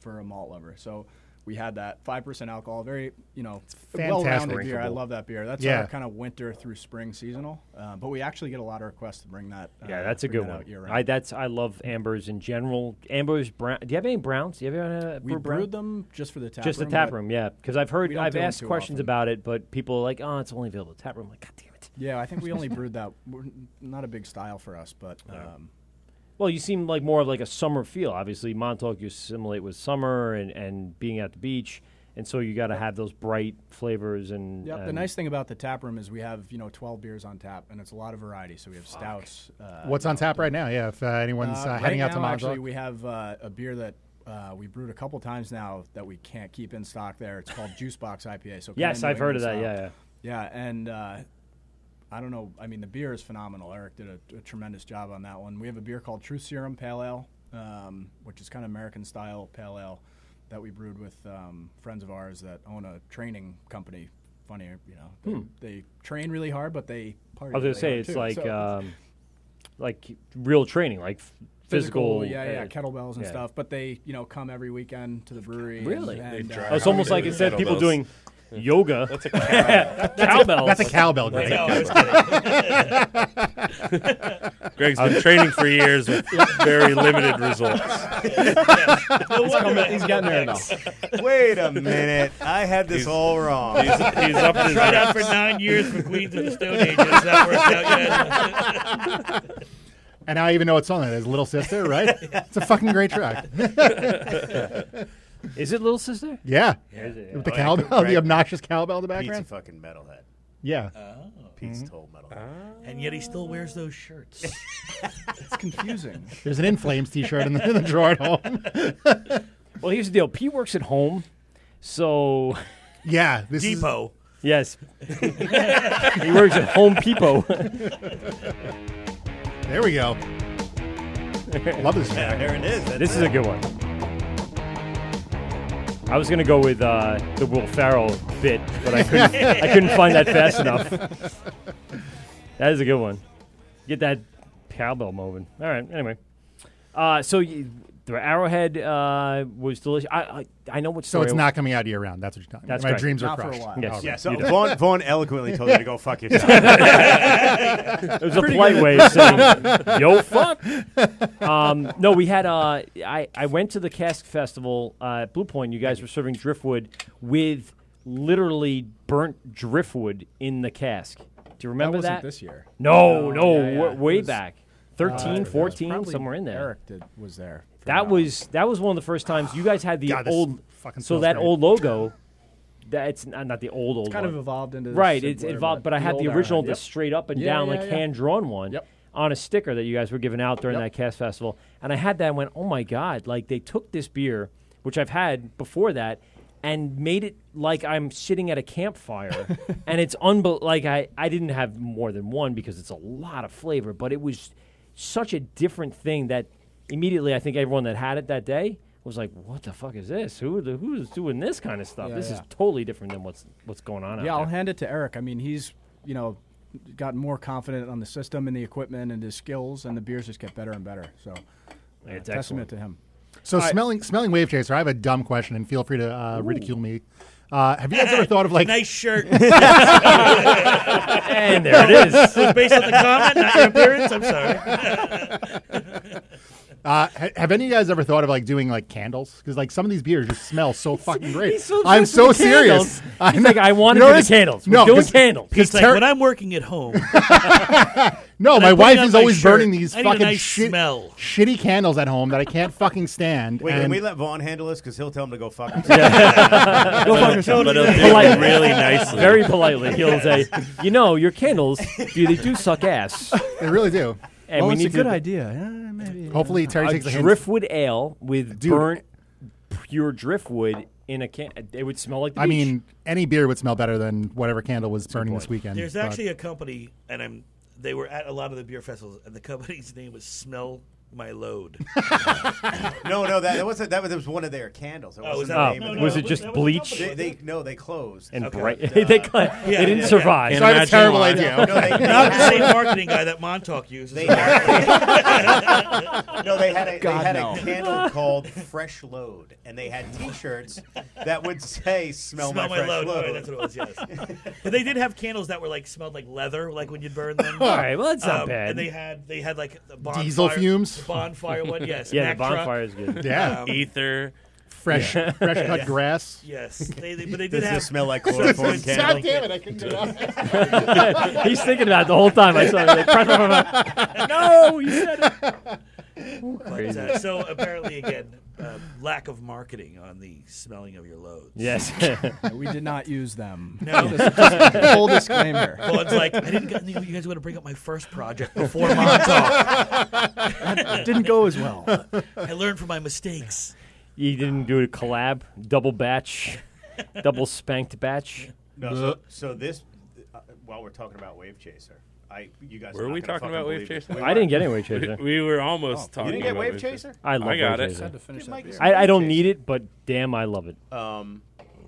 Speaker 16: for a malt lover, so we had that five percent alcohol, very you know well-rounded
Speaker 14: fantastic.
Speaker 16: beer. I love that beer. That's
Speaker 14: Yeah.
Speaker 16: our kind of winter through spring seasonal, uh, but we actually get a lot of requests to bring that. Uh,
Speaker 12: Yeah, that's a
Speaker 16: bring
Speaker 12: good
Speaker 16: that out
Speaker 12: one.
Speaker 16: year-round.
Speaker 12: I that's I love ambers in general. Ambers brown. Do you have any browns? Do you have any? Uh,
Speaker 16: we
Speaker 12: brew brown?
Speaker 16: brewed them just for the tap.
Speaker 12: Just the
Speaker 16: room,
Speaker 12: tap
Speaker 16: but-
Speaker 12: room, yeah. Because I've heard,
Speaker 16: we don't
Speaker 12: I've
Speaker 16: do 'em
Speaker 12: asked
Speaker 16: too
Speaker 12: questions
Speaker 16: often.
Speaker 12: about it, but people are like, oh, it's only available at tap room. I'm like, God damn it.
Speaker 16: Yeah, I think we only brewed that. We're not a big style for us, but um,
Speaker 12: Well, you seem like more of like a summer feel. Obviously, Montauk you assimilate with summer and, and being at the beach, and so you got to have those bright flavors and. um,
Speaker 16: Yep. The
Speaker 12: and-
Speaker 16: nice thing about the tap room is we have you know twelve beers on tap, and it's a lot of variety. So we have stouts. Uh,
Speaker 14: What's on tap right now? Yeah, if uh, anyone's uh,
Speaker 16: uh,
Speaker 14: heading
Speaker 16: right
Speaker 14: out to
Speaker 16: now,
Speaker 14: Montauk.
Speaker 16: actually, we have uh, a beer that uh, we brewed a couple times now that we can't keep in stock there. It's called Juice Box IPA. So
Speaker 12: Yes,
Speaker 16: kinda New
Speaker 12: I've heard of that.
Speaker 16: England
Speaker 12: Yeah,
Speaker 16: style. Yeah, and uh, I don't know. I mean, the beer is phenomenal. Eric did a, a tremendous job on that one. We have a beer called Truth Serum Pale Ale, um, which is kind of American style pale ale that we brewed with um, friends of ours that own a training company. Funny, you know,
Speaker 12: Hmm.
Speaker 16: they, they train really hard, but they party.
Speaker 12: I was gonna
Speaker 16: really
Speaker 12: say
Speaker 16: hard,
Speaker 12: it's
Speaker 16: too.
Speaker 12: like,
Speaker 16: So
Speaker 12: um, like real training, like f- physical.
Speaker 16: yeah, yeah,
Speaker 12: uh,
Speaker 16: kettlebells and
Speaker 12: yeah.
Speaker 16: stuff. But they, you know, come every weekend to the brewery. and-
Speaker 12: Really? They
Speaker 16: and, uh,
Speaker 19: drive
Speaker 12: Oh, it's
Speaker 19: How
Speaker 12: almost
Speaker 19: many
Speaker 12: like
Speaker 19: of those
Speaker 12: instead of people
Speaker 19: kettlebells?
Speaker 12: doing yoga, that's a cowbell.
Speaker 14: That's a cowbell, Greg.
Speaker 19: Greg's been training for years with very limited results.
Speaker 16: he's, coming, he's getting there now.
Speaker 17: Wait a minute, I had this all wrong.
Speaker 19: He's, he's up his
Speaker 18: Tried out for
Speaker 19: reps.
Speaker 18: nine years for Queens of the Stone Age. Has that worked out yet?
Speaker 14: And now I even know what's on it. It's Little Sister, right? it's a fucking great track.
Speaker 12: Is it little sister?
Speaker 14: yeah.
Speaker 12: Is it?
Speaker 14: With the
Speaker 17: Oh, yeah,
Speaker 14: cowbell,
Speaker 17: Greg.
Speaker 14: the obnoxious cowbell in the
Speaker 17: Pete's a
Speaker 14: background.
Speaker 17: fucking metalhead.
Speaker 14: Yeah. Mm-hmm.
Speaker 17: Pete's total metalhead.
Speaker 18: Ah.
Speaker 23: And yet he still wears those shirts.
Speaker 16: It's confusing.
Speaker 14: There's an In Flames t shirt in, the- in the drawer at home.
Speaker 12: Well, here's the deal. P works at home, so
Speaker 14: Yeah. This is-
Speaker 23: Depot.
Speaker 12: yes, he works at Home Depot.
Speaker 14: there we go. Love this track.
Speaker 17: There it is. That's
Speaker 12: this is a good one. I was gonna go with uh, the Will Farrell bit, but I couldn't. I couldn't find that fast enough. That is a good one. Get that cowbell moving. All right. Anyway, uh, so you, the Arrowhead uh, was delicious. I, I I know what.
Speaker 14: So it's not coming out year round. That's what you're talking.
Speaker 12: That's
Speaker 14: about. My
Speaker 12: correct.
Speaker 14: dreams
Speaker 12: Not
Speaker 14: are
Speaker 12: for a
Speaker 14: crushed.
Speaker 12: while. Yes.
Speaker 14: Okay.
Speaker 12: Yeah,
Speaker 17: So
Speaker 12: You don't.
Speaker 17: Vaughn, Vaughn eloquently told you to go fuck yourself.
Speaker 12: it was a polite way of saying, "Yo, fuck." Um, no, we had. Uh, I I went to the Cask Festival uh, at Blue Point. You guys were serving driftwood with literally burnt driftwood in the cask. Do you remember that?
Speaker 16: wasn't this year. No,
Speaker 12: No, no,
Speaker 16: Oh, yeah, yeah.
Speaker 12: wa-
Speaker 16: It
Speaker 12: way
Speaker 16: was-
Speaker 12: back.
Speaker 16: Uh, it
Speaker 12: 13,
Speaker 16: was
Speaker 12: 14,
Speaker 16: probably
Speaker 12: somewhere in there.
Speaker 16: Eric did, was there. for
Speaker 12: That was that was one of the first times you guys had the
Speaker 16: God, this
Speaker 12: old
Speaker 16: fucking
Speaker 12: so
Speaker 16: smells
Speaker 12: that
Speaker 16: great.
Speaker 12: old logo. That's not, not the old old.
Speaker 16: kind of
Speaker 12: one.
Speaker 16: evolved into this
Speaker 12: right.
Speaker 16: and
Speaker 12: It's
Speaker 16: whatever,
Speaker 12: evolved, but I
Speaker 16: the
Speaker 12: had the
Speaker 16: old
Speaker 12: original,
Speaker 16: Arrowhead. Yep.
Speaker 12: the straight up and
Speaker 16: Yeah,
Speaker 12: down,
Speaker 16: yeah,
Speaker 12: like
Speaker 16: yeah.
Speaker 12: hand drawn one on a sticker that you guys were giving out during
Speaker 16: Yep.
Speaker 12: that cast festival, and I had that and went, oh my god! Like they took this beer, which I've had before that. And made it like I'm sitting at a campfire, and it's unbel- like I, I didn't have more than one because it's a lot of flavor, but it was such a different thing that immediately I think everyone that had it that day was like, "What the fuck is this? Who the, who's doing this kind of stuff?
Speaker 16: Yeah,
Speaker 12: this is
Speaker 16: yeah.
Speaker 12: totally different than what's what's going on out
Speaker 16: Yeah, I'll
Speaker 12: there."
Speaker 16: hand it to Eric. I mean, he's you know gotten more confident on the system and the equipment and his skills, and the beers just get better and better. So, uh,
Speaker 12: It's
Speaker 16: testament
Speaker 12: excellent.
Speaker 16: to him.
Speaker 14: So
Speaker 16: All right.
Speaker 14: smelling smelling wave chaser. I have a dumb question, and feel free to uh, ridicule me. Uh, have you guys ever thought of like
Speaker 18: Nice shirt.
Speaker 12: And there it is.
Speaker 18: Was based on the comment, not your appearance? I'm sorry.
Speaker 14: Uh, ha- have any of you guys ever thought of like doing like candles? Because like some of these beers just smell so fucking great.
Speaker 18: he's so
Speaker 14: I'm
Speaker 18: obsessed with
Speaker 14: so
Speaker 18: the candles.
Speaker 14: serious.
Speaker 12: He's like, I wanna
Speaker 14: You
Speaker 12: do the
Speaker 14: notice-
Speaker 12: candles. We're doing
Speaker 14: 'cause-
Speaker 12: candles.
Speaker 14: 'cause
Speaker 18: It's like
Speaker 14: Ter-
Speaker 18: when I'm working at home.
Speaker 14: no,
Speaker 18: when I
Speaker 14: my
Speaker 18: put it
Speaker 14: wife
Speaker 18: on
Speaker 14: is
Speaker 18: my
Speaker 14: always
Speaker 18: shirt,
Speaker 14: burning these
Speaker 18: I need a
Speaker 14: fucking
Speaker 18: nice
Speaker 14: shit-
Speaker 18: smell.
Speaker 14: shitty candles at home that I can't fucking stand.
Speaker 17: Wait,
Speaker 14: and
Speaker 17: can we let Vaughn handle this? Because he'll tell him to go fuck
Speaker 12: Yeah.
Speaker 17: himself.
Speaker 12: Polite- Very politely. He'll say, you know, your candles, do they do suck ass.
Speaker 14: They really do.
Speaker 12: And
Speaker 16: Well,
Speaker 12: we
Speaker 16: it's
Speaker 12: need
Speaker 16: a good
Speaker 12: to,
Speaker 16: idea. Yeah, maybe,
Speaker 14: Hopefully Terry
Speaker 12: a
Speaker 14: takes a hint.
Speaker 12: driftwood ale with
Speaker 14: Dude.
Speaker 12: burnt pure driftwood in a can. It would smell like the
Speaker 14: I
Speaker 12: beach.
Speaker 14: mean, any beer would smell better than whatever candle was burning this weekend.
Speaker 18: There's
Speaker 14: but-
Speaker 18: actually a company, and I'm. They were at a lot of the beer festivals, and the company's name was Smell My Load.
Speaker 17: no, no, that, that wasn't. That was, that was one of their candles. That
Speaker 18: Oh, was
Speaker 17: wasn't
Speaker 18: that-
Speaker 17: the name
Speaker 18: no,
Speaker 17: of
Speaker 18: no,
Speaker 17: the
Speaker 18: was it
Speaker 17: company.
Speaker 18: just
Speaker 17: That was
Speaker 12: bleach?
Speaker 17: the company. They, they no, they closed.
Speaker 12: and
Speaker 17: Okay.
Speaker 12: bright.
Speaker 17: Uh,
Speaker 12: they, cla-
Speaker 18: yeah,
Speaker 12: they didn't
Speaker 18: yeah,
Speaker 12: survive.
Speaker 18: yeah.
Speaker 14: So I have a terrible idea.
Speaker 18: Not
Speaker 14: Okay.
Speaker 18: the same marketing guy that Montauk uses.
Speaker 17: They had, no, they had a,
Speaker 18: God,
Speaker 17: they had
Speaker 18: no.
Speaker 17: a candle called Fresh Load, and they had T-shirts that would say "Smell,
Speaker 18: Smell
Speaker 17: my,
Speaker 18: my,
Speaker 17: fresh
Speaker 18: load.
Speaker 17: load."
Speaker 18: Right, that's what it was. Yes, but they did have candles that were like smelled like leather, like when you'd burn them. Um,
Speaker 12: All right, well, that's not bad.
Speaker 18: And they had they had like the bonfire,
Speaker 14: Diesel fumes?
Speaker 18: the bonfire one. Yes, Um,
Speaker 12: Yeah,
Speaker 18: Mack
Speaker 12: the
Speaker 18: truck.
Speaker 12: bonfire is good.
Speaker 14: Yeah.
Speaker 17: Um,
Speaker 19: Ether.
Speaker 14: Fresh,
Speaker 19: Yeah.
Speaker 14: fresh cut
Speaker 18: Yeah.
Speaker 14: grass.
Speaker 18: Yes, they, they, but they did
Speaker 17: Does
Speaker 18: have.
Speaker 17: this smell like chloroform
Speaker 14: God
Speaker 17: candle?
Speaker 14: damn it! I couldn't do it.
Speaker 12: He's thinking about it the whole time. I saw him like, no, you said it.
Speaker 18: But, uh,
Speaker 12: Crazy.
Speaker 18: so apparently, again, uh, lack of marketing on the smelling of your loads.
Speaker 12: Yes.
Speaker 16: No, we did not use them.
Speaker 18: No.
Speaker 16: Just- just full disclaimer.
Speaker 18: Well, it's like I didn't get, you guys want to bring up my first project before Montauk.
Speaker 16: That didn't
Speaker 12: Oh,
Speaker 16: go as well.
Speaker 18: I learned from my mistakes.
Speaker 12: You didn't do a collab, double batch, double spanked batch.
Speaker 17: No, so, so this, uh, while we're talking about Wave Chaser, I you guys
Speaker 19: Were
Speaker 17: are not
Speaker 19: we
Speaker 17: gonna
Speaker 19: talking
Speaker 17: fucking
Speaker 19: about Wave
Speaker 17: believe it.
Speaker 19: Chaser?
Speaker 17: We
Speaker 12: I didn't
Speaker 17: were.
Speaker 12: get any Wave Chaser.
Speaker 19: We were almost
Speaker 17: You
Speaker 19: talking.
Speaker 17: didn't get
Speaker 19: about
Speaker 17: Wave Chaser?
Speaker 12: I love
Speaker 19: I got
Speaker 12: Wave
Speaker 19: it.
Speaker 12: Chaser.
Speaker 17: Dude, Mike is-
Speaker 12: I, I don't need it, but damn, I love it.
Speaker 17: Um,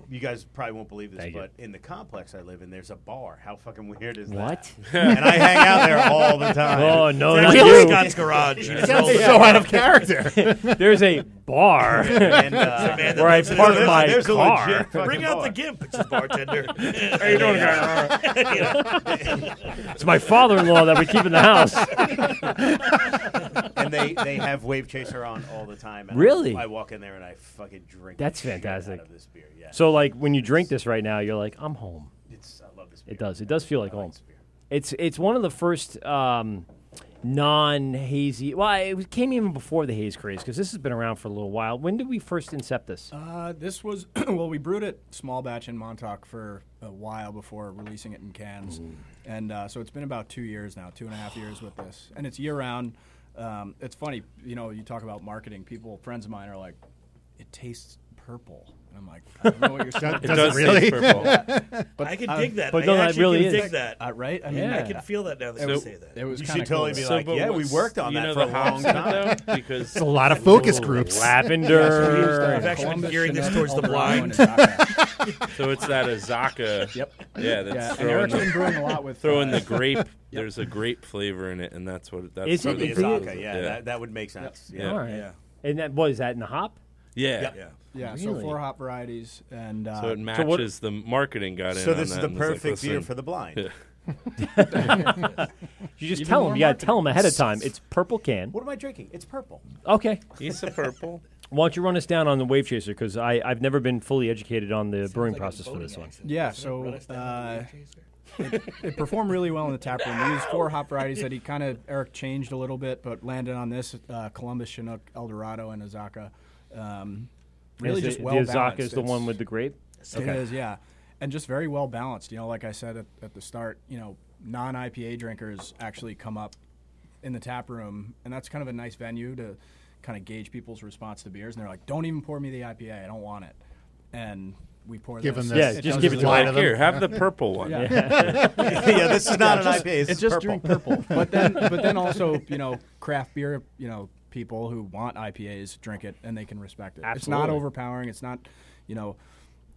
Speaker 17: you guys probably won't believe this,
Speaker 12: Thank you.
Speaker 17: but in the complex I live in, there's a bar. How fucking weird is
Speaker 12: What?
Speaker 17: that? and I hang out there all the time.
Speaker 12: Oh no,
Speaker 18: Sounds
Speaker 12: not
Speaker 18: like
Speaker 12: you.
Speaker 18: Scott's garage.
Speaker 17: It
Speaker 18: It's
Speaker 17: sounds
Speaker 18: all-
Speaker 17: so out of
Speaker 14: character.
Speaker 12: There's a bar
Speaker 17: uh, And, uh,
Speaker 18: Man,
Speaker 12: where I
Speaker 18: there's-
Speaker 12: park
Speaker 18: there's-
Speaker 12: my
Speaker 17: there's a
Speaker 12: car.
Speaker 17: legit fucking
Speaker 18: Bring out
Speaker 17: bar.
Speaker 18: the gimp, it's his bartender.
Speaker 19: How you doing,
Speaker 12: It's my father-in-law that we keep in the house.
Speaker 17: and they, they have Wave Chaser on all the time. and I-
Speaker 12: Really?
Speaker 17: I, walk in there and I fucking drink.
Speaker 12: That's
Speaker 17: the shit
Speaker 12: fantastic.
Speaker 17: Out of this beer, yeah.
Speaker 12: So, like, when you drink this right now, you're like, I'm home.
Speaker 17: It's, I love this beer.
Speaker 12: It does. It does feel like home. It's it's one of the first um, non hazy. Well, it was- came even before the haze craze because this has been around for a little while. When did we first incept this?
Speaker 16: Uh, this was well, we brewed it small batch in Montauk for a while before releasing it in cans,
Speaker 19: Mm.
Speaker 16: and uh, so it's been about two years now, two and a half years with this, and it's year round. Um, it's funny, you know, you talk about marketing. People, friends of mine, are like, "It tastes purple. And I'm like, I don't know what you're saying.
Speaker 19: It does taste purple.
Speaker 18: I could dig that.
Speaker 12: But
Speaker 18: I
Speaker 12: no, that
Speaker 18: actually
Speaker 12: really
Speaker 18: can
Speaker 12: is.
Speaker 18: dig that.
Speaker 16: Uh, right? I mean,
Speaker 18: I
Speaker 16: Yeah.
Speaker 18: can feel that now that
Speaker 16: So-
Speaker 18: you say that.
Speaker 16: it was
Speaker 17: You
Speaker 16: kinda
Speaker 17: should totally
Speaker 16: cool.
Speaker 17: be
Speaker 16: So,
Speaker 17: like,
Speaker 16: but
Speaker 17: yeah, we
Speaker 16: what's-
Speaker 17: worked on
Speaker 16: you
Speaker 17: that
Speaker 16: know
Speaker 17: for a
Speaker 16: the
Speaker 17: long
Speaker 16: hops in it,
Speaker 17: time.
Speaker 19: though? Because-
Speaker 14: It's a lot of focus
Speaker 19: Ooh,
Speaker 14: groups.
Speaker 12: Lavender.
Speaker 18: I've actually been gearing this towards the blind.
Speaker 19: So it's that Azaka.
Speaker 16: Yep.
Speaker 19: Yeah, that's
Speaker 16: Yeah, and
Speaker 19: throwing
Speaker 16: Eric's
Speaker 19: the,
Speaker 16: been brewing a lot with,
Speaker 19: throwing
Speaker 16: uh,
Speaker 19: the grape.
Speaker 16: Yep.
Speaker 19: There's a grape flavor in it, and that's what that's
Speaker 12: Is it?
Speaker 19: probably
Speaker 12: Is
Speaker 19: the
Speaker 12: it?
Speaker 19: purpose of
Speaker 17: Yeah, That, that would make sense.
Speaker 19: Yeah.
Speaker 12: All right. And that what is that in the hop?
Speaker 19: Yeah. Yep.
Speaker 16: Yeah. So four hop varieties, and uh,
Speaker 19: so it matches the marketing got in.
Speaker 17: So
Speaker 19: on
Speaker 17: this is
Speaker 19: that
Speaker 17: the
Speaker 19: and was like,
Speaker 17: perfect beer
Speaker 19: "Listen."
Speaker 17: for the blind.
Speaker 19: Yeah.
Speaker 12: You just
Speaker 17: Even
Speaker 12: tell
Speaker 17: more
Speaker 12: them. You got to tell them ahead of time.
Speaker 17: marketing.
Speaker 12: It's purple can.
Speaker 17: What am I drinking? It's purple.
Speaker 12: Okay.
Speaker 19: He's a purple.
Speaker 12: Why don't you run us down on the Wave Chaser? Because I've never been fully educated on the brewing process for this one.
Speaker 16: Yeah, so uh, it, it performed really well in the tap room. We used four hop varieties that he kind of Eric changed a little bit, but landed on this uh, Columbus Chinook, Eldorado, and Azaka. Um, really,
Speaker 12: Is
Speaker 16: just
Speaker 12: it-
Speaker 16: well
Speaker 12: the Azaka
Speaker 16: balanced.
Speaker 12: is the one with the grape?
Speaker 16: It
Speaker 12: Okay.
Speaker 16: is, yeah, and just very well balanced. You know, like I said at, at the start, you know, non IPA drinkers actually come up in the tap room, and that's kind of a nice venue to kind of gauge people's response to beers. And they're like, "Don't even pour me the IPA. I don't want it." And we pour
Speaker 14: Give
Speaker 16: this.
Speaker 14: them this. Yeah, just
Speaker 16: does
Speaker 14: give
Speaker 16: really
Speaker 14: it to
Speaker 16: well.
Speaker 14: them. Like, "Here, have the
Speaker 19: purple one."
Speaker 16: Yeah,
Speaker 19: Yeah. Yeah, this is not an
Speaker 16: just-
Speaker 19: IPA, this
Speaker 16: It's
Speaker 19: is
Speaker 16: just
Speaker 19: purple.
Speaker 16: drink purple. But then, but then also, you know, craft beer, you know, people who want IPAs drink it and they can respect it. It's not
Speaker 14: Absolutely.
Speaker 16: overpowering. It's not, you know.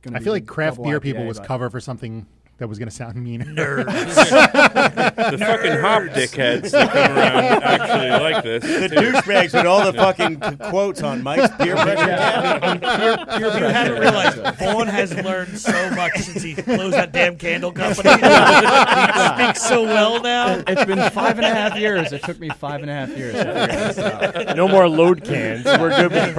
Speaker 16: gonna
Speaker 14: I
Speaker 16: be
Speaker 14: feel
Speaker 16: the
Speaker 14: like craft
Speaker 16: double
Speaker 14: beer
Speaker 16: IPA,
Speaker 14: people was
Speaker 16: but-
Speaker 14: cover for something that was going to sound meaner.
Speaker 19: the fucking hop dickheads that come around actually like this. too.
Speaker 17: The douchebags with all the fucking c- quotes on Mike's beer pressure.
Speaker 18: You haven't realized Vaughn has learned so much since he closed that damn candle company. he speaks so well now.
Speaker 16: It's been five and a half years. It took me five and a half years. to figure this out.
Speaker 12: No more load cans. We're good with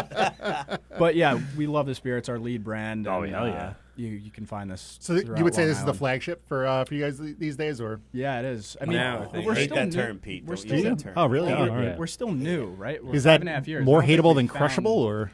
Speaker 12: purple.
Speaker 16: But yeah, we love this beer. It's our lead brand.
Speaker 12: Oh,
Speaker 16: and,
Speaker 12: hell
Speaker 16: uh,
Speaker 12: yeah.
Speaker 16: you you can find this.
Speaker 14: So th- you
Speaker 16: throughout
Speaker 14: would say
Speaker 16: Long
Speaker 14: this is the
Speaker 16: Island.
Speaker 14: flagship for uh, for you guys th- these days, or
Speaker 16: Yeah, it is. I mean, we're
Speaker 17: Hate
Speaker 16: still
Speaker 17: that
Speaker 16: new-
Speaker 17: term, Pete.
Speaker 16: We're
Speaker 17: Don't
Speaker 16: still
Speaker 17: use that
Speaker 16: new.
Speaker 17: term.
Speaker 14: Oh, really?
Speaker 16: We're,
Speaker 14: Oh, all right.
Speaker 16: we're still new, right? We're
Speaker 14: is that
Speaker 16: five and a half years.
Speaker 14: more
Speaker 16: I don't think
Speaker 14: hateable
Speaker 16: we
Speaker 14: than
Speaker 16: found-
Speaker 14: crushable, or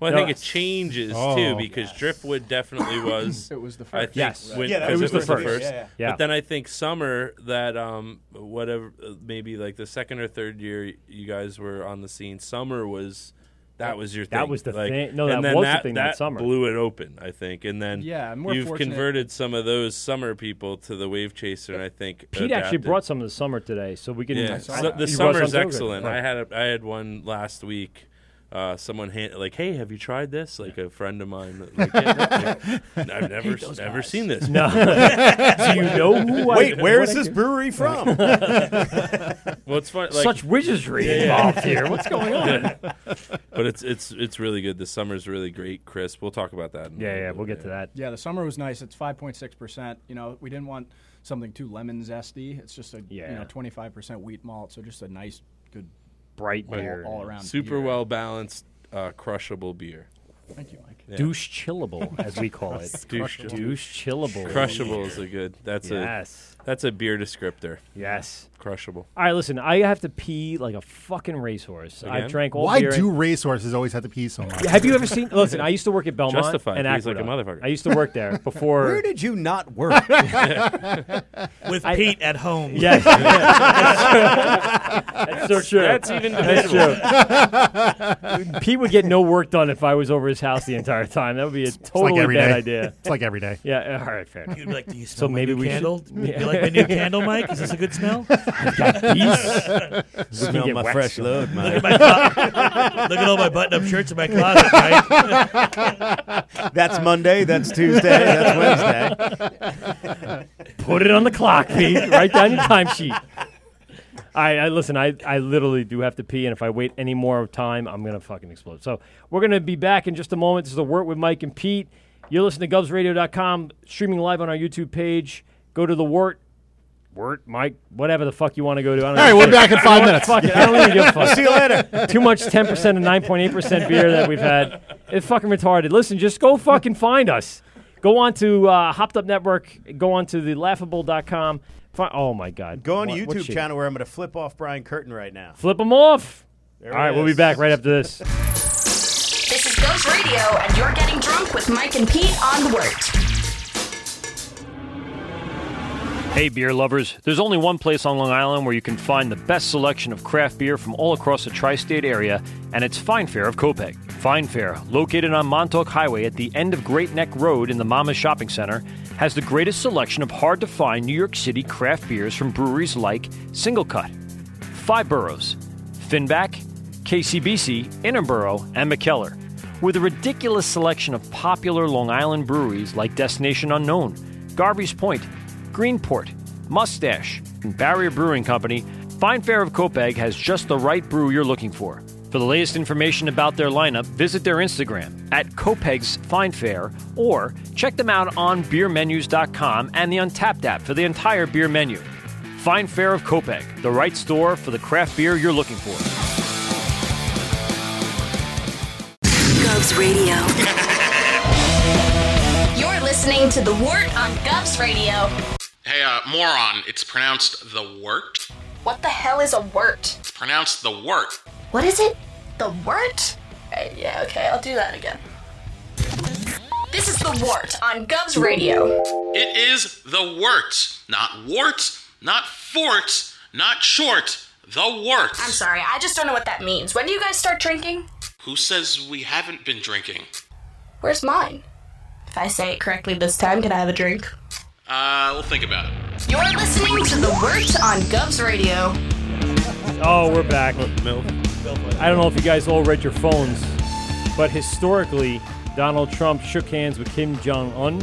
Speaker 19: Well, I think it changes
Speaker 14: Oh.
Speaker 19: too because driftwood definitely was.
Speaker 16: It was the
Speaker 19: I
Speaker 16: first.
Speaker 19: think
Speaker 16: Yes.
Speaker 19: when-
Speaker 16: Yeah, that
Speaker 19: 'cause
Speaker 16: was
Speaker 19: it
Speaker 16: the
Speaker 19: was the
Speaker 16: first.
Speaker 19: first.
Speaker 16: Yeah, yeah, yeah.
Speaker 19: But then I think summer that um whatever uh, maybe like the second or third year you guys were on the scene. Summer was that was your thing.
Speaker 12: That was the
Speaker 19: Like,
Speaker 12: thing- no,
Speaker 19: and
Speaker 12: that
Speaker 19: then
Speaker 12: was the
Speaker 19: that,
Speaker 12: thing that
Speaker 19: that
Speaker 12: summer.
Speaker 19: blew it open. I think, and then
Speaker 12: Yeah, and we're
Speaker 19: you've
Speaker 12: fortunate-
Speaker 19: converted some of those summer people to the wave chaser, and I think
Speaker 12: Pete actually
Speaker 19: adapted.
Speaker 12: brought some of the summer today, so we can.
Speaker 19: Yeah,
Speaker 12: he
Speaker 19: so-
Speaker 12: brought
Speaker 19: the
Speaker 12: some
Speaker 19: summer's
Speaker 12: to it.
Speaker 19: excellent. I had a, I had one last week. Uh, someone hand, like, hey, have you tried this? Like a friend of mine. Like, yeah, like, I've never
Speaker 12: Hate those
Speaker 19: never
Speaker 12: guys.
Speaker 19: seen this.
Speaker 12: No.
Speaker 19: before."
Speaker 12: Do you know who I- Wait, where what is I this do? brewery from?
Speaker 19: well, it's fun. Like,
Speaker 12: Such wizardry involved here. What's going on?
Speaker 19: but it's it's it's really good. The summer's really great, Chris. We'll talk about that. In
Speaker 12: Yeah, yeah, we'll get to that.
Speaker 16: Yeah, the summer was nice. It's 5.6%. You know, we didn't want something too lemon zesty. It's just a you
Speaker 19: Yeah.
Speaker 16: know 25% wheat malt, so just a nice, good,
Speaker 12: bright
Speaker 16: all, all around.
Speaker 19: Super well balanced, uh, crushable beer.
Speaker 16: Thank you, Mike.
Speaker 12: Douche chillable, as we call it.
Speaker 19: Douche
Speaker 12: Douche chillable.
Speaker 19: Crushable is a good. That's
Speaker 12: Yes.
Speaker 19: a that's a beer descriptor.
Speaker 12: Yes.
Speaker 19: Crushable.
Speaker 12: All right, listen. I have to pee like a fucking racehorse.
Speaker 19: Again?
Speaker 12: I've drank all
Speaker 14: why
Speaker 12: beer.
Speaker 14: do racehorses always have to pee so much?
Speaker 12: Have you ever seen? Listen, I used to work at Belmont
Speaker 19: Justified.
Speaker 12: and
Speaker 19: He's like a
Speaker 12: Aqueduct.
Speaker 19: motherfucker.
Speaker 12: I used to work there before.
Speaker 17: Where did you not work?
Speaker 18: With Pete at home.
Speaker 12: Yes. that's so
Speaker 18: That's-
Speaker 12: true.
Speaker 18: that's even
Speaker 12: That's true. Pete would get no work done if I was over his house the entire time. That would be a totally
Speaker 14: every
Speaker 12: bad
Speaker 14: day.
Speaker 12: idea.
Speaker 14: It's like every day.
Speaker 12: Yeah. uh, All right. Fair.
Speaker 18: You'd be like, "Do you
Speaker 12: so
Speaker 18: smell my
Speaker 12: maybe
Speaker 18: new
Speaker 12: we
Speaker 18: candle?
Speaker 12: Should,
Speaker 18: Do you like my new candle, Mike? Is this a good smell?"
Speaker 12: I've got these. We can
Speaker 17: Smell
Speaker 12: get
Speaker 17: my
Speaker 12: wax
Speaker 17: fresh
Speaker 12: on.
Speaker 17: load,
Speaker 18: Look at my clo- look at all my button-up shirts in my closet, Mike.
Speaker 17: That's Monday. That's Tuesday. That's Wednesday.
Speaker 12: Put it on the clock, Pete. Write down your timesheet. I, I listen. I, I literally do have to pee, and if I wait any more time, I'm gonna fucking explode. So we're gonna be back in just a moment. This is the work with Mike and Pete. You're listening to GovsRadio.com, streaming live on our YouTube page. Go to the Wort, Wort, Mike, whatever the fuck you want to go to. I don't
Speaker 14: All right,
Speaker 12: give a
Speaker 14: we're
Speaker 12: shit.
Speaker 14: back in
Speaker 12: I
Speaker 14: five
Speaker 12: don't
Speaker 14: minutes.
Speaker 12: Fuck it. I don't even give a fuck.
Speaker 14: See you later.
Speaker 12: Too much 10% and 9.8% beer that we've had. It's fucking retarded. Listen, just go fucking find us. Go on to uh, Hopped Up Network. Go on to the laughable.com. Fi- oh my God.
Speaker 17: Go on
Speaker 12: What-
Speaker 17: the
Speaker 12: what
Speaker 17: YouTube
Speaker 12: shit.
Speaker 17: channel where I'm going to flip off Brian Curtin right now.
Speaker 12: Flip them off.
Speaker 17: There
Speaker 12: All right,
Speaker 17: it
Speaker 12: we'll be
Speaker 17: is.
Speaker 12: back right after this.
Speaker 8: This is Ghost Radio, and you're getting drunk with Mike and Pete on the Wort.
Speaker 12: Hey, beer lovers. There's only one place on Long Island where you can find the best selection of craft beer from all across the tri state area, and it's Fine Fare of Copeg. Fine Fare, located on Montauk Highway at the end of Great Neck Road in the Mama's Shopping Center, has the greatest selection of hard to find New York City craft beers from breweries like Single Cut, Five Boroughs, Finback, KCBC, Innerborough, and McKellar, with a ridiculous selection of popular Long Island breweries like Destination Unknown, Garvey's Point, Greenport, Mustache, and Barrier Brewing Company. Fine Fare of Copeg has just the right brew you're looking for. For the latest information about their lineup, visit their Instagram at Copeg's Fine Fare or check them out on beermenus.com and the Untapped app for the entire beer menu. Fine Fare of Copeg, the right store for the craft beer you're looking for.
Speaker 1: Govs Radio. you're listening to The Wort on Govs Radio.
Speaker 3: Hey, uh, moron, it's pronounced the wort.
Speaker 8: What the hell is a wort?
Speaker 3: It's pronounced the wort.
Speaker 8: What is it? The wort? Uh, yeah, okay, I'll do that again.
Speaker 1: This is The Wort on Govs Radio.
Speaker 3: It is the wort, not wart, not fort, not short, the wort.
Speaker 8: I'm sorry, I just don't know what that means. When do you guys start drinking?
Speaker 3: Who says we haven't been drinking?
Speaker 8: Where's mine? If I say it correctly this time, can I have a drink?
Speaker 3: Uh, we'll think about it.
Speaker 1: You're listening to The Wort on Govs Radio.
Speaker 2: Oh, we're back. I don't know if you guys all read your phones, but historically, Donald Trump shook hands with Kim Jong Un,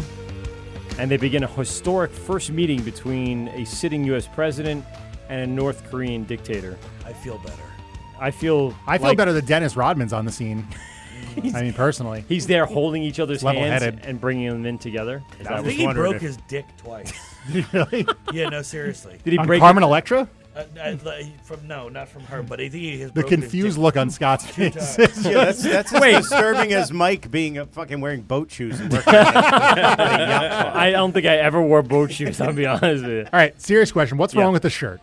Speaker 2: and they began a historic first meeting between a sitting U.S. president and a North Korean dictator.
Speaker 18: I feel better.
Speaker 2: I feel.
Speaker 14: I feel
Speaker 2: like
Speaker 14: better that Dennis Rodman's on the scene. I mean, personally,
Speaker 2: He's there holding each other's hands
Speaker 14: Level-headed.
Speaker 2: and bringing them in together. Is
Speaker 18: I
Speaker 2: that
Speaker 18: think
Speaker 2: what-
Speaker 18: he
Speaker 14: wondering
Speaker 18: broke
Speaker 14: if-
Speaker 18: his dick twice.
Speaker 14: really.
Speaker 18: yeah, no, seriously.
Speaker 2: Did he
Speaker 14: On
Speaker 2: break
Speaker 14: Carmen
Speaker 2: it?
Speaker 14: Electra?
Speaker 18: Uh, I- li- from no, not from her, but I think he has
Speaker 14: The
Speaker 18: broken his
Speaker 14: confused
Speaker 18: dick
Speaker 14: look on Scott's
Speaker 18: two
Speaker 14: face.
Speaker 18: times.
Speaker 14: is
Speaker 17: Yeah, that's,
Speaker 14: just-
Speaker 17: that's as disturbing as Mike being a fucking wearing boat shoes and working. at a yacht club.
Speaker 2: I don't think I ever wore boat shoes. I'll be honest with you.
Speaker 14: All right, serious question. What's
Speaker 2: Yeah.
Speaker 14: wrong with the shirt?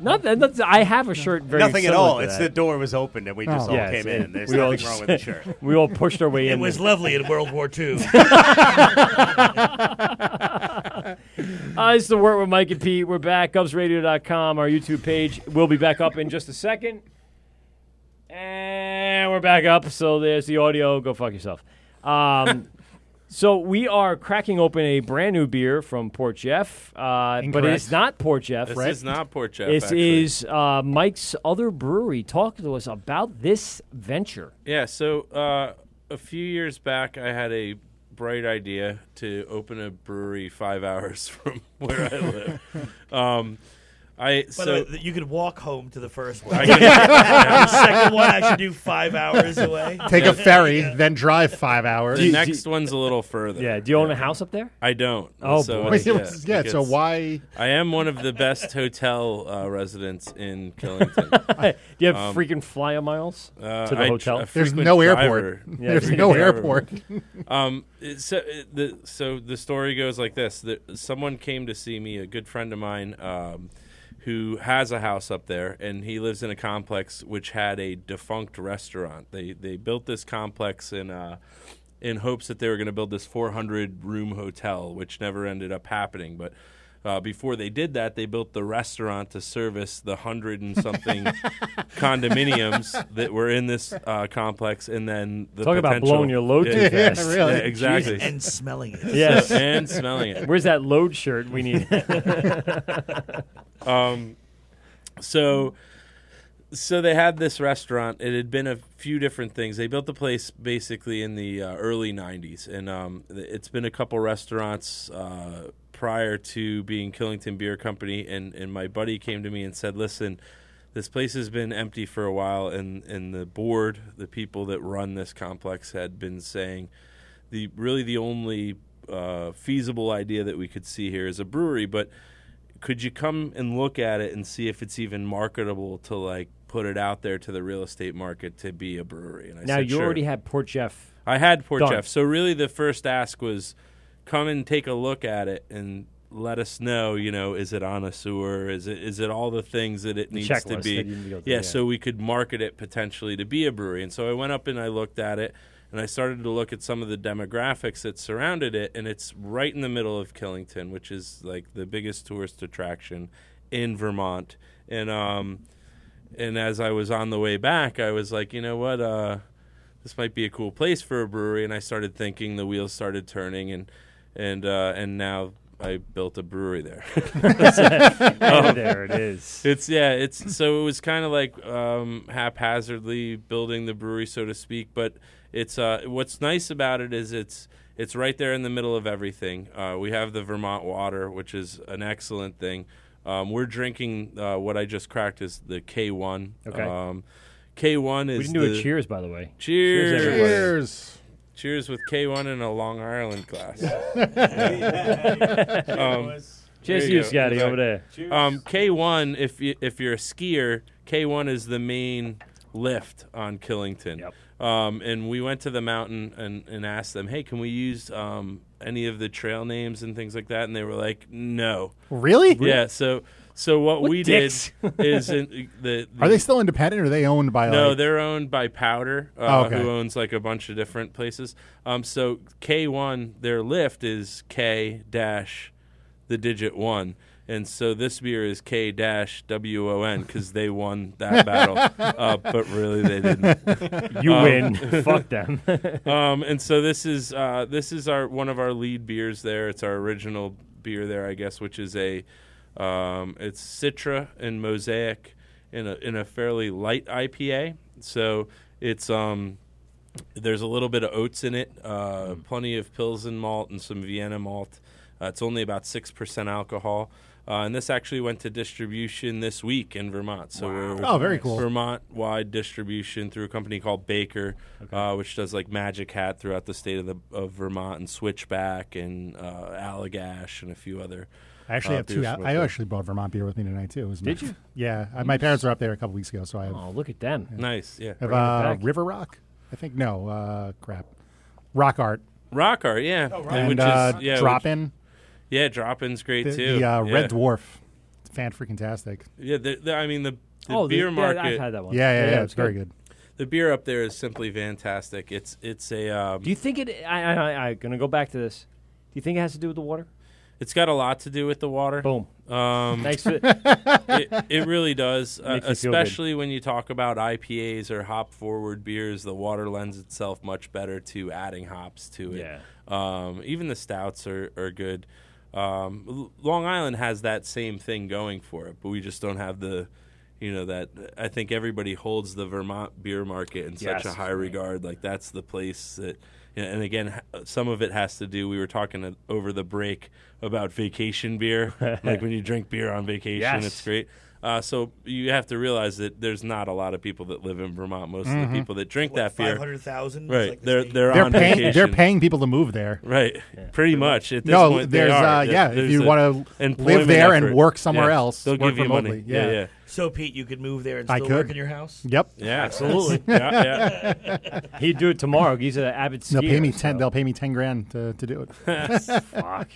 Speaker 2: Not that, not that- I have a shirt. Very
Speaker 17: Nothing at
Speaker 2: similar
Speaker 17: all.
Speaker 2: to
Speaker 17: It's
Speaker 2: that.
Speaker 17: the door was opened and we just
Speaker 2: Oh.
Speaker 17: all
Speaker 2: Yes,
Speaker 17: came
Speaker 2: it-
Speaker 17: in. There's
Speaker 2: we all
Speaker 17: nothing wrong with the shirt.
Speaker 2: we all pushed our way
Speaker 18: It
Speaker 2: in.
Speaker 18: was
Speaker 2: there.
Speaker 18: lovely in World War II.
Speaker 2: Uh, it's the work with Mike and Pete. We're back. Gubsradio.com, our YouTube page. We'll be back up in just a second. And we're back up. So there's the audio. Go fuck yourself. Um, so we are cracking open a brand new beer from Port Jeff, uh, but
Speaker 19: Incorrect.
Speaker 2: it's not Port Jeff,
Speaker 19: This
Speaker 2: right?
Speaker 19: is not Port Jeff,
Speaker 2: This
Speaker 19: actually.
Speaker 2: is uh, Mike's other brewery. Talk to us about this venture.
Speaker 19: Yeah, so uh, a few years back, I had a bright idea to open a brewery five hours from where I live. um, I
Speaker 18: By
Speaker 19: so
Speaker 18: the way, you could walk home to the first one.
Speaker 19: I
Speaker 18: the
Speaker 19: could- Yeah.
Speaker 18: second one I should do five hours away.
Speaker 14: Take a ferry,
Speaker 18: Yeah.
Speaker 14: then drive five hours.
Speaker 19: the next one's a little further.
Speaker 2: Yeah. Do you own a house up there?
Speaker 19: I don't.
Speaker 2: Oh,
Speaker 19: so uh,
Speaker 2: boy.
Speaker 19: it's-
Speaker 14: Wait, it was- yeah, so
Speaker 19: because
Speaker 14: why-
Speaker 19: I am one of the best hotel uh, residents in Killington.
Speaker 2: Do you have
Speaker 19: Um,
Speaker 2: freaking flyer miles
Speaker 19: Uh,
Speaker 2: to the
Speaker 19: I tr-
Speaker 2: hotel?
Speaker 19: a
Speaker 14: There's
Speaker 19: frequent
Speaker 14: no
Speaker 19: driver.
Speaker 14: airport. There's
Speaker 19: frequent
Speaker 14: no
Speaker 19: driver.
Speaker 14: airport.
Speaker 19: um, it- so it- the so the story goes like this: that someone came to see me, a good friend of mine, um, who has a house up there, and he lives in a complex which had a defunct restaurant. They they built this complex in. Uh, in hopes that they were going to build this 400 room hotel, which never ended up happening. But uh, before they did that, they built the restaurant to service the hundred and something condominiums that were in this uh, complex, and then the
Speaker 2: Talk about
Speaker 19: potential-
Speaker 2: blowing your load too
Speaker 19: Yeah,
Speaker 2: fast.
Speaker 19: yeah,
Speaker 2: Really.
Speaker 19: exactly.
Speaker 18: Jesus. And smelling it.
Speaker 2: Yes.
Speaker 19: So- and smelling it.
Speaker 2: Where's that load shirt we need?
Speaker 19: um, so so they had this restaurant. It had been a few different things. They built the place basically in the uh, early '90s, and um, th- it's been a couple restaurants uh, prior to being Killington Beer Company. And and my buddy came to me and said, "Listen." This place has been empty for a while, and, and the board, the people that run this complex, had been saying the really the only uh, feasible idea that we could see here is a brewery. But could you come and look at it and see if it's even marketable to like put it out there to the real estate market to be a brewery? And I
Speaker 2: now
Speaker 19: said,
Speaker 2: you
Speaker 19: sure.
Speaker 2: already had Port Jeff.
Speaker 19: I had Port
Speaker 2: Done.
Speaker 19: Jeff. So really, the first ask was, come and take a look at it and let us know. You know, is it on a sewer? Is it is it all the things that it
Speaker 2: The
Speaker 19: needs to
Speaker 2: checklist
Speaker 19: be?
Speaker 2: that you need to go through,
Speaker 19: yeah,
Speaker 2: yeah.
Speaker 19: So we could market it potentially to be a brewery. And so I went up and I looked at it. And I started to look at some of the demographics that surrounded it, and it's right in the middle of Killington, which is like the biggest tourist attraction in Vermont. And um, and as I was on the way back, I was like, you know what? Uh, this might be a cool place for a brewery. And I started thinking, the wheels started turning, and and uh, and now I built a brewery there.
Speaker 12: oh, there it is.
Speaker 19: It's yeah. It's so it was kind of like um, haphazardly building the brewery, so to speak. But it's uh, what's nice about it is it's it's right there in the middle of everything. Uh, we have the Vermont water, which is an excellent thing. Um, we're drinking uh, what I just cracked is the K1.
Speaker 12: Okay.
Speaker 19: Um, K1 is
Speaker 12: we didn't do
Speaker 19: the-
Speaker 12: a cheers, by the way.
Speaker 19: Cheers.
Speaker 12: everybody.
Speaker 14: Cheers.
Speaker 19: Cheers with K1 and a Long Island glass. Um,
Speaker 12: Cheers
Speaker 19: there
Speaker 12: to you,
Speaker 19: go.
Speaker 12: Scotty, over there.
Speaker 19: Cheers. Um, K1, if you, if you're a skier, K1 is the main lift on Killington. Um, and we went to the mountain and, and asked them, hey, can we use um, any of the trail names and things like that? And they were like, no.
Speaker 14: Really?
Speaker 19: Yeah. So so what,
Speaker 14: What
Speaker 19: we
Speaker 14: dicks?
Speaker 19: did is in, the, the
Speaker 14: Are they still independent or are they owned by
Speaker 19: no,
Speaker 14: like
Speaker 19: they're owned by Powder,
Speaker 14: Oh,
Speaker 19: uh,
Speaker 14: okay.
Speaker 19: who owns like a bunch of different places. Um, so K1, their lift is K dash the digit one. And so this beer is K dash W O N because they won that battle, uh, but really they didn't.
Speaker 12: You win. Fuck them.
Speaker 19: um, and so this is uh, this is our one of our lead beers there. It's our original beer there, I guess, which is a um, it's Citra and Mosaic in a in a fairly light IPA. So it's um, there's a little bit of oats in it, uh, plenty of Pilsen malt and some Vienna malt. Uh, it's only about six percent alcohol. Uh, and this actually went to distribution this week in Vermont. So we're
Speaker 14: Oh, very cool.
Speaker 19: Vermont wide distribution through a company called Baker, uh, which does like Magic Hat throughout the state of the of Vermont and Switchback and uh, Allagash and a few other.
Speaker 14: I actually
Speaker 19: uh,
Speaker 14: have two.
Speaker 19: beers
Speaker 14: I,
Speaker 19: from
Speaker 14: I
Speaker 19: up there.
Speaker 14: actually brought Vermont beer with me tonight too. It was
Speaker 12: Did
Speaker 14: my-
Speaker 12: you?
Speaker 14: Yeah, I, my parents were up there a couple weeks ago, so I. Have,
Speaker 12: Oh, look at them.
Speaker 19: Nice, yeah.
Speaker 14: I Have,
Speaker 19: Bringing it
Speaker 14: uh,
Speaker 19: back.
Speaker 14: River Rock, I think. No, uh, crap. Rock Art.
Speaker 19: Rock Art, yeah,
Speaker 12: Oh,
Speaker 14: And, uh, Drop In.
Speaker 19: Yeah, drop in's great
Speaker 14: The,
Speaker 19: too.
Speaker 14: the, uh,
Speaker 19: yeah.
Speaker 14: Red Dwarf. Fan freaking tastic.
Speaker 19: Yeah, the, the, I mean the, the
Speaker 12: Oh, the-
Speaker 19: beer
Speaker 12: yeah, I've
Speaker 19: market.
Speaker 12: had that one.
Speaker 14: Yeah, yeah, Yeah, yeah, it's it's very
Speaker 12: good.
Speaker 19: The beer up there is simply fantastic. It's it's a. Um,
Speaker 12: Do you think it? I, I, I, I'm gonna go back to this. Do you think it has to do with the water?
Speaker 19: It's got a lot to do with the water.
Speaker 12: Boom.
Speaker 19: Um,
Speaker 12: Thanks for-
Speaker 19: it, it really does, uh,
Speaker 12: Makes you feel good.
Speaker 19: especially when you talk about IPAs or hop forward beers. The water lends itself much better to adding hops to it.
Speaker 12: Yeah.
Speaker 19: Um, even the stouts are, are good. Um, L- Long Island has that same thing going for it, but we just don't have the, you know, that I think everybody holds the Vermont beer market in such a
Speaker 12: Yes.
Speaker 19: high regard. Like that's the place that, you know, and again, ha- some of it has to do. We were talking uh, over the break about vacation beer, like when you drink beer on vacation,
Speaker 12: Yes.
Speaker 19: it's great. Uh, so you have to realize that there's not a lot of people that live in Vermont. Most of
Speaker 14: Mhm.
Speaker 19: the people that drink
Speaker 18: What,
Speaker 19: that beer,
Speaker 18: 500,000?
Speaker 19: right?
Speaker 18: It's like the
Speaker 19: they're
Speaker 18: state.
Speaker 19: they're,
Speaker 14: They're
Speaker 19: on
Speaker 14: paying.
Speaker 19: vacation.
Speaker 14: They're paying people to move there.
Speaker 19: Right, pretty much. At this
Speaker 14: No,
Speaker 19: point,
Speaker 14: there's,
Speaker 19: they are.
Speaker 14: uh, yeah, if
Speaker 19: There's
Speaker 14: you
Speaker 19: a
Speaker 14: wanna
Speaker 19: employment
Speaker 14: live there and
Speaker 19: effort.
Speaker 14: work somewhere
Speaker 19: Yeah.
Speaker 14: else,
Speaker 19: they'll
Speaker 14: work
Speaker 19: give you money.
Speaker 14: remotely.
Speaker 19: Yeah,
Speaker 14: Yeah.
Speaker 19: yeah.
Speaker 18: So, Pete, you could move there and still
Speaker 14: I could.
Speaker 18: work in your house?
Speaker 14: Yep.
Speaker 19: Yeah,
Speaker 12: absolutely.
Speaker 19: yeah,
Speaker 12: yeah. He'd do it tomorrow. He's an avid skier.
Speaker 14: They'll pay me ten. They'll pay me ten grand to, to do it.
Speaker 12: Fuck.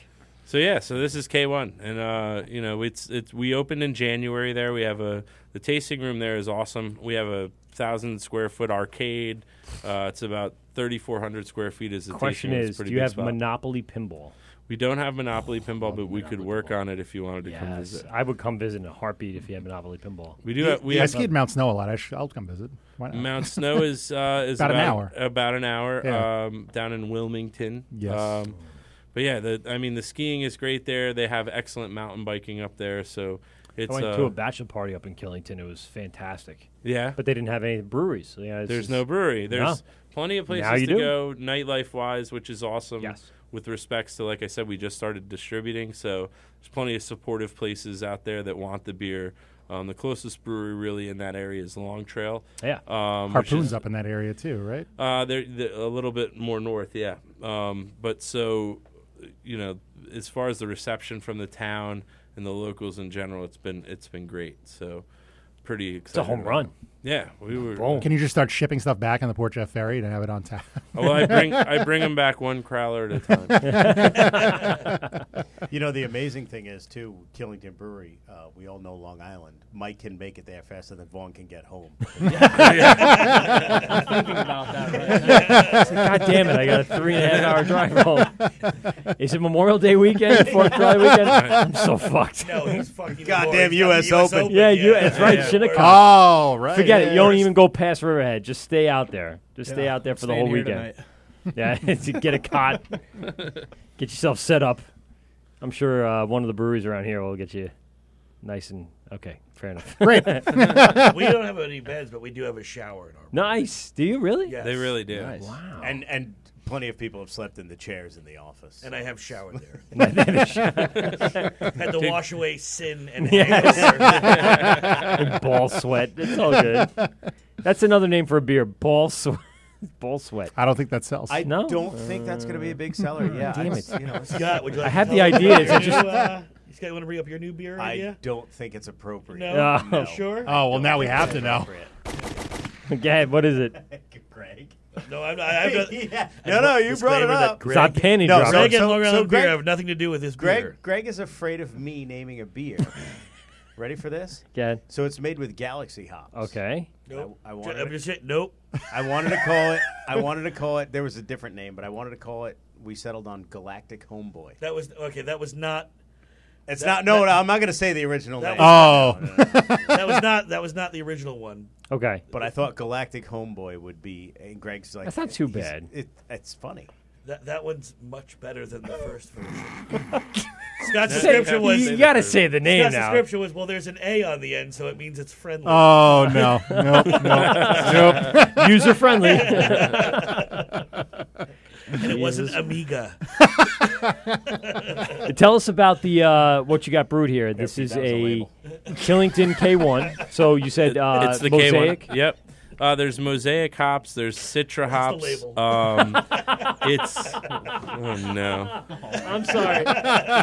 Speaker 19: So yeah, so this is K one, and uh, you know it's it's we opened in January. There we have a the tasting room there is awesome. We have a thousand square foot arcade. Uh, it's about thirty four hundred square feet. Is the tasting
Speaker 12: Question
Speaker 19: room. It's
Speaker 12: is,
Speaker 19: a pretty
Speaker 12: do you
Speaker 19: big
Speaker 12: have
Speaker 19: spot.
Speaker 12: Monopoly pinball?
Speaker 19: We don't have Monopoly pinball, but we could work on it if you wanted to come
Speaker 12: Yes,
Speaker 19: visit.
Speaker 12: I would come visit in a heartbeat if you had Monopoly pinball.
Speaker 19: We do. Have, we
Speaker 14: I
Speaker 19: have
Speaker 14: skied Mount Snow a lot. I should, I'll come visit. Why not?
Speaker 19: Mount Snow is uh, is
Speaker 14: About an hour.
Speaker 19: About an hour
Speaker 14: Yeah.
Speaker 19: um, down in Wilmington.
Speaker 14: Yes.
Speaker 19: Um, but yeah, the I mean the skiing is great there. They have excellent mountain biking up there. So it's
Speaker 12: I went
Speaker 19: uh,
Speaker 12: to a bachelor party up in Killington. It was fantastic.
Speaker 19: Yeah.
Speaker 12: but they didn't have any breweries. So, yeah, it's
Speaker 19: there's
Speaker 12: just-
Speaker 19: no brewery. There's
Speaker 12: No.
Speaker 19: plenty of places
Speaker 12: Now you
Speaker 19: to
Speaker 12: do.
Speaker 19: go nightlife wise, which is awesome. With respects to, like I said, we just started distributing, so there's plenty of supportive places out there that want the beer. Um, the closest brewery really in that area is Long Trail.
Speaker 12: Yeah.
Speaker 19: um, which
Speaker 14: Harpoons
Speaker 19: is-
Speaker 14: up in that area too, right?
Speaker 19: Uh, they're, they're a little bit more north, yeah. Um, but so, you know, as far as the reception from the town and the locals in general, it's been it's been great. So, pretty excited.
Speaker 12: home
Speaker 19: about
Speaker 12: run.
Speaker 19: it. Yeah, we were.
Speaker 14: Can you just start shipping stuff back on the Port Jeff ferry to have it on tap?
Speaker 19: Oh, well, I bring I bring them back one crowler at a time.
Speaker 17: you know the amazing thing is too, Killington Brewery. Uh, we all know Long Island. Mike can make it there faster than Vaughn can get home.
Speaker 12: I'm thinking about that right now. God damn it! I got a three and a half hour drive home. Is it Memorial Day weekend? Fourth of July weekend? I'm so fucked.
Speaker 18: No, he's fucking.
Speaker 17: Goddamn US Open.
Speaker 12: Yeah, you. That's right. Shinnecock.
Speaker 14: Oh, right.
Speaker 12: Forget get it. You don't even go past Riverhead. Just stay out there. Just stay out there for the whole weekend. yeah, get a cot. Get yourself set up. I'm sure uh, one of the breweries around here will get you nice and okay. Fair enough.
Speaker 14: Great.
Speaker 18: we don't have any beds, but we do have a shower in our.
Speaker 12: Nice. Do you really?
Speaker 18: Yes.
Speaker 19: They really do.
Speaker 12: Nice. Wow.
Speaker 17: And and plenty of people have slept in the chairs in the office.
Speaker 18: And I have showered there. Had
Speaker 12: Had
Speaker 18: to wash away sin and hangover.
Speaker 12: and ball sweat. It's all good. That's another name for a beer. Ball sweat. Ball sweat.
Speaker 14: I don't think that sells.
Speaker 17: I
Speaker 12: No.
Speaker 17: don't think that's going to be a big seller. Yeah,
Speaker 12: Oh, Mm-hmm. Damn
Speaker 17: I,
Speaker 12: it.
Speaker 17: You know, it's-
Speaker 18: Scott, would you like
Speaker 12: I
Speaker 18: to
Speaker 12: have
Speaker 18: tell
Speaker 12: the
Speaker 18: us about
Speaker 12: idea, it's
Speaker 18: your
Speaker 12: just-
Speaker 18: new, uh, you guys want to bring up your new beer
Speaker 17: I
Speaker 18: idea?
Speaker 17: don't think it's appropriate.
Speaker 18: No?
Speaker 12: No.
Speaker 18: You Sure.
Speaker 14: Oh well, now we have to know.
Speaker 12: Again, what is it?
Speaker 17: Greg.
Speaker 18: No, I'm not. I'm not
Speaker 17: Yeah. No, no, you brought
Speaker 18: Disclaimer
Speaker 17: it
Speaker 18: that
Speaker 17: up.
Speaker 18: Greg-
Speaker 12: Stop panty
Speaker 17: No,
Speaker 12: dropping.
Speaker 17: so-
Speaker 18: Greg and Long Island
Speaker 17: Greg-
Speaker 18: beer have nothing to do with this
Speaker 17: Greg,
Speaker 18: beer.
Speaker 17: Greg is afraid of me naming a beer. Ready for this?
Speaker 12: Again.
Speaker 17: So it's made with galaxy hops.
Speaker 12: Okay.
Speaker 18: Nope.
Speaker 17: I, I wanted
Speaker 18: I'm
Speaker 17: to-
Speaker 18: just saying, nope.
Speaker 17: I wanted to call it. I wanted to call it. There was a different name, but I wanted to call it. We settled on Galactic Homeboy.
Speaker 18: That was okay. That was not.
Speaker 17: It's
Speaker 18: That-
Speaker 17: not. No,
Speaker 18: that-
Speaker 17: no, I'm not going to say the original
Speaker 18: That
Speaker 17: name.
Speaker 14: Oh.
Speaker 18: That was not. That was not the original one.
Speaker 12: Okay.
Speaker 17: But I thought Galactic Homeboy would be. And Greg's like,
Speaker 12: That's not too
Speaker 17: he's-
Speaker 12: bad.
Speaker 17: It, it's funny.
Speaker 18: That that one's much better than the first version. Scott's
Speaker 12: Say-
Speaker 18: description was.
Speaker 12: you got to say the name
Speaker 18: Scott's
Speaker 12: now.
Speaker 18: description was well. There's an A on the end, so it means it's friendly.
Speaker 14: Oh no, no, no, nope.
Speaker 12: User friendly.
Speaker 18: and it wasn't Amiga.
Speaker 12: Tell us about the uh, what you got brewed here. This
Speaker 17: Everything
Speaker 12: is
Speaker 17: that was a
Speaker 12: a
Speaker 17: label.
Speaker 12: Killington K1. So you said uh,
Speaker 19: it's the
Speaker 12: mosaic.
Speaker 19: K1. Yep. Uh, there's mosaic hops. There's citra hops.
Speaker 18: label?
Speaker 19: Um, it's oh no.
Speaker 12: I'm sorry.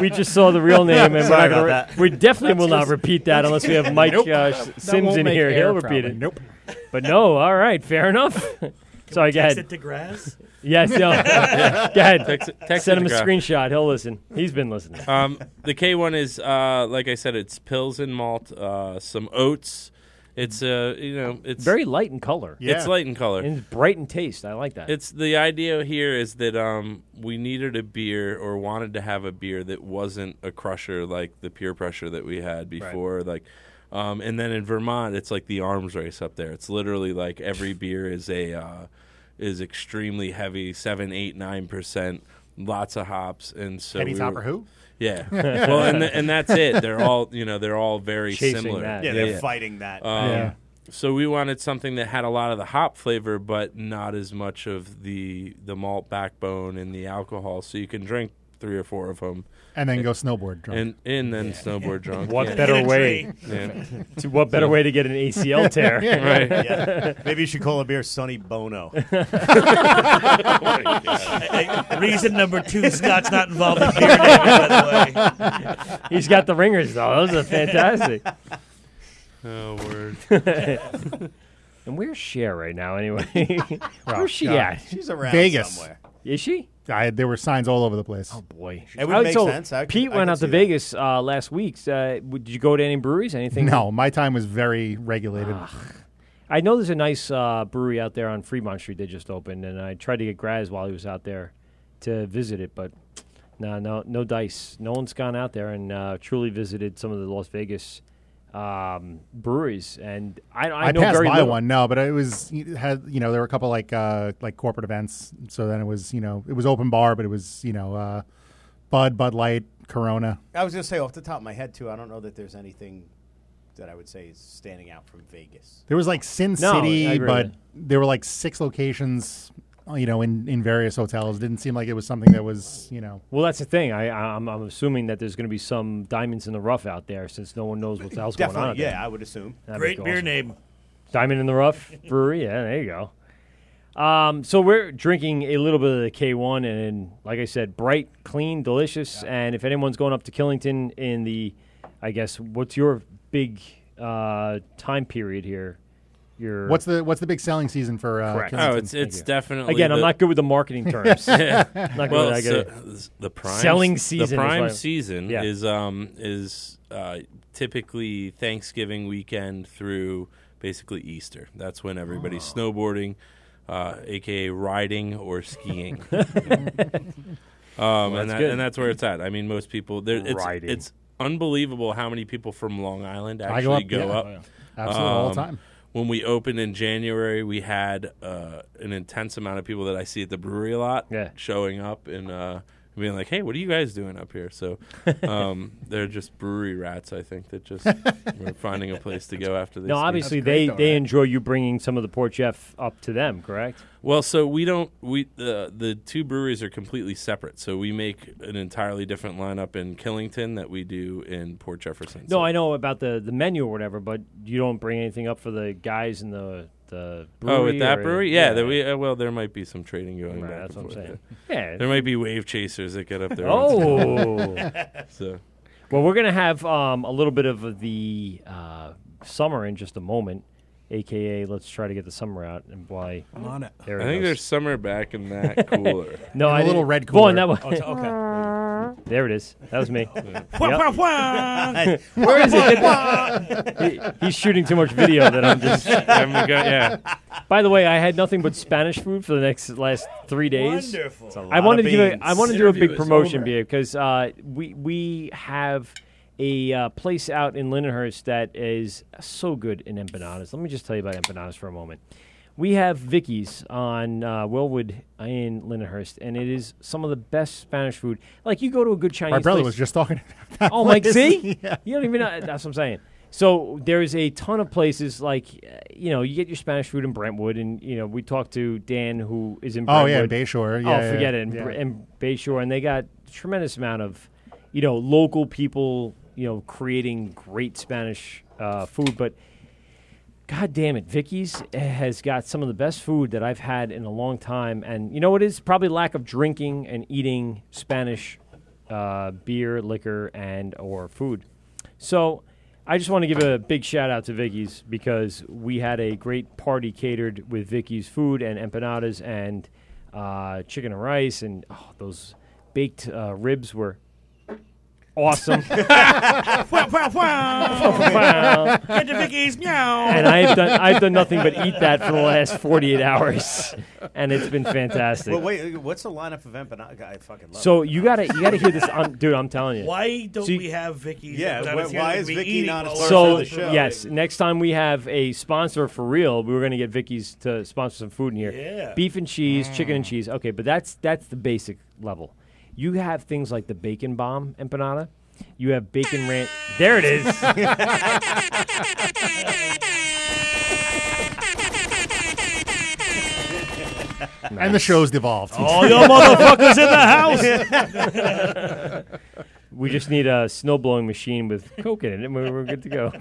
Speaker 12: we just saw the real name, and we're, not
Speaker 17: Sorry
Speaker 12: gonna
Speaker 17: about
Speaker 12: re- we definitely will not repeat that unless we have Mike uh, S- Sims
Speaker 24: won't
Speaker 12: in
Speaker 24: make
Speaker 12: here.
Speaker 24: air,
Speaker 12: He'll repeat
Speaker 24: probably.
Speaker 12: it. Nope. But no, all right, fair enough. sorry, go
Speaker 18: Text
Speaker 12: ahead.
Speaker 18: it to Graz.
Speaker 12: Yes, no. go ahead.
Speaker 19: Text, text
Speaker 12: Send him a
Speaker 19: Graf.
Speaker 12: screenshot. He'll listen. He's been listening.
Speaker 19: Um, the K one is uh, like I said, it's pilsen malt, uh, some oats. It's uh, you know, it's
Speaker 12: Very light in color.
Speaker 14: Yeah.
Speaker 19: It's light in color.
Speaker 12: And it's bright in taste. I like that.
Speaker 19: It's the idea here is that um, we needed a beer or wanted to have a beer that wasn't a crusher like the peer pressure that we had before. Like, um, and then in Vermont, it's like the arms race up there. It's literally like every beer is a uh, is extremely heavy, seven, eight, nine percent, lots of hops, and so
Speaker 14: Penny
Speaker 19: we
Speaker 14: Topper
Speaker 19: were-
Speaker 14: who?
Speaker 19: Yeah, well, and th- and that's it. They're all you know. They're all very
Speaker 12: Chasing
Speaker 19: similar.
Speaker 12: that.
Speaker 17: Yeah, they're fighting that.
Speaker 19: Um,
Speaker 14: Yeah.
Speaker 19: So we wanted something that had a lot of the hop flavor, but not as much of the the malt backbone and the alcohol. So you can drink three or four of them,
Speaker 14: And then go snowboard drunk.
Speaker 19: and and then snowboard drunk.
Speaker 12: What
Speaker 19: yeah.
Speaker 12: better
Speaker 18: In a
Speaker 12: way?
Speaker 18: tree.
Speaker 19: Yeah.
Speaker 12: To what better way to get an ACL tear?
Speaker 19: right?
Speaker 17: yeah. Maybe you should call a beer Sonny Bono.
Speaker 18: Hey, hey, reason number two: Scott's not involved in beer naming, by the way.
Speaker 12: He's got the ringers though. Those are fantastic.
Speaker 19: Oh word.
Speaker 12: and where's Cher right now? Anyway, where's she
Speaker 14: God.
Speaker 12: at?
Speaker 17: She's around
Speaker 14: Vegas.
Speaker 17: somewhere.
Speaker 12: Is she?
Speaker 14: I, there were signs all over the place.
Speaker 12: Boy,
Speaker 17: It would
Speaker 12: Oh,
Speaker 17: make
Speaker 12: so
Speaker 17: sense. I could-
Speaker 12: Pete
Speaker 17: I
Speaker 12: went
Speaker 17: could
Speaker 12: out to
Speaker 17: see that.
Speaker 12: Vegas uh, last week. Uh, w- did you go to any breweries? Anything?
Speaker 14: No, my time was very regulated.
Speaker 12: I know there's a nice uh, brewery out there on Fremont Street that just opened, and I tried to get Graz while he was out there to visit it, but no, no, no dice. No one's gone out there and uh, truly visited some of the Las Vegas um, breweries, and I, I,
Speaker 14: I,
Speaker 12: know
Speaker 14: passed
Speaker 12: very
Speaker 14: by
Speaker 12: little.
Speaker 14: one, no, but it was it had you know there were a couple like uh like corporate events. So then it was you know it was open bar, but it was you know uh Bud, Bud Light, Corona.
Speaker 17: I was going to say off the top of my head too. I don't know that there's anything that I would say is standing out from Vegas.
Speaker 14: There was like Sin
Speaker 12: No, I
Speaker 14: City,
Speaker 12: agree
Speaker 14: but
Speaker 12: with
Speaker 14: there were like six locations, you know, in in various hotels. Didn't seem like it was something that was you know
Speaker 12: Well, that's the thing. I, I- I'm, I'm assuming that there's going to be some diamonds in the rough out there, since no one knows what the hell's going on. out
Speaker 17: Definitely,
Speaker 12: there.
Speaker 17: yeah, I would assume.
Speaker 12: That'd be
Speaker 18: Great beer
Speaker 12: awesome.
Speaker 18: name.
Speaker 12: Diamond in the Rough Brewery. Yeah, there you go. Um, so we're drinking a little bit of the K1, and like I said, bright, clean, delicious. And if anyone's going up to Killington in the, I guess, what's your big uh, time period here? Your
Speaker 14: what's the what's the big selling season for uh,
Speaker 12: Correct.
Speaker 14: Kensington?
Speaker 19: Oh, it's it's definitely
Speaker 12: again? I'm
Speaker 19: the-
Speaker 12: not good with the marketing terms.
Speaker 19: Yeah.
Speaker 12: not good
Speaker 19: well,
Speaker 12: with- I
Speaker 19: so
Speaker 12: gotta-
Speaker 19: the prime
Speaker 12: Selling
Speaker 19: The
Speaker 12: season is
Speaker 19: prime
Speaker 12: like-
Speaker 19: season
Speaker 12: Yeah.
Speaker 19: is um is uh, typically Thanksgiving weekend through basically Easter. That's when everybody's
Speaker 12: Oh.
Speaker 19: snowboarding, uh, aka riding or skiing. um, and, that,
Speaker 12: good.
Speaker 19: and that's where it's at. I mean, most people there. It's,
Speaker 12: Riding.
Speaker 19: it's unbelievable how many people from Long Island
Speaker 14: I
Speaker 19: actually
Speaker 14: go
Speaker 19: go
Speaker 14: up,
Speaker 19: up.
Speaker 12: Oh,
Speaker 14: yeah. Absolutely, all the
Speaker 19: Um,
Speaker 14: time.
Speaker 19: when we opened in January, we had uh, an intense amount of people that I see at the brewery a lot
Speaker 12: yeah.
Speaker 19: showing up and uh, being like, "Hey, what are you guys doing up here?" So um, they're just brewery rats, I think, that just were finding a place to go after this.
Speaker 12: No, obviously they
Speaker 19: though,
Speaker 12: they
Speaker 19: right?
Speaker 12: enjoy you bringing some of the port chef up to them, correct?
Speaker 19: Well, so we don't we the the two breweries are completely separate. So we make an entirely different lineup in Killington that we do in Port Jefferson.
Speaker 12: No, I know about the the menu or whatever, but you don't bring anything up for the guys in the the brewery.
Speaker 19: oh, at that
Speaker 12: or-
Speaker 19: brewery, yeah. there we, uh, well, there might be some trading going
Speaker 12: Right,
Speaker 19: back
Speaker 12: that's
Speaker 19: and
Speaker 12: what
Speaker 19: forth
Speaker 12: I'm saying.
Speaker 19: there.
Speaker 12: Yeah.
Speaker 19: there might be wave chasers that get up there.
Speaker 12: Oh.
Speaker 19: once in a while. so
Speaker 12: Well, we're gonna have um, a little bit of the uh, summer in just a moment, aka let's try to get the summer out and why.
Speaker 25: I'm on it.
Speaker 12: There
Speaker 19: I think
Speaker 12: goes.
Speaker 19: there's summer back in that cooler.
Speaker 12: no,
Speaker 14: And a
Speaker 12: I
Speaker 14: little
Speaker 12: didn't-
Speaker 14: red
Speaker 12: Go on,
Speaker 14: cooler.
Speaker 12: that one.
Speaker 14: Oh, it's- okay.
Speaker 12: there it is. That was me. Yep.
Speaker 14: Wah, wah, wah.
Speaker 12: Where is
Speaker 14: Wah,
Speaker 12: it?
Speaker 14: wah.
Speaker 12: He- he's shooting too much video that I'm just.
Speaker 19: Haven't we got- yeah.
Speaker 12: By the way, I had nothing but Spanish food for the next last three days.
Speaker 18: Wonderful. It's a
Speaker 12: I
Speaker 18: lot
Speaker 12: wanted
Speaker 18: of
Speaker 12: to give a,
Speaker 18: beans.
Speaker 12: I wanted to do a
Speaker 18: Interview
Speaker 12: big
Speaker 18: is
Speaker 12: promotion,
Speaker 18: over.
Speaker 12: Bia, because uh, we we have a uh, place out in Lindenhurst that is so good in empanadas. Let me just tell you about empanadas for a moment. We have Vicky's on uh, Wellwood in Lindenhurst, and it is some of the best Spanish food. Like you go to a good Chinese.
Speaker 14: My brother
Speaker 12: place-
Speaker 14: was just talking about that.
Speaker 12: Oh, Mike,
Speaker 14: place.
Speaker 12: see? You don't even know. That's what I'm saying. So there's a ton of places like, uh, you know, you get your Spanish food in Brentwood, and, you know, we talked to Dan, who is in
Speaker 14: Oh,
Speaker 12: Brentwood.
Speaker 14: yeah, in Bayshore.
Speaker 12: oh,
Speaker 14: Yeah, yeah,
Speaker 12: forget it. In,
Speaker 14: yeah.
Speaker 12: Br- in Bayshore. And they got tremendous amount of, you know, local people, you know, creating great Spanish uh, food. But God damn it, Vicky's has got some of the best food that I've had in a long time, and you know what it is probably lack of drinking and eating Spanish uh, beer, liquor, and or food. So I just want to give a big shout out to Vicky's because we had a great party catered with Vicky's food and empanadas and uh, chicken and rice, and oh, those baked uh, ribs were awesome.
Speaker 13: Wow, wow, wow. Get the Vicky's, meow.
Speaker 12: And I've done I've done nothing but eat that for the last 48 hours, and it's been fantastic.
Speaker 17: Well, wait, what's the lineup of empanada? I fucking love.
Speaker 12: so
Speaker 17: it.
Speaker 12: you gotta you gotta hear this, i dude. I'm telling you.
Speaker 18: Why don't
Speaker 12: So you-
Speaker 18: we have Vicky's?
Speaker 17: Yeah,
Speaker 18: without
Speaker 17: why-
Speaker 18: us here
Speaker 17: why
Speaker 18: that
Speaker 17: is
Speaker 18: we
Speaker 17: Vicky
Speaker 18: eat
Speaker 17: not
Speaker 18: while
Speaker 17: a
Speaker 18: we're
Speaker 12: So
Speaker 18: on the show?
Speaker 12: yes, next time we have a sponsor for real, we are going to get Vicky's to sponsor some food in here.
Speaker 18: Yeah.
Speaker 12: Beef and cheese, chicken and
Speaker 18: Mm.
Speaker 12: cheese. Okay, but that's that's the basic level. You have things like the bacon bomb empanada. You have bacon ranch. There it is.
Speaker 14: And the show's devolved.
Speaker 12: All you motherfuckers in the house. we just need a snow blowing machine with coke in it, and we're, we're good to go.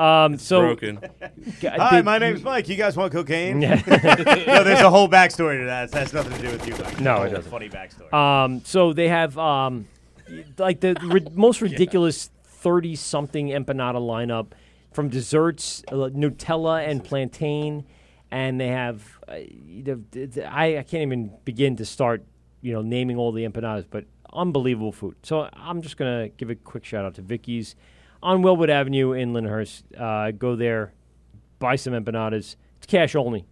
Speaker 12: Um, so
Speaker 19: broken.
Speaker 12: God,
Speaker 17: Hi,
Speaker 12: did
Speaker 17: my
Speaker 12: you-
Speaker 17: name's Mike. You guys want cocaine?
Speaker 12: Yeah.
Speaker 17: no, there's a whole backstory to that. It has nothing to do with you. Mike.
Speaker 12: No,
Speaker 17: It's
Speaker 12: it
Speaker 17: a
Speaker 12: doesn't.
Speaker 17: Funny backstory.
Speaker 12: Um, so they have um, like the ri- most ridiculous thirty-something empanada lineup from desserts, uh, Nutella and plantain, and they have uh, the, the- the- I, I can't even begin to start you know naming all the empanadas, but unbelievable food. So I'm just gonna give a quick shout out to Vicky's on Wellwood Avenue in Lyndhurst. Uh, go there, buy some empanadas. It's cash only.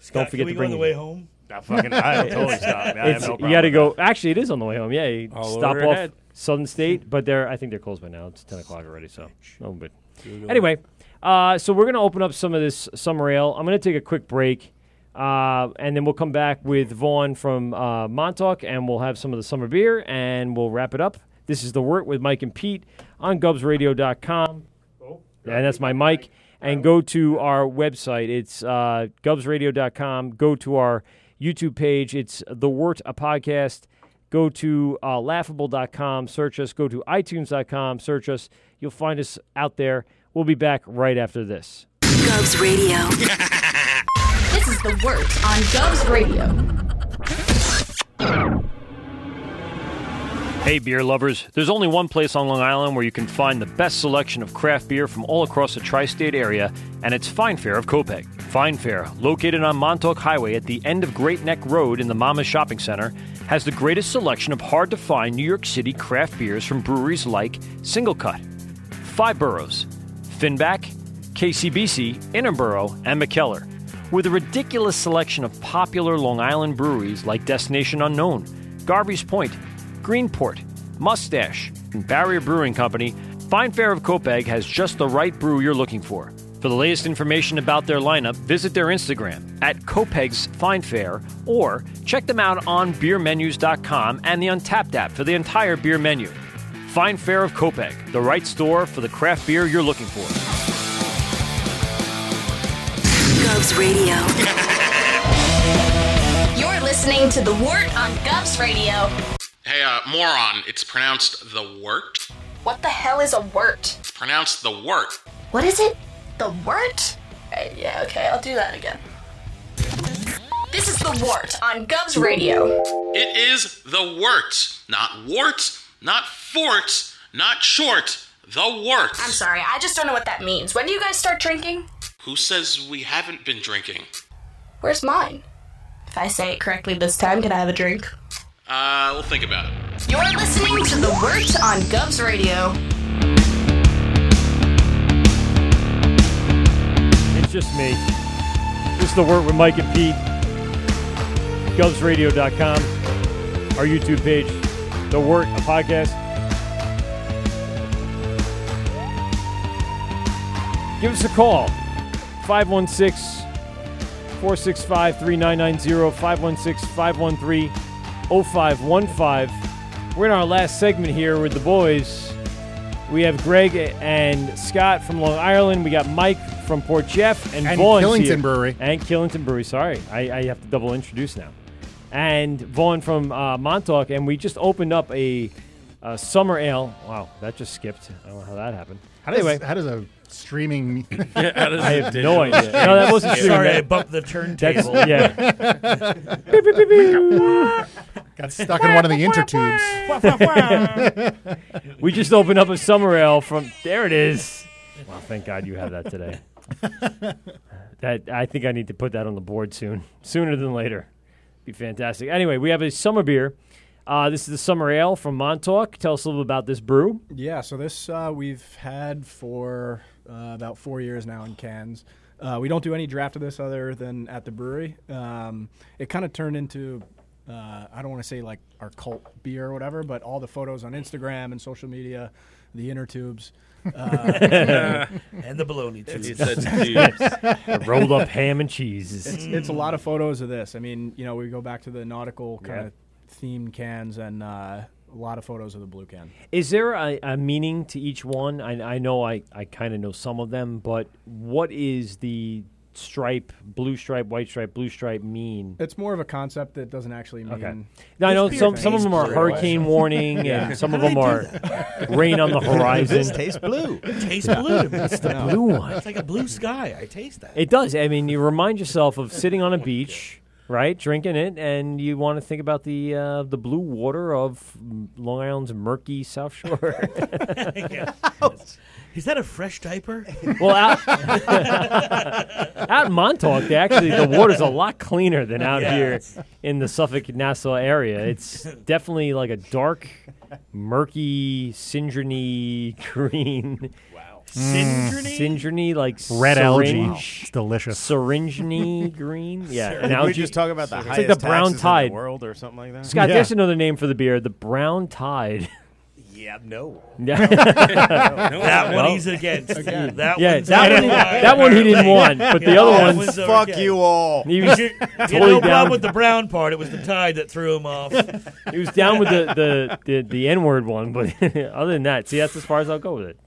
Speaker 18: Scott,
Speaker 12: Don't
Speaker 18: can
Speaker 12: forget
Speaker 18: we
Speaker 12: to
Speaker 18: go on
Speaker 12: bring
Speaker 18: the
Speaker 12: it.
Speaker 18: way home.
Speaker 17: I fucking- I'll totally stop. I have no
Speaker 12: It's-
Speaker 17: problem
Speaker 12: you got to
Speaker 17: with
Speaker 12: go. Actually, it is on the way home. Yeah, you
Speaker 19: All
Speaker 12: stop
Speaker 19: over
Speaker 12: off
Speaker 19: ahead.
Speaker 12: Southern State, but they're I think they're closed by now. It's ten o'clock already, so oh, but
Speaker 19: Google
Speaker 12: anyway. Uh, so we're gonna open up some of this summer ale. I'm gonna take a quick break, uh, and then we'll come back with Vaughn from uh, Montauk, and we'll have some of the summer beer, and we'll wrap it up. This is the work with Mike and Pete on GubsRadio.com. Yeah, Oh. and that's my mic. And go to our website. It's uh, gubsradio.com. Go to our YouTube page. It's The Wort, a podcast. Go to uh, laughable.com. Search us. Go to itunes.com. Search us. You'll find us out there. We'll be back right after this.
Speaker 1: Gov's Radio. this is the wort on Gov's Radio.
Speaker 12: Hey, beer lovers. There's only one place on Long Island where you can find the best selection of craft beer from all across the tri state area, and it's Fine Fare of Copeg. Fine Fare, located on Montauk Highway at the end of Great Neck Road in the Mama's Shopping Center, has the greatest selection of hard to find New York City craft beers from breweries like Single Cut, Five Boroughs, Finback, KCBC, Innerborough, and McKellar, with a ridiculous selection of popular Long Island breweries like Destination Unknown, Garvey's Point, Greenport, Mustache, and Barrier Brewing Company, Fine Fare of Copeg has just the right brew you're looking for. For the latest information about their lineup, visit their Instagram at Copeg's Fine Fair or check them out on beermenus.com and the Untapped app for the entire beer menu. Fine Fair of Copeg, the right store for the craft beer you're looking for.
Speaker 1: Govs Radio. You're listening to The Wort on Govs Radio.
Speaker 3: Hey, uh, moron, it's pronounced the wort.
Speaker 8: What the hell is a wort?
Speaker 3: It's pronounced the wort.
Speaker 8: What is it? The wort? Right, yeah, okay, I'll do that again.
Speaker 1: This is The Wort on Govs Radio.
Speaker 3: It is the wort, not wart, not fort, not short, the wort.
Speaker 8: I'm sorry, I just don't know what that means. When do you guys start drinking?
Speaker 3: Who says we haven't been drinking?
Speaker 8: Where's mine? If I say it correctly this time, can I have a drink?
Speaker 3: Uh, we'll think about it.
Speaker 1: You're listening to The Wort on Govs Radio.
Speaker 12: It's just me. This is The Wort with Mike and Pete. GovsRadio.com, our YouTube page, The Wort, a podcast. Give us a call, 516 465 3990, 516 513 0515. We're in our last segment here with the boys. We have Greg and Scott from Long Ireland. We got Mike from Port Jeff and,
Speaker 14: And
Speaker 12: Vaughn's
Speaker 14: Killington
Speaker 12: here.
Speaker 14: Brewery.
Speaker 12: And Killington Brewery, sorry. I, I have to double introduce now. And Vaughn from uh, Montauk. And we just opened up a, uh summer ale. Wow, that just skipped. I don't know how that happened.
Speaker 14: How does,
Speaker 12: anyway,
Speaker 14: how does a streaming?
Speaker 12: I have no idea. No, that wasn't
Speaker 14: Sorry,
Speaker 12: streaming.
Speaker 14: I bumped the
Speaker 12: That's-
Speaker 14: turntable.
Speaker 12: yeah. Beep, beep, beep, beep.
Speaker 14: Got stuck in one of the intertubes.
Speaker 12: we just opened up a summer ale from. There it is. Well, thank God you have that today. that I think I need to put that on the board soon, sooner than later. Be fantastic. Anyway, we have a summer beer. Uh, this is the summer ale from Montauk. Tell us a little about this brew.
Speaker 16: Yeah, so this uh, we've had for uh, about four years now in cans. Uh, we don't do any draft of this other than at the brewery. Um, it kind of turned into, uh, I don't want to say like our cult beer or whatever, but all the photos on Instagram and social media, the inner tubes. uh,
Speaker 18: And the baloney tubes.
Speaker 16: it's-
Speaker 18: It's the
Speaker 12: tubes. Rolled up ham and cheese.
Speaker 16: It's, it's a lot of photos of this. I mean, you know, we go back to the nautical kind of themed cans and uh, a lot of photos of the blue can.
Speaker 12: Is there a, a meaning to each one? I, I know I, I kind of know some of them, but what is the stripe, blue stripe, white stripe, blue stripe mean?
Speaker 16: It's more of a concept that doesn't actually mean.
Speaker 12: Mm. Okay. Now, I know
Speaker 16: This
Speaker 12: some,
Speaker 16: beer
Speaker 12: some of
Speaker 16: tastes
Speaker 12: them are
Speaker 16: blue.
Speaker 12: hurricane warning,
Speaker 16: Yeah.
Speaker 12: and some
Speaker 16: How
Speaker 12: of
Speaker 16: do
Speaker 12: them
Speaker 16: they do
Speaker 12: are
Speaker 16: that?
Speaker 12: rain on the horizon.
Speaker 16: This tastes blue.
Speaker 18: It tastes blue. to me.
Speaker 12: It's the
Speaker 18: No.
Speaker 12: blue one.
Speaker 18: It's like a blue sky. I taste that.
Speaker 12: It does. I mean, you remind yourself of sitting on a beach, right, drinking it, and you want to think about the uh, the blue water of Long Island's murky South Shore.
Speaker 18: Is that a fresh diaper?
Speaker 12: Well, out, out in Montauk, they actually the water's a lot cleaner than out
Speaker 18: Yeah.
Speaker 12: here in the Suffolk Nassau area. It's definitely like a dark, murky, singerny green. Wow,
Speaker 14: Singerny?
Speaker 12: singerny like
Speaker 14: Red algae.
Speaker 12: syringe,
Speaker 14: Wow. It's delicious.
Speaker 12: Syringy green, yeah.
Speaker 17: Syringe.
Speaker 12: an
Speaker 17: Did we
Speaker 12: algae-
Speaker 17: just talk about the
Speaker 12: it's like
Speaker 17: highest
Speaker 12: the brown
Speaker 17: taxes in the
Speaker 12: tide
Speaker 17: world or something like that?
Speaker 12: Scott,
Speaker 17: Yeah.
Speaker 12: there's another name for the beer, the brown tide.
Speaker 17: Yeah, no.
Speaker 12: Yeah.
Speaker 18: That one he's against. Again. That
Speaker 12: yeah,
Speaker 18: one's
Speaker 12: that,
Speaker 18: a
Speaker 12: one,
Speaker 18: liar,
Speaker 12: that one he didn't
Speaker 18: apparently.
Speaker 12: want, but the
Speaker 18: Yeah,
Speaker 12: other
Speaker 18: that
Speaker 12: one.
Speaker 18: one's a- okay.
Speaker 12: He was
Speaker 18: You had
Speaker 12: totally
Speaker 18: no
Speaker 12: down.
Speaker 18: problem with the brown part. It was the tide that threw him off.
Speaker 12: he was down with the the, the, the N word one, but other than that, see, that's as far as I'll go with it.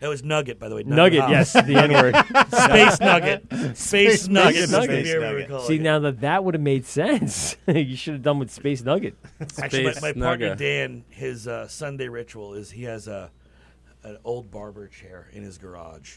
Speaker 18: That was Nugget, by the way.
Speaker 12: Nugget,
Speaker 18: Hop.
Speaker 12: yes, the N word.
Speaker 18: Space Nugget. Space Nugget. is the
Speaker 12: Nugget.
Speaker 18: beer we were calling
Speaker 12: See,
Speaker 18: it.
Speaker 12: now that that would have made sense. you should have done with Space Nugget.
Speaker 18: Actually, my, my partner Dan, his uh, Sunday ritual is he has a an old barber chair in his garage,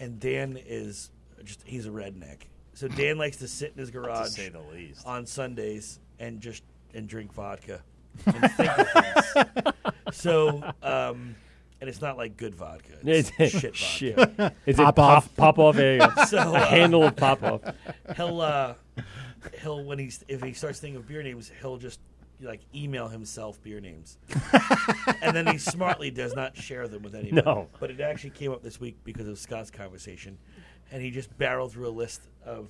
Speaker 18: and Dan is just he's a redneck. So Dan likes to sit in his garage,
Speaker 17: say the least.
Speaker 18: on Sundays and just and drink vodka. And think of things. So, um, and it's not like good vodka. It's
Speaker 12: It's-
Speaker 18: shit
Speaker 12: shit.
Speaker 18: vodka.
Speaker 12: Is it Pop off. pop- pop off? There you go.
Speaker 18: So, uh,
Speaker 12: A handle of pop off.
Speaker 18: He'll uh, he'll when he's if he starts thinking of beer names, he'll just like email himself beer names, and then he smartly does not share them with anyone.
Speaker 12: No.
Speaker 18: but it actually came up this week because of Scott's conversation, and he just barreled through a list of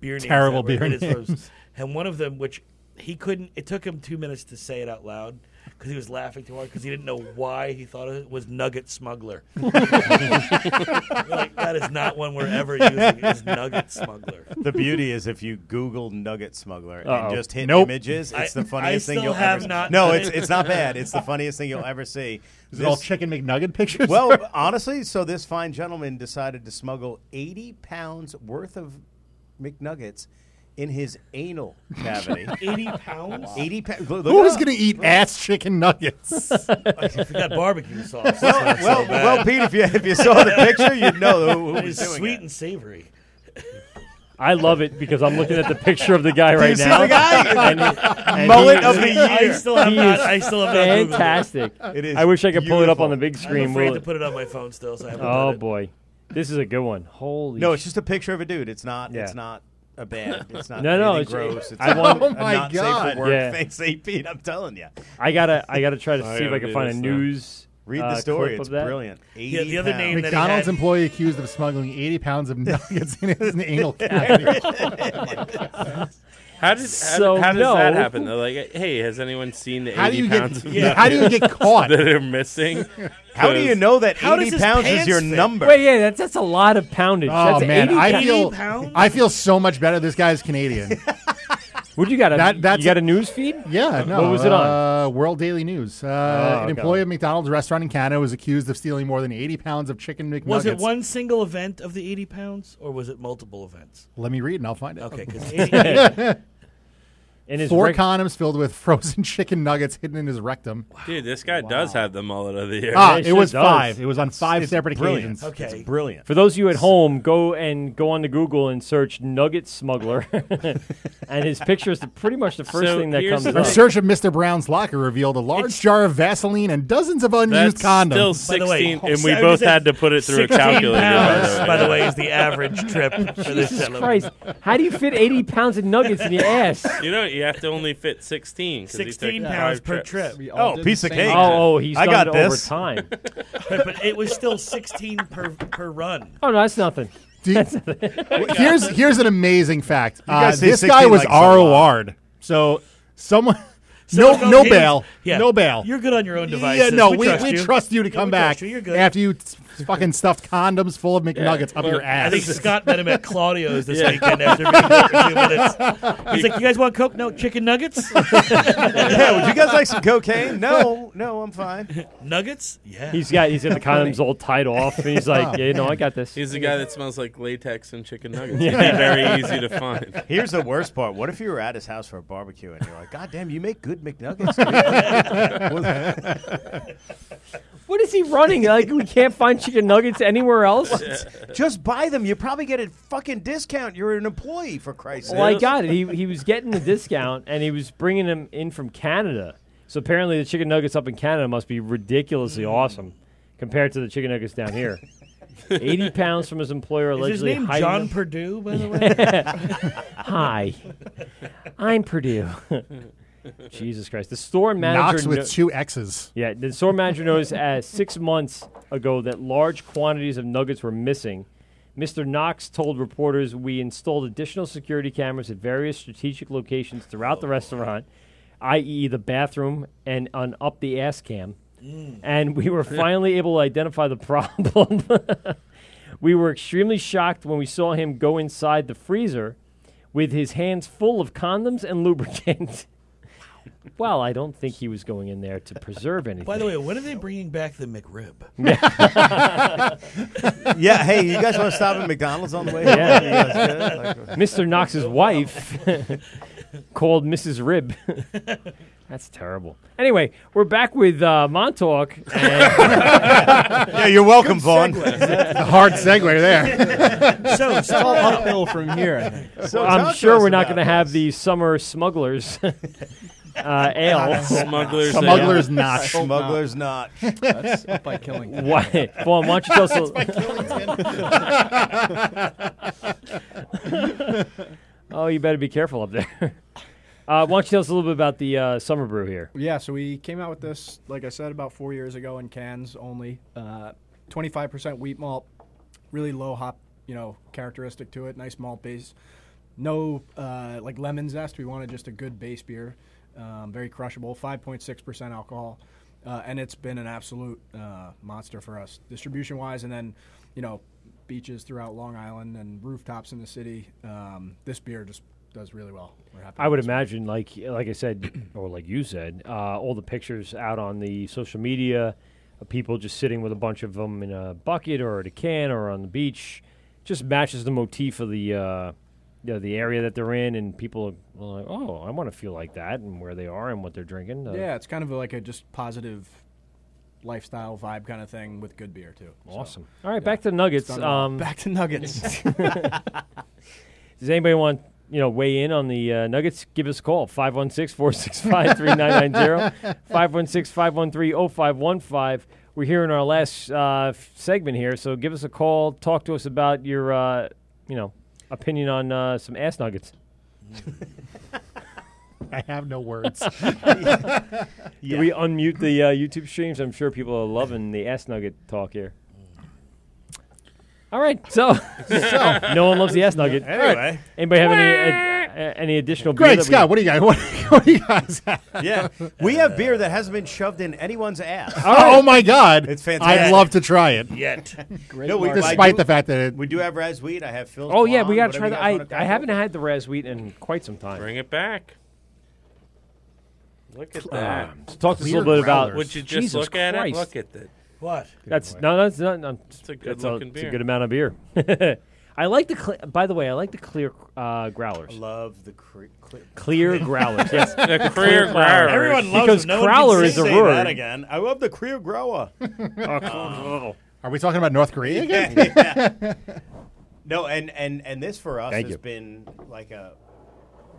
Speaker 18: beer names. that
Speaker 14: Terrible
Speaker 18: were
Speaker 14: beer
Speaker 18: in his roast.
Speaker 14: names.
Speaker 18: and one of them which he couldn't. It took him two minutes to say it out loud because he was laughing too hard because he didn't know why he thought it was Nugget Smuggler. We're like that is not one we're ever using. It's Nugget Smuggler.
Speaker 17: The beauty is if you Google Nugget Smuggler
Speaker 12: Uh-oh.
Speaker 17: and just hit
Speaker 12: Nope.
Speaker 17: images,
Speaker 12: I-
Speaker 17: it's the
Speaker 12: I
Speaker 17: funniest thing
Speaker 12: still
Speaker 17: you'll
Speaker 12: have
Speaker 17: ever.
Speaker 12: not
Speaker 17: no,
Speaker 12: done
Speaker 17: it's
Speaker 12: it.
Speaker 17: it's not bad. It's the funniest thing you'll ever see.
Speaker 14: Is it all chicken McNugget pictures?
Speaker 17: Well, honestly, so this fine gentleman decided to smuggle 80 pounds worth of McNuggets in his anal cavity.
Speaker 18: 80 pounds?
Speaker 17: 80 pounds.
Speaker 14: Who is going to eat ass chicken nuggets?
Speaker 18: I forgot barbecue sauce.
Speaker 17: Well,
Speaker 18: That's
Speaker 17: well,
Speaker 18: so bad.
Speaker 17: well, Pete, if you if you saw the picture, you'd know who, who
Speaker 18: It
Speaker 17: was
Speaker 18: is
Speaker 17: doing
Speaker 18: sweet
Speaker 17: it.
Speaker 18: and savory.
Speaker 12: I love it because I'm looking at the picture of the guy
Speaker 17: Do you
Speaker 12: right
Speaker 17: see
Speaker 12: now.
Speaker 17: the guy?
Speaker 12: And he- and
Speaker 17: Mullet
Speaker 12: he-
Speaker 17: of the year. I still have
Speaker 12: he
Speaker 17: not-
Speaker 12: is
Speaker 17: I still have not Googled it.
Speaker 12: Fantastic.
Speaker 17: It is
Speaker 12: I wish I could pull it up on the big
Speaker 18: I'm
Speaker 12: screen.
Speaker 18: afraid
Speaker 12: Will
Speaker 18: to
Speaker 12: it-
Speaker 18: put it on my phone still, so I haven't
Speaker 12: oh
Speaker 18: done it.
Speaker 12: boy, this is a good one. Holy.
Speaker 17: No,
Speaker 12: sh-
Speaker 17: it's just a picture of a dude. It's not. It's
Speaker 12: Yeah.
Speaker 17: not a bad. It's not.
Speaker 12: No, no,
Speaker 17: anything
Speaker 12: it's-
Speaker 17: gross. It's
Speaker 12: I
Speaker 17: not,
Speaker 12: want-
Speaker 17: a
Speaker 12: Oh, my
Speaker 17: not Safe
Speaker 12: God.
Speaker 17: for work.
Speaker 12: Yeah.
Speaker 17: Thanks, AP. I'm telling you.
Speaker 12: I gotta, I gotta try to
Speaker 17: I
Speaker 12: see if
Speaker 17: gotta
Speaker 12: I can
Speaker 17: do
Speaker 12: find
Speaker 17: this
Speaker 12: a
Speaker 17: now.
Speaker 12: news.
Speaker 17: Read the
Speaker 12: uh,
Speaker 17: story.
Speaker 12: clip
Speaker 17: It's
Speaker 12: of that.
Speaker 17: brilliant.
Speaker 18: Yeah, the other
Speaker 17: 80
Speaker 18: name that he
Speaker 14: McDonald's
Speaker 18: had-
Speaker 14: employee accused of smuggling 80 pounds of nuggets in his anal cavity. Oh
Speaker 19: How did how,
Speaker 14: So,
Speaker 19: how does
Speaker 14: no.
Speaker 19: that happen? They're like, uh, hey, has anyone seen the
Speaker 14: How do
Speaker 19: eighty
Speaker 14: you get-
Speaker 19: pounds? of
Speaker 14: yeah, how do you
Speaker 19: nuggets
Speaker 14: get caught?
Speaker 19: that are missing?
Speaker 17: How do you
Speaker 19: 'Cause-
Speaker 17: know that 80 pounds is your number?
Speaker 12: Wait, yeah, that's that's a lot of poundage.
Speaker 14: Oh
Speaker 12: that's
Speaker 14: man,
Speaker 12: 80
Speaker 14: I
Speaker 12: pounds.
Speaker 14: feel I feel so much better. This guy's Canadian.
Speaker 12: What you got? A,
Speaker 14: That- that's
Speaker 12: you got a news feed?
Speaker 14: Yeah, no.
Speaker 12: What was it on?
Speaker 14: Uh, World Daily News. Uh,
Speaker 12: Oh, okay.
Speaker 14: an employee of McDonald's restaurant in Canada was accused of stealing more than 80 pounds of chicken McNuggets.
Speaker 18: Was it one single event of the 80 pounds, or was it multiple events?
Speaker 14: Let me read and I'll find it.
Speaker 18: Okay, 'cause 80
Speaker 12: In his
Speaker 14: Four
Speaker 12: rec-
Speaker 14: condoms filled with frozen chicken nuggets hidden in his rectum.
Speaker 19: Dude, this guy does have the mullet of the year.
Speaker 14: Ah, it was five. It was on five separate occasions.
Speaker 18: Okay.
Speaker 17: brilliant.
Speaker 12: For those of you at home, go and go on to Google and search Nugget Smuggler, and his picture is the, pretty much the first
Speaker 14: So
Speaker 12: thing that
Speaker 14: here's
Speaker 12: comes
Speaker 14: the
Speaker 12: up.
Speaker 14: A search of Mr. Brown's locker revealed a large jar of Vaseline and dozens of unused
Speaker 19: That's
Speaker 14: condoms.
Speaker 19: still By the way,
Speaker 18: oh,
Speaker 19: 16, and we both had to put it through a
Speaker 18: 16
Speaker 19: calculator, by the
Speaker 18: Pounds,
Speaker 19: way.
Speaker 18: by the way, is the average trip for this
Speaker 12: Jesus
Speaker 18: gentleman.
Speaker 12: Christ! How do you fit 80 pounds of nuggets in your ass?
Speaker 19: You know, you have to only fit sixteen. 'cause he took
Speaker 18: 16
Speaker 19: five
Speaker 18: pounds per
Speaker 19: trips.
Speaker 18: trip.
Speaker 17: all Oh, did piece the of same cake. thing.
Speaker 12: Oh, oh, he's
Speaker 17: I got this.
Speaker 12: over time.
Speaker 18: but, but it was still 16 per per run.
Speaker 12: Oh no, that's nothing.
Speaker 14: Do you- here's here's an amazing fact. Uh,
Speaker 17: guys say
Speaker 14: this
Speaker 17: 16
Speaker 14: guy was
Speaker 17: likes a lot.
Speaker 14: ROR'd. So someone,
Speaker 18: So,
Speaker 14: no no
Speaker 18: he-
Speaker 14: bail,
Speaker 18: yeah,
Speaker 14: no bail.
Speaker 18: You're good on your own devices.
Speaker 14: Yeah, no,
Speaker 18: we,
Speaker 14: we,
Speaker 18: trust,
Speaker 14: we
Speaker 18: you.
Speaker 14: trust you to
Speaker 18: Yeah,
Speaker 14: come
Speaker 18: we trust
Speaker 14: back
Speaker 18: you. You're good.
Speaker 14: after you s- fucking stuffed condoms full of McNuggets up
Speaker 19: well,
Speaker 14: your ass.
Speaker 18: I think Scott met him at Claudio's this
Speaker 19: Yeah.
Speaker 18: weekend after being there for two minutes. He's like, "You guys want Coke? No, chicken nuggets?
Speaker 17: yeah, would you guys like some cocaine? No, no, I'm fine.
Speaker 18: nuggets? Yeah."
Speaker 12: He's got he's got the condoms all tied off, and he's like, yeah, no, I got this.
Speaker 19: He's the guy that smells like latex and chicken nuggets.
Speaker 12: Yeah.
Speaker 19: It'd be very easy to find.
Speaker 17: Here's the worst part. What if you were at his house for a barbecue and you're like, God damn, you make good McNuggets. dude."
Speaker 12: What is he running? Like we can't find chicken nuggets anywhere else.
Speaker 17: Just buy them. You probably get a fucking discount. You're an employee, for Christ's
Speaker 12: Well, I
Speaker 17: sake.
Speaker 12: got it. He he was getting the discount, and he was bringing them in from Canada. So apparently, the chicken nuggets up in Canada must be ridiculously
Speaker 18: Mm.
Speaker 12: awesome compared to the chicken nuggets down here. Eighty pounds from his employer
Speaker 18: Is his
Speaker 12: allegedly.
Speaker 18: name
Speaker 12: hiding
Speaker 18: John
Speaker 12: them.
Speaker 18: Perdue, by the way?
Speaker 12: Hi, I'm Purdue. Jesus Christ! The store manager
Speaker 14: Knox with
Speaker 12: kno-
Speaker 14: two X's.
Speaker 12: Yeah, the store manager noticed as six months ago that large quantities of nuggets were missing. Mr. Knox told reporters, "We installed additional security cameras at various strategic locations throughout the restaurant, i.e., the bathroom and an up the ass cam, and we were finally able to identify the problem." We were extremely shocked when we saw him go inside the freezer with his hands full of condoms and lubricant. well, I don't think he was going in there to preserve anything.
Speaker 18: By the way, when are they bringing back the McRib?
Speaker 17: yeah, hey, you guys want to stop at McDonald's on the way? You guys good?
Speaker 12: Yeah.
Speaker 17: Like-
Speaker 12: Mr. Knox's wife called Mrs. Rib. That's terrible. Anyway, we're back with uh, Montauk. yeah,
Speaker 17: you're welcome, Good Vaughn. segue. A hard segue there.
Speaker 18: So,
Speaker 16: It's all uphill from here, I think. So
Speaker 12: I'm
Speaker 16: talk to
Speaker 12: sure
Speaker 16: us
Speaker 12: we're not
Speaker 16: about
Speaker 12: going to have the summer smugglers uh, ale.
Speaker 19: Smugglers
Speaker 14: Smugglers ale. Notch.
Speaker 17: Smugglers Notch.
Speaker 16: That's up by Killington.
Speaker 12: Why, Vaughn? Why don't you tell
Speaker 16: That's
Speaker 12: us?
Speaker 16: by
Speaker 12: a-
Speaker 16: Killington.
Speaker 12: oh, you better be careful up there. Uh, why don't you tell us a little bit about the uh, summer brew here?
Speaker 16: Yeah, so we came out with this, like I said, about four years ago in cans only. Uh, 25% wheat malt, really low hop, you know, characteristic to it. Nice malt base. No, uh, like lemon zest. We wanted just a good base beer. um, very crushable, 5.6% alcohol. Uh, and it's been an absolute uh, monster for us distribution wise. And then, you know, beaches throughout Long Island and rooftops in the city. Um, this beer just does really well.
Speaker 12: I would imagine, like like I said, or like you said, uh, all the pictures out on the social media, of people just sitting with a bunch of them in a bucket or at a can or on the beach, just matches the motif of the uh, you know, the area that they're in, and people are like, oh, I want to feel like that, and where they are and what they're drinking. Uh,
Speaker 16: yeah, it's kind of like a just positive lifestyle vibe kind of thing with good beer too.
Speaker 12: Awesome. So, all right, yeah. back to Nuggets. Um,
Speaker 16: back to Nuggets.
Speaker 12: Does anybody want you know, weigh in on the uh, Nuggets, give us a call 516 465 3990, 516 513 0515. We're here in our last uh, f- segment here, so give us a call. Talk to us about your, uh, you know, opinion on uh, some ass nuggets.
Speaker 14: I have no words.
Speaker 12: yeah. we unmute the uh, YouTube streams? I'm sure people are loving the ass nugget talk here. All right, so, so no one loves the ass nugget.
Speaker 17: Anyway, right.
Speaker 12: anybody have any ad, any additional?
Speaker 14: Great,
Speaker 12: beer
Speaker 14: Scott, what do you got? What, what do you guys? Have?
Speaker 17: Yeah, we have beer that hasn't been shoved in anyone's ass.
Speaker 14: oh, oh my God,
Speaker 17: it's fantastic.
Speaker 14: I'd love to try it.
Speaker 17: Yet,
Speaker 14: Great no, we, despite do, the fact that it,
Speaker 17: we do have raz wheat. I have Phil's.
Speaker 12: Oh yeah, we got to try that. I I haven't had the raz wheat in quite some time.
Speaker 19: Bring it back. Look at that. Um,
Speaker 12: so talk to us a little bit growlers. about.
Speaker 19: Would you just Jesus look at Christ. it? Look at that.
Speaker 18: What? Good
Speaker 12: that's way. no, that's not. No,
Speaker 19: it's a good looking
Speaker 12: a,
Speaker 19: beer.
Speaker 12: a good amount of beer. I like the. Cl- by the way, I like the clear uh, growlers.
Speaker 17: I love the cre- clear,
Speaker 12: clear growlers. Yes,
Speaker 19: the clear growlers.
Speaker 17: Everyone
Speaker 12: loves because
Speaker 17: them.
Speaker 12: No growler is
Speaker 17: say
Speaker 12: a word. Oh,
Speaker 17: That again. I love the clear grower.
Speaker 14: uh, Are we talking about North Korea again? Yeah, yeah.
Speaker 17: no, and and and this for us Thank has you. been like a,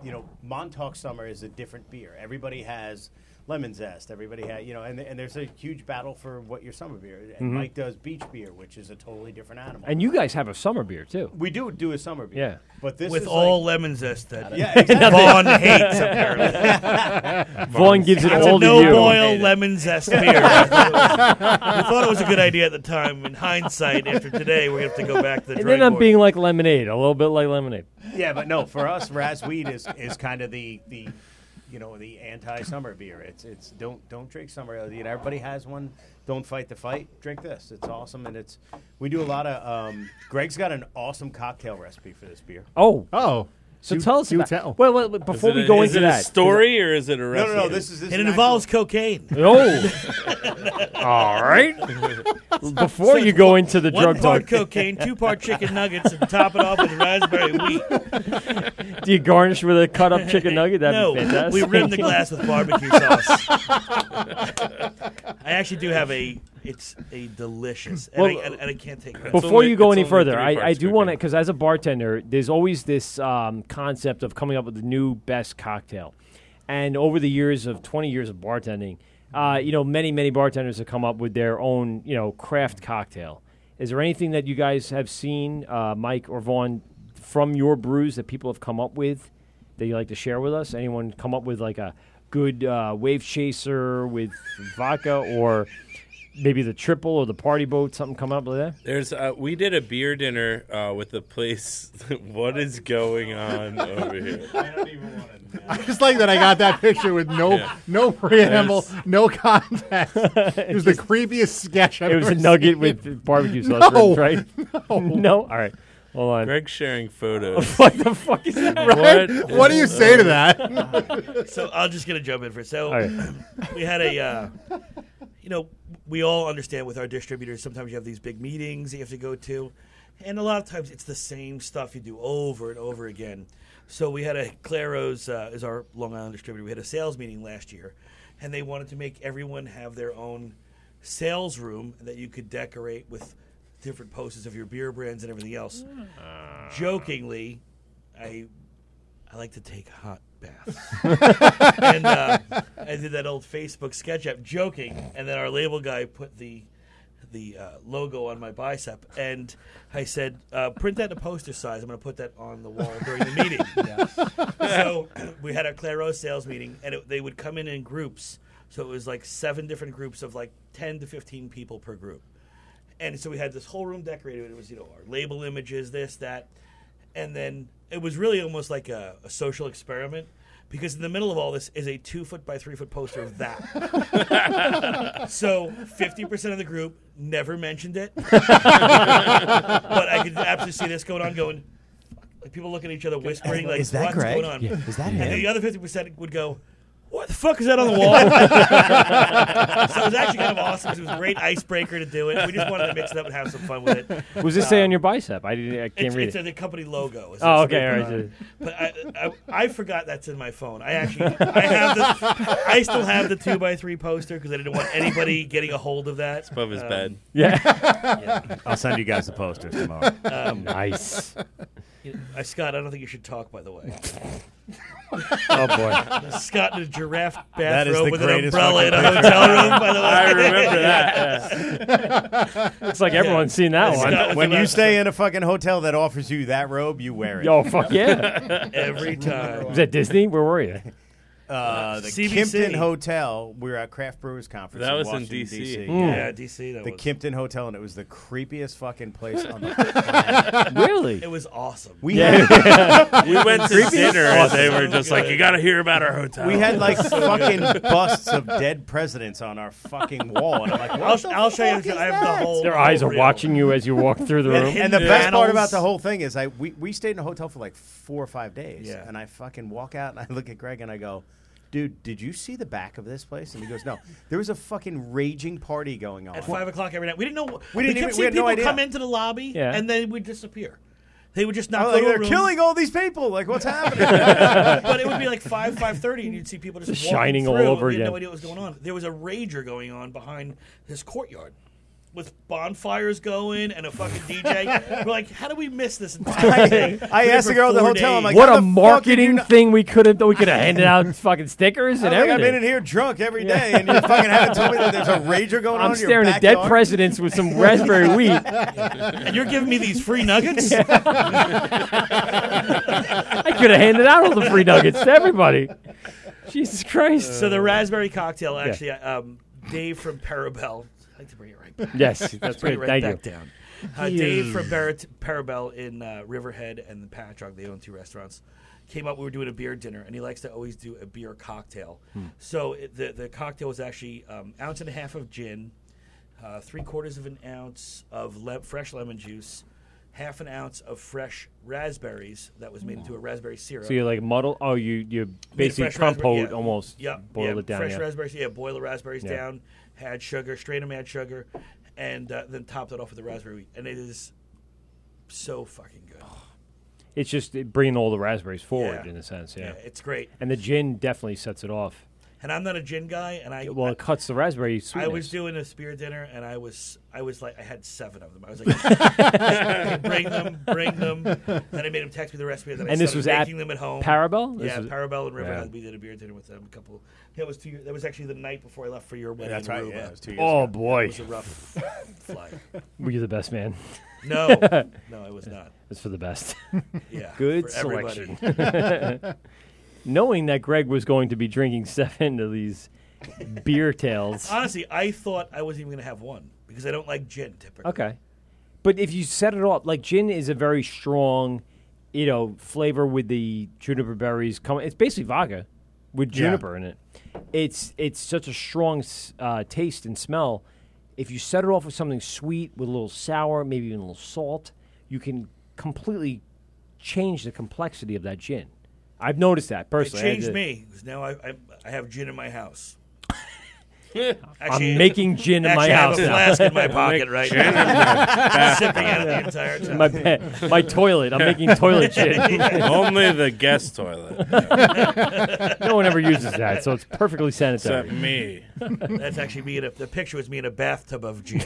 Speaker 17: you know, Montauk summer is a different beer. Everybody has lemon zest. Everybody had, you know, and, and there's a huge battle for what your summer beer. And mm-hmm. Mike does beach beer, which is a totally different animal.
Speaker 12: And you guys have a summer beer too.
Speaker 17: We do do a summer beer.
Speaker 12: Yeah,
Speaker 17: but this
Speaker 18: with
Speaker 17: is
Speaker 18: all
Speaker 17: like,
Speaker 18: lemon zest that
Speaker 17: yeah, exactly.
Speaker 18: Vaughn hates apparently.
Speaker 12: Vaughn gives it all to
Speaker 18: no
Speaker 12: you.
Speaker 18: boil lemon zest beer. we thought it was a good idea at the time. In hindsight, after today, we have to go back to the.
Speaker 12: And then I'm being like lemonade, a little bit like lemonade.
Speaker 17: Yeah, but no, for us, Raz Weed is is kind of the the you know the anti-summer beer. It's it's don't don't drink summer. You know, everybody has one. Don't fight the fight. Drink this. It's awesome, and it's we do a lot of. Um, Greg's got an awesome cocktail recipe for this beer.
Speaker 12: Oh
Speaker 14: oh.
Speaker 12: So do, tell us about.
Speaker 14: Tell.
Speaker 12: Well, well, before we
Speaker 19: a,
Speaker 12: go
Speaker 19: is
Speaker 12: into
Speaker 19: it
Speaker 12: that,
Speaker 19: a story is it, or is it a recipe?
Speaker 17: No, no, no. This is this
Speaker 18: it involves actual. cocaine.
Speaker 12: Oh, all right. Before so you go into the
Speaker 18: one
Speaker 12: drug
Speaker 18: part
Speaker 12: talk,
Speaker 18: cocaine, two part chicken nuggets, and top it off with raspberry wheat.
Speaker 12: Do you garnish with a cut up chicken nugget? That'd
Speaker 18: no,
Speaker 12: be fantastic.
Speaker 18: we rim the glass with barbecue sauce. I actually do have a it's a delicious, and, well, I, and, and I, can't take it.
Speaker 12: Before only, you go any further, I, I, do want to, because as a bartender, there's always this um, concept of coming up with the new best cocktail. And over the years of 20 years of bartending, uh, you know, many, many bartenders have come up with their own, you know, craft cocktail. Is there anything that you guys have seen, uh, Mike or Vaughn, from your brews that people have come up with that you like to share with us? Anyone come up with like a good uh, wave chaser with vodka or maybe the triple or the party boat, something come up like that?
Speaker 19: There's uh, we did a beer dinner uh, with the place. what is going on over here? I don't even
Speaker 14: want to. Know. I just like that I got that picture with no yeah. no preamble, There's... no context. It was the creepiest sketch I've
Speaker 12: It was
Speaker 14: a
Speaker 12: nugget
Speaker 14: seen.
Speaker 12: with barbecue sauce,
Speaker 14: no,
Speaker 12: right?
Speaker 14: No.
Speaker 12: no, all right. Hold on.
Speaker 19: Greg's sharing photos.
Speaker 12: what the fuck is that?
Speaker 14: Right? What, what do you say to that?
Speaker 18: so I'm just gonna jump in for so right. we had a uh, you know we all understand with our distributors sometimes you have these big meetings that you have to go to and a lot of times it's the same stuff you do over and over again. So we had a Claro's uh, is our Long Island distributor. We had a sales meeting last year, and they wanted to make everyone have their own sales room that you could decorate with different posters of your beer brands and everything else. Uh, Jokingly, I I like to take hot baths, and uh, I did that old Facebook sketch up joking, and then our label guy put the the uh, logo on my bicep, and I said, uh, "Print that to poster size. I'm going to put that on the wall during the meeting." Yeah. So we had our Claro sales meeting, and it, they would come in in groups. So it was like seven different groups of like ten to fifteen people per group and so we had this whole room decorated. It was you know our label images, this that, and then it was really almost like a, a social experiment because in the middle of all this is a two foot by three foot poster of that. so fifty percent of the group never mentioned it, but I could absolutely see this going on. Going, like people looking at each other, whispering, like,
Speaker 17: Is that
Speaker 18: "What's
Speaker 17: Greg?
Speaker 18: going on?"
Speaker 17: Yeah. Is that
Speaker 18: and
Speaker 17: him?
Speaker 18: the other fifty percent would go. What the fuck is that on the wall? so it was actually kind of awesome. 'cause It was a great icebreaker to do it. We just wanted to mix it up and have some fun with it. Um,
Speaker 12: What does this say on your bicep? I didn't. I can't
Speaker 18: Uh, it's,
Speaker 12: read
Speaker 18: it's
Speaker 12: it.
Speaker 18: the company logo. is
Speaker 12: Oh,
Speaker 18: what
Speaker 12: okay,
Speaker 18: they
Speaker 12: all right.
Speaker 18: put on. But I, I, I forgot that's in my phone. I actually, I have the, I still have the two by three poster because I didn't want anybody getting a hold of that. It's
Speaker 19: above his bed.
Speaker 18: yeah.
Speaker 17: I'll send you guys the posters tomorrow.
Speaker 12: Nice.
Speaker 18: you know, uh, Scott, I don't think you should talk. By the way.
Speaker 17: Oh, boy.
Speaker 18: Scott in a giraffe
Speaker 17: That is
Speaker 18: bathrobe
Speaker 17: the
Speaker 18: with an
Speaker 17: greatest
Speaker 18: umbrella in a
Speaker 17: fucking
Speaker 18: hotel
Speaker 17: picture.
Speaker 18: room. By the way,
Speaker 17: I remember that,
Speaker 18: Yeah.
Speaker 12: Looks like everyone's seen that one.
Speaker 18: Scott with
Speaker 17: when
Speaker 18: the
Speaker 17: you
Speaker 18: robe.
Speaker 17: stay in a fucking hotel that offers you that robe, you wear it.
Speaker 12: Yo, fuck yeah.
Speaker 18: Every time.
Speaker 12: Was that Disney? Where were you?
Speaker 17: Uh, the
Speaker 18: CBC.
Speaker 17: Kimpton Hotel. We were at Craft Brewers Conference.
Speaker 19: That was in
Speaker 17: Washington,
Speaker 19: DC.
Speaker 12: Mm.
Speaker 18: Hmm. Yeah, DC that
Speaker 17: the
Speaker 18: was.
Speaker 17: Kimpton Hotel, and it was the creepiest fucking place on the planet.
Speaker 12: Really?
Speaker 18: It was awesome.
Speaker 17: We had-
Speaker 19: we went to
Speaker 17: Creepiest
Speaker 19: dinner and
Speaker 17: awesome.
Speaker 19: they were just like,
Speaker 18: good.
Speaker 19: "You got to hear about our hotel."
Speaker 17: We had like
Speaker 18: So
Speaker 17: fucking
Speaker 18: good.
Speaker 17: busts of dead presidents on our fucking wall, and I'm like,
Speaker 18: I'll,
Speaker 17: what the
Speaker 18: I'll show you.
Speaker 17: fuck is
Speaker 18: I have the
Speaker 17: that?
Speaker 18: whole.
Speaker 12: Their eyes
Speaker 18: whole
Speaker 12: are
Speaker 18: reel.
Speaker 12: watching you as you walk through the
Speaker 18: And-
Speaker 12: room.
Speaker 17: And the best part
Speaker 18: panels.
Speaker 17: about the whole thing is, I we, we stayed in a hotel for like four or five days.
Speaker 18: Yeah.
Speaker 17: And I fucking walk out and I look at Greg and I go, "Dude, did you see the back of this place?" And he goes, "No, there was a fucking raging party going on."
Speaker 18: at five o'clock every night. We didn't know.
Speaker 17: We
Speaker 18: We didn't.
Speaker 17: didn't
Speaker 18: We
Speaker 17: even-
Speaker 18: kept
Speaker 17: we
Speaker 18: seeing
Speaker 17: had no
Speaker 18: people
Speaker 17: idea.
Speaker 18: come into the lobby
Speaker 12: Yeah.
Speaker 18: and they would disappear. They would just not
Speaker 17: I'm
Speaker 18: go
Speaker 17: like,
Speaker 18: to a
Speaker 17: they're
Speaker 18: room.
Speaker 17: killing all these people. Like, what's happening?
Speaker 18: but it would be like five five thirty, and you'd see people just
Speaker 12: Just
Speaker 18: walking
Speaker 12: shining all
Speaker 18: through.
Speaker 12: over
Speaker 18: We had
Speaker 12: again.
Speaker 18: no idea what was going on. There was a rager going on behind his courtyard. With bonfires going and a fucking DJ, we're like, how do we miss this entire thing?
Speaker 17: I asked the girl at the hotel, I'm like,
Speaker 12: what a
Speaker 17: how the fuck did
Speaker 12: marketing thing we could have we could have handed out fucking stickers and
Speaker 17: I'm like, I've been
Speaker 12: everything.
Speaker 17: in here drunk every day, and you fucking haven't told me that there's a rager going on.
Speaker 12: I'm
Speaker 17: in your
Speaker 12: staring at dead
Speaker 17: backyard?
Speaker 12: presidents with some raspberry wheat.
Speaker 18: and you're giving me these free nuggets?
Speaker 12: I could have handed out all the free nuggets to everybody. Jesus Christ.
Speaker 18: So the raspberry cocktail, actually, um, Dave from Parabel. I like to bring it right back.
Speaker 12: Yes,
Speaker 18: Let's
Speaker 12: that's
Speaker 18: bring it
Speaker 12: good.
Speaker 18: right
Speaker 12: Thank
Speaker 18: back
Speaker 12: you.
Speaker 18: down. Uh, Dave from Barrett, Parabel in uh, Riverhead and the Patchogue, they own two restaurants. Came up, we were doing a beer dinner, and he likes to always do a beer cocktail.
Speaker 12: Hmm.
Speaker 18: So it, the the cocktail was actually um, ounce and a half of gin, uh, three quarters of an ounce of le- fresh lemon juice, half an ounce of fresh raspberries that was made into a raspberry syrup.
Speaker 12: So you like muddle? Oh, you you
Speaker 18: Made
Speaker 12: basically
Speaker 18: fresh raspberry-
Speaker 12: compote
Speaker 18: yeah.
Speaker 12: almost.
Speaker 18: Yep,
Speaker 12: Boil
Speaker 18: yeah,
Speaker 12: it down.
Speaker 18: Fresh
Speaker 12: yeah.
Speaker 18: raspberries, yeah. Boil the raspberries
Speaker 12: Yeah.
Speaker 18: down. Had sugar, strain them, add sugar, and uh, then topped it off with the raspberry. wheat. And it is so fucking good.
Speaker 12: It's just it bringing all the raspberries forward
Speaker 18: Yeah.
Speaker 12: in a sense. Yeah.
Speaker 18: Yeah, it's great.
Speaker 12: And the gin definitely sets it off.
Speaker 18: And I'm not a gin guy, and I
Speaker 12: Well, it cuts the raspberry
Speaker 18: I
Speaker 12: sweetness.
Speaker 18: was doing a spear dinner, and I was I was like I had seven of them. I was like, bring them, bring them. Then I made him text me the recipe. Then I
Speaker 12: And this
Speaker 18: started
Speaker 12: was at
Speaker 18: making them at home.
Speaker 12: Parabel? This
Speaker 18: yeah,
Speaker 12: was-
Speaker 18: Parabel and Riverhead.
Speaker 12: Yeah.
Speaker 18: We did a beer dinner with them. A couple. That was two. year- That was actually the night before I left for your wedding.
Speaker 17: that's
Speaker 18: in
Speaker 17: right,
Speaker 18: Aruba.
Speaker 17: yeah, it was two years
Speaker 12: Oh
Speaker 17: ago.
Speaker 18: It
Speaker 12: boy,
Speaker 18: was a rough flyer.
Speaker 12: were you the best man?
Speaker 18: No, no, I was not.
Speaker 12: It's for the best.
Speaker 18: Yeah,
Speaker 12: good
Speaker 18: for everybody.
Speaker 12: selection. Knowing that Greg was going to be drinking seven of these beer tails.
Speaker 18: Honestly, I thought I wasn't even going to have one because I don't like gin typically.
Speaker 12: Okay. But if you set it up, like gin is a very strong, you know, flavor with the juniper berries coming. It's basically vodka with
Speaker 14: Yeah.
Speaker 12: juniper in it. It's it's such a strong s- uh, taste and smell. If you set it off with something sweet with a little sour, maybe even a little salt, you can completely change the complexity of that gin. I've noticed that
Speaker 18: It
Speaker 12: personally. I
Speaker 18: changed
Speaker 12: did-
Speaker 18: me 'cause now I, I I have gin in my house.
Speaker 12: I'm making gin in my
Speaker 18: actually, I have
Speaker 12: house
Speaker 18: a
Speaker 12: now.
Speaker 18: flask in my pocket right now. sipping out of the entire time.
Speaker 12: My ba- my toilet. I'm making toilet gin.
Speaker 19: Only the guest toilet.
Speaker 12: no one ever uses that, so it's perfectly sanitary.
Speaker 19: Except me.
Speaker 18: That's actually me in a, the picture was me in a bathtub of gin.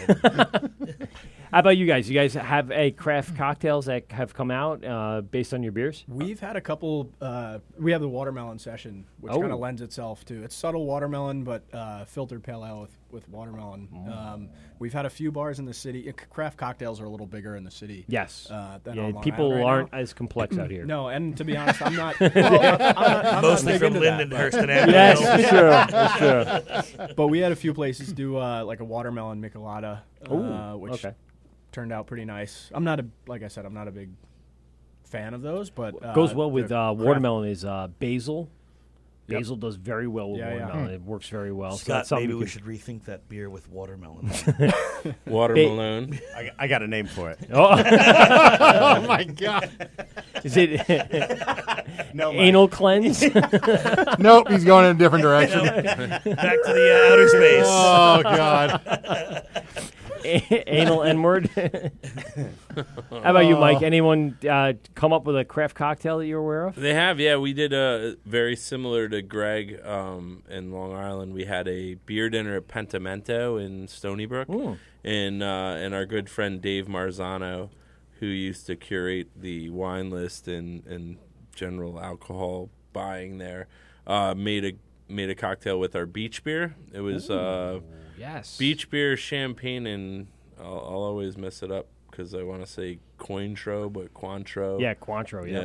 Speaker 12: How about you guys? You guys have a craft cocktails that have come out uh, based on your beers?
Speaker 16: We've had a couple. Uh, we have the watermelon session, which
Speaker 12: Oh.
Speaker 16: kind of lends itself to it's subtle watermelon, but uh, filtered pale ale with, with watermelon.
Speaker 12: Mm.
Speaker 16: Um, we've had a few bars in the city. Uh, c- Craft cocktails are a little bigger in the city.
Speaker 12: Yes.
Speaker 16: uh, than
Speaker 12: Yeah,
Speaker 16: on Long
Speaker 12: people
Speaker 16: Island right
Speaker 12: aren't
Speaker 16: now.
Speaker 12: as complex out here.
Speaker 16: No, and to be honest, I'm not. well, I'm not- I'm not
Speaker 18: Mostly
Speaker 16: big
Speaker 18: from
Speaker 16: into that,
Speaker 18: Lindenhurst
Speaker 16: but-
Speaker 18: and Avenue. Yes, that's true,
Speaker 12: that's true.
Speaker 16: But we had a few places do uh, like a watermelon michelada, uh,
Speaker 12: Ooh,
Speaker 16: which
Speaker 12: okay.
Speaker 16: turned out pretty nice. I'm not a like I said, I'm not a big fan of those, but uh,
Speaker 12: Goes well with
Speaker 16: the
Speaker 12: uh,
Speaker 16: craft-
Speaker 12: watermelon is uh, basil, Yep. Basil does very well with
Speaker 18: Yeah, yeah.
Speaker 12: watermelon.
Speaker 18: Hmm.
Speaker 12: It works very well.
Speaker 18: Scott,
Speaker 12: that's something
Speaker 18: maybe
Speaker 12: you
Speaker 18: we
Speaker 12: can-
Speaker 18: should rethink that beer with watermelon.
Speaker 12: Watermelon.
Speaker 17: I, I got a name for it.
Speaker 12: Oh.
Speaker 18: Oh, my God.
Speaker 12: Is it
Speaker 17: No, Mike.
Speaker 12: anal cleanse?
Speaker 17: Nope, he's going in a different direction.
Speaker 12: Nope.
Speaker 17: Back to the, uh, outer space.
Speaker 14: Oh, God.
Speaker 12: A- anal N word. How about you, Mike?
Speaker 19: Oh.
Speaker 12: Anyone uh, come up with a craft cocktail that you're aware of?
Speaker 19: They have, yeah. We did a very similar to Greg um, in Long Island. We had a beer dinner at Pentamento in Stony Brook,
Speaker 12: Ooh.
Speaker 19: and uh, and our good friend Dave Marzano, who used to curate the wine list and and general alcohol buying there, uh, made a made a cocktail with our beach beer. It was uh,
Speaker 12: yes.
Speaker 19: beach beer, champagne, and I'll, I'll always mess it up because I want to say Cointreau, but Cointreau.
Speaker 12: Yeah, Cointreau, yeah.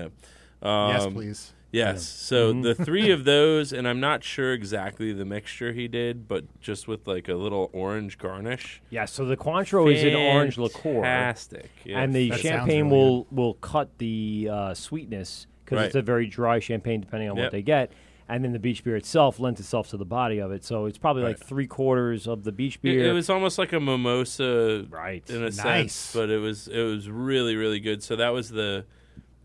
Speaker 12: Mm-hmm.
Speaker 14: Yes,
Speaker 19: Um,
Speaker 14: please.
Speaker 19: Yes.
Speaker 14: Yeah.
Speaker 19: So
Speaker 14: Mhm.
Speaker 19: the three of those, and I'm not sure exactly the mixture he did, but just with like a little orange garnish.
Speaker 12: Yeah, so the Cointreau is an orange liqueur.
Speaker 19: Fantastic, yes.
Speaker 12: And the
Speaker 19: That sounds really
Speaker 12: champagne will, will cut the uh, sweetness because
Speaker 19: Right.
Speaker 12: it's a very dry champagne, depending on
Speaker 19: Yep.
Speaker 12: what they get. And then the beach beer itself lends itself to the body of it. So it's probably like three quarters of the beach
Speaker 19: It,
Speaker 12: beer.
Speaker 19: it was almost like a mimosa,
Speaker 12: right?
Speaker 19: In a
Speaker 12: Nice.
Speaker 19: sense, but it was it was really really good. So that was the,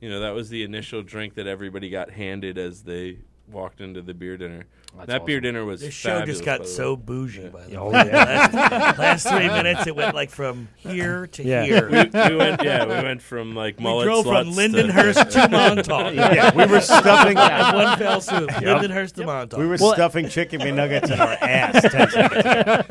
Speaker 19: you know, that was the initial drink that everybody got handed as they walked into the beer dinner.
Speaker 18: That's
Speaker 19: that beer
Speaker 18: awesome.
Speaker 19: dinner was
Speaker 18: This show just
Speaker 19: fabulous,
Speaker 18: got
Speaker 19: by the
Speaker 18: so
Speaker 19: way.
Speaker 18: bougie, by the
Speaker 19: Oh,
Speaker 18: way.
Speaker 19: yeah.
Speaker 18: Last- last three minutes, it went, like, from here to Yeah. here.
Speaker 19: We, we went, yeah, we went from like
Speaker 18: We
Speaker 19: mullet
Speaker 18: drove from
Speaker 19: sluts
Speaker 18: Lindenhurst to Montauk. Yeah, we were stuffing- Yeah, one fell swoop. Yep. Lindenhurst to Yep. Montauk.
Speaker 17: We were
Speaker 18: Well-
Speaker 17: stuffing chicken McNuggets in our ass. 10 seconds ago.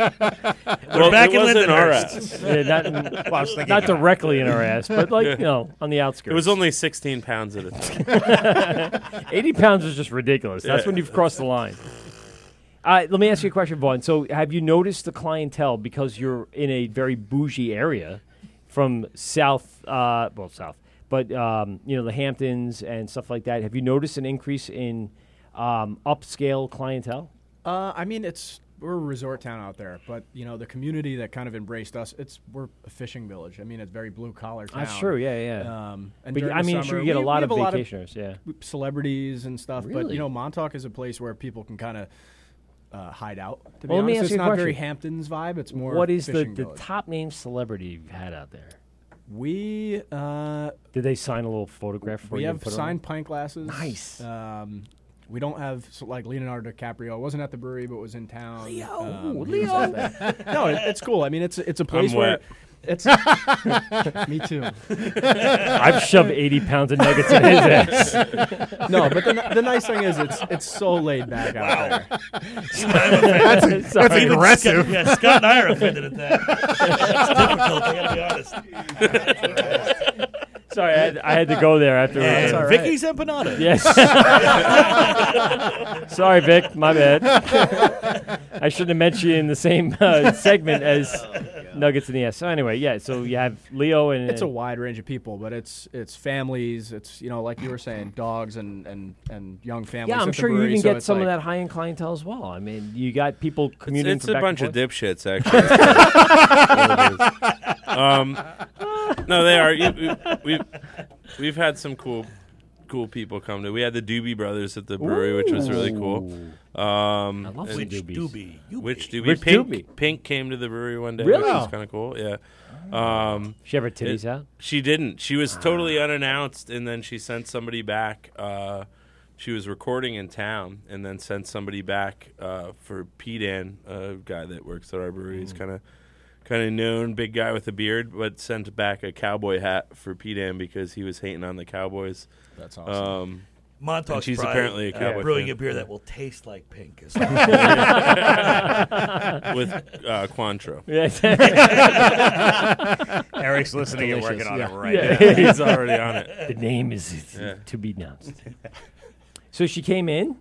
Speaker 12: We're Well, back it in
Speaker 19: was in our
Speaker 12: ass. Yeah, not-
Speaker 17: Well, I was thinking-
Speaker 12: not directly in our ass, but, like, you know, on the outskirts.
Speaker 19: It was only 16 pounds at a time.
Speaker 12: 80 pounds is just ridiculous. That's when you've crossed the line. Uh, let me ask you a question, Vaughn. So, have you noticed the clientele because you're in a very bougie area from South, uh, well, South, but um, you know the Hamptons and stuff like that? Have you noticed an increase in um, upscale clientele?
Speaker 16: Uh, I mean, it's we're a resort town out there, but you know the community that kind of embraced us. It's we're a fishing village. I mean, it's very blue collar town.
Speaker 12: That's true, yeah, yeah.
Speaker 16: Um, and
Speaker 12: But
Speaker 16: during
Speaker 12: I
Speaker 16: the
Speaker 12: mean, sure,
Speaker 16: summer,
Speaker 12: you get a
Speaker 16: we-
Speaker 12: lot
Speaker 16: we
Speaker 12: of
Speaker 16: have
Speaker 12: vacationers, yeah.
Speaker 16: celebrities and stuff. But
Speaker 12: Really?
Speaker 16: you know, Montauk is a place where people can kind of. Uh, hide out. To be
Speaker 12: Well, let me
Speaker 16: honest,
Speaker 12: ask
Speaker 16: it's
Speaker 12: you a
Speaker 16: not very
Speaker 12: question.
Speaker 16: Hamptons vibe. It's more
Speaker 12: What is the,
Speaker 16: fishing
Speaker 12: the
Speaker 16: village.
Speaker 12: top name celebrity you've had out there?
Speaker 16: We uh,
Speaker 12: did they sign a little photograph for
Speaker 16: we
Speaker 12: you? and
Speaker 16: have
Speaker 12: put it on?
Speaker 16: signed pint glasses. Nice. Um, we don't have so, like Leonardo DiCaprio. wasn't at the brewery, but was in town. Um, Leo,
Speaker 12: Leo.
Speaker 16: no, it, it's cool. I mean, it's it's a place
Speaker 12: I'm
Speaker 16: where
Speaker 12: wet.
Speaker 16: it's. me too.
Speaker 12: I've shoved 80 pounds of nuggets in his ass.
Speaker 16: no, but the, the nice thing is it's it's so laid back out
Speaker 12: Wow.
Speaker 16: there.
Speaker 12: That's- that's Sorry.
Speaker 18: Even
Speaker 12: aggressive.
Speaker 18: Scott, yeah, Scott and I are offended at that. it's difficult, I gotta be honest.
Speaker 12: Sorry, I had, I had to go there after.
Speaker 18: And
Speaker 12: uh,
Speaker 18: Vicky's empanada.
Speaker 12: Yes. Sorry, Vic. My bad. I shouldn't have mentioned you in the same uh, segment
Speaker 19: Oh,
Speaker 12: as Nuggets in the ass. So anyway, yeah. So you have Leo and
Speaker 16: It's a wide range of people, but it's it's families. It's you know, like you were saying, dogs and and and young families.
Speaker 12: yeah. I'm
Speaker 16: at the
Speaker 12: sure you
Speaker 16: brewery,
Speaker 12: can
Speaker 16: so
Speaker 12: get
Speaker 16: it's
Speaker 12: some
Speaker 16: like-
Speaker 12: of that high end clientele as well. I mean, you got people commuting.
Speaker 19: it's
Speaker 12: from
Speaker 19: a
Speaker 12: back and
Speaker 19: bunch of
Speaker 12: forth.
Speaker 19: dipshits, actually. That's what it is. um, no, they are. You- you- We've, we've had some cool cool people come to. We had the Doobie Brothers at the brewery, which was really cool. Um,
Speaker 18: I love
Speaker 19: and-
Speaker 18: Which Doobies. Doobie? You
Speaker 19: Which
Speaker 18: be.
Speaker 19: Doobie?
Speaker 18: Which
Speaker 19: Pink,
Speaker 18: Doobie?
Speaker 19: Pink came to the brewery one day,
Speaker 12: Really?
Speaker 19: which was kind of cool. Yeah. Um,
Speaker 12: she ever titties out? Ah.
Speaker 19: She didn't. She was totally unannounced, and then she sent somebody back. Uh, she was recording in town, and then sent somebody back uh, for P Dan, a guy that works at our brewery.
Speaker 12: Hmm.
Speaker 19: He's kind of kind of known, big guy with a beard, but sent back a cowboy hat for P Dan because he was hating on the Cowboys.
Speaker 16: That's
Speaker 18: awesome.
Speaker 19: Um,
Speaker 18: Montauk's
Speaker 19: and she's
Speaker 18: probably,
Speaker 19: apparently a
Speaker 18: uh,
Speaker 19: cowboy.
Speaker 18: brewing
Speaker 19: fan.
Speaker 18: a beer that will taste like pink as well.
Speaker 19: with uh, Cointreau.
Speaker 17: Eric's listening and working on it
Speaker 12: Delicious,
Speaker 17: right
Speaker 12: yeah.
Speaker 17: now.
Speaker 12: Yeah.
Speaker 17: He's already on it.
Speaker 12: The name is
Speaker 19: Yeah.
Speaker 12: to be announced. So she came in,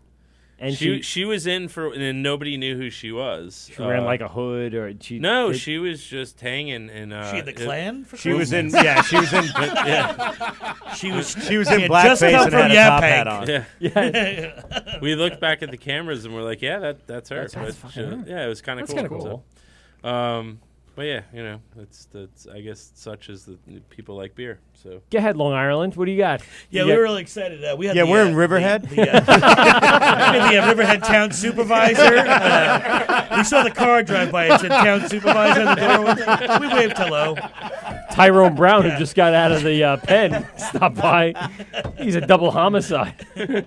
Speaker 12: and
Speaker 19: she,
Speaker 12: she,
Speaker 19: she was in for and nobody knew who she was.
Speaker 12: She ran
Speaker 19: Uh,
Speaker 12: like a hood, or she
Speaker 19: No,
Speaker 12: did-
Speaker 19: she was just hanging in. Uh,
Speaker 18: She had the Klan for
Speaker 17: She was in- yeah, she was in- She was- she was in She had blackface just come and from had a top Yaphank. hat on.
Speaker 19: Yeah.
Speaker 17: Yeah.
Speaker 19: we looked back at the cameras and we're like, yeah, that that's her.
Speaker 17: That's- that's
Speaker 19: But
Speaker 17: fucking
Speaker 19: she-
Speaker 17: her.
Speaker 19: Yeah, it was kind of
Speaker 17: That's
Speaker 19: cool.
Speaker 17: kinda cool.
Speaker 19: So, um, But yeah, you know, it's that's I guess such as the people like beer. So
Speaker 12: Go ahead, Long Ireland. What do you got?
Speaker 18: Yeah,
Speaker 12: You
Speaker 18: we
Speaker 12: got-
Speaker 18: were really excited. Uh, we had
Speaker 12: Yeah,
Speaker 18: the,
Speaker 12: we're
Speaker 18: uh,
Speaker 12: in Riverhead?
Speaker 18: The, the, uh, the, uh, Riverhead Town Supervisor. Uh, we saw the car drive by. It said Town Supervisor on the door. one day. We waved hello.
Speaker 12: Tyrone Brown, who just got out of the uh, pen, stopped by. He's a double homicide.
Speaker 18: Yeah,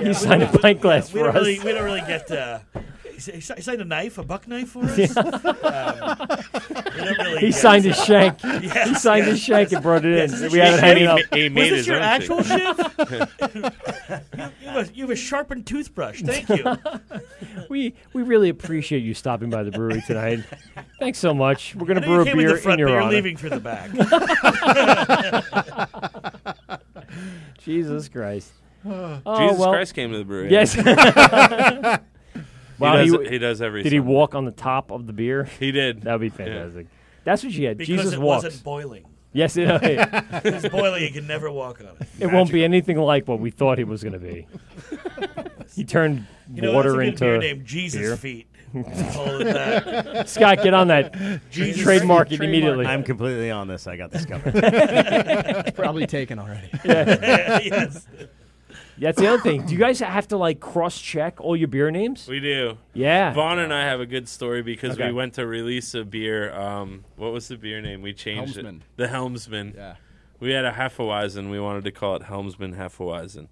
Speaker 12: he
Speaker 18: we-
Speaker 12: signed
Speaker 18: we-
Speaker 12: a pint glass
Speaker 18: we
Speaker 12: for
Speaker 18: don't
Speaker 12: us.
Speaker 18: Really, we don't really get. Uh, he s- he s- he signed a knife, a buck knife for us.
Speaker 12: Yeah.
Speaker 18: Um, we don't really
Speaker 12: He
Speaker 18: get-
Speaker 12: signed his shank.
Speaker 18: Yes,
Speaker 12: he signed his
Speaker 18: yes,
Speaker 12: shank
Speaker 18: yes.
Speaker 12: and brought it
Speaker 18: Yes,
Speaker 12: in.
Speaker 18: this
Speaker 12: we
Speaker 18: is
Speaker 12: had it
Speaker 18: your shank.
Speaker 12: hanging up.
Speaker 18: Was this your actual shift? you, you, have a, you have a sharpened toothbrush. Thank you.
Speaker 12: we we really appreciate you stopping by the brewery tonight. Thanks so much. We're gonna
Speaker 18: I know
Speaker 12: brew
Speaker 18: you
Speaker 12: a
Speaker 18: came in
Speaker 12: beer
Speaker 18: the front,
Speaker 12: in
Speaker 18: but
Speaker 12: your
Speaker 18: you're
Speaker 12: honor.
Speaker 18: leaving through the back.
Speaker 12: Jesus Christ.
Speaker 19: Jesus
Speaker 12: Oh, well-
Speaker 19: Christ came to the brewery.
Speaker 12: Yes. Wow,
Speaker 19: he, does,
Speaker 12: w-
Speaker 19: he does every.
Speaker 12: Did he walk on the top of the beer?
Speaker 19: He did.
Speaker 12: That would be
Speaker 19: Yeah.
Speaker 12: fantastic. That's what you had.
Speaker 18: Because
Speaker 12: Jesus
Speaker 18: it
Speaker 12: walks.
Speaker 18: wasn't boiling.
Speaker 12: Yes, it,
Speaker 18: If it's boiling, you can never walk on it.
Speaker 12: It won't be anything like what we thought it was going to be. he turned
Speaker 18: You know,
Speaker 12: water
Speaker 18: that's a good
Speaker 12: into
Speaker 18: beer name, Jesus
Speaker 12: beer.
Speaker 18: Feet. Call it that.
Speaker 12: Scott, get on that.
Speaker 18: Jesus
Speaker 12: Trademark
Speaker 18: Feet.
Speaker 12: it immediately.
Speaker 17: I'm completely on this. I got this covered.
Speaker 3: Probably taken already.
Speaker 12: Yeah.
Speaker 18: Yes.
Speaker 12: That's the other thing. Do you guys have to like cross-check all your beer names?
Speaker 19: We do.
Speaker 12: Yeah.
Speaker 19: Vaughn and I have a good story because
Speaker 12: Okay.
Speaker 19: we went to release a beer. Um, what was the beer name? We changed
Speaker 3: Helmsman.
Speaker 19: it. The Helmsman.
Speaker 3: Yeah.
Speaker 19: We had a Hefeweizen. We wanted to call it Helmsman Hefeweizen.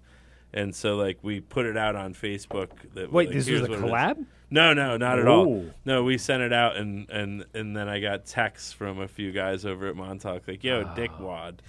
Speaker 19: And so, like, we put it out on Facebook. That
Speaker 12: Wait,
Speaker 19: like,
Speaker 12: this was
Speaker 19: here's
Speaker 12: a
Speaker 19: what it is.
Speaker 12: collab?
Speaker 19: No, no, not at all.
Speaker 12: Ooh.
Speaker 19: No, we sent it out, and, and, and then I got texts from a few guys over at Montauk, like, yo,
Speaker 12: Ah.
Speaker 19: dickwad.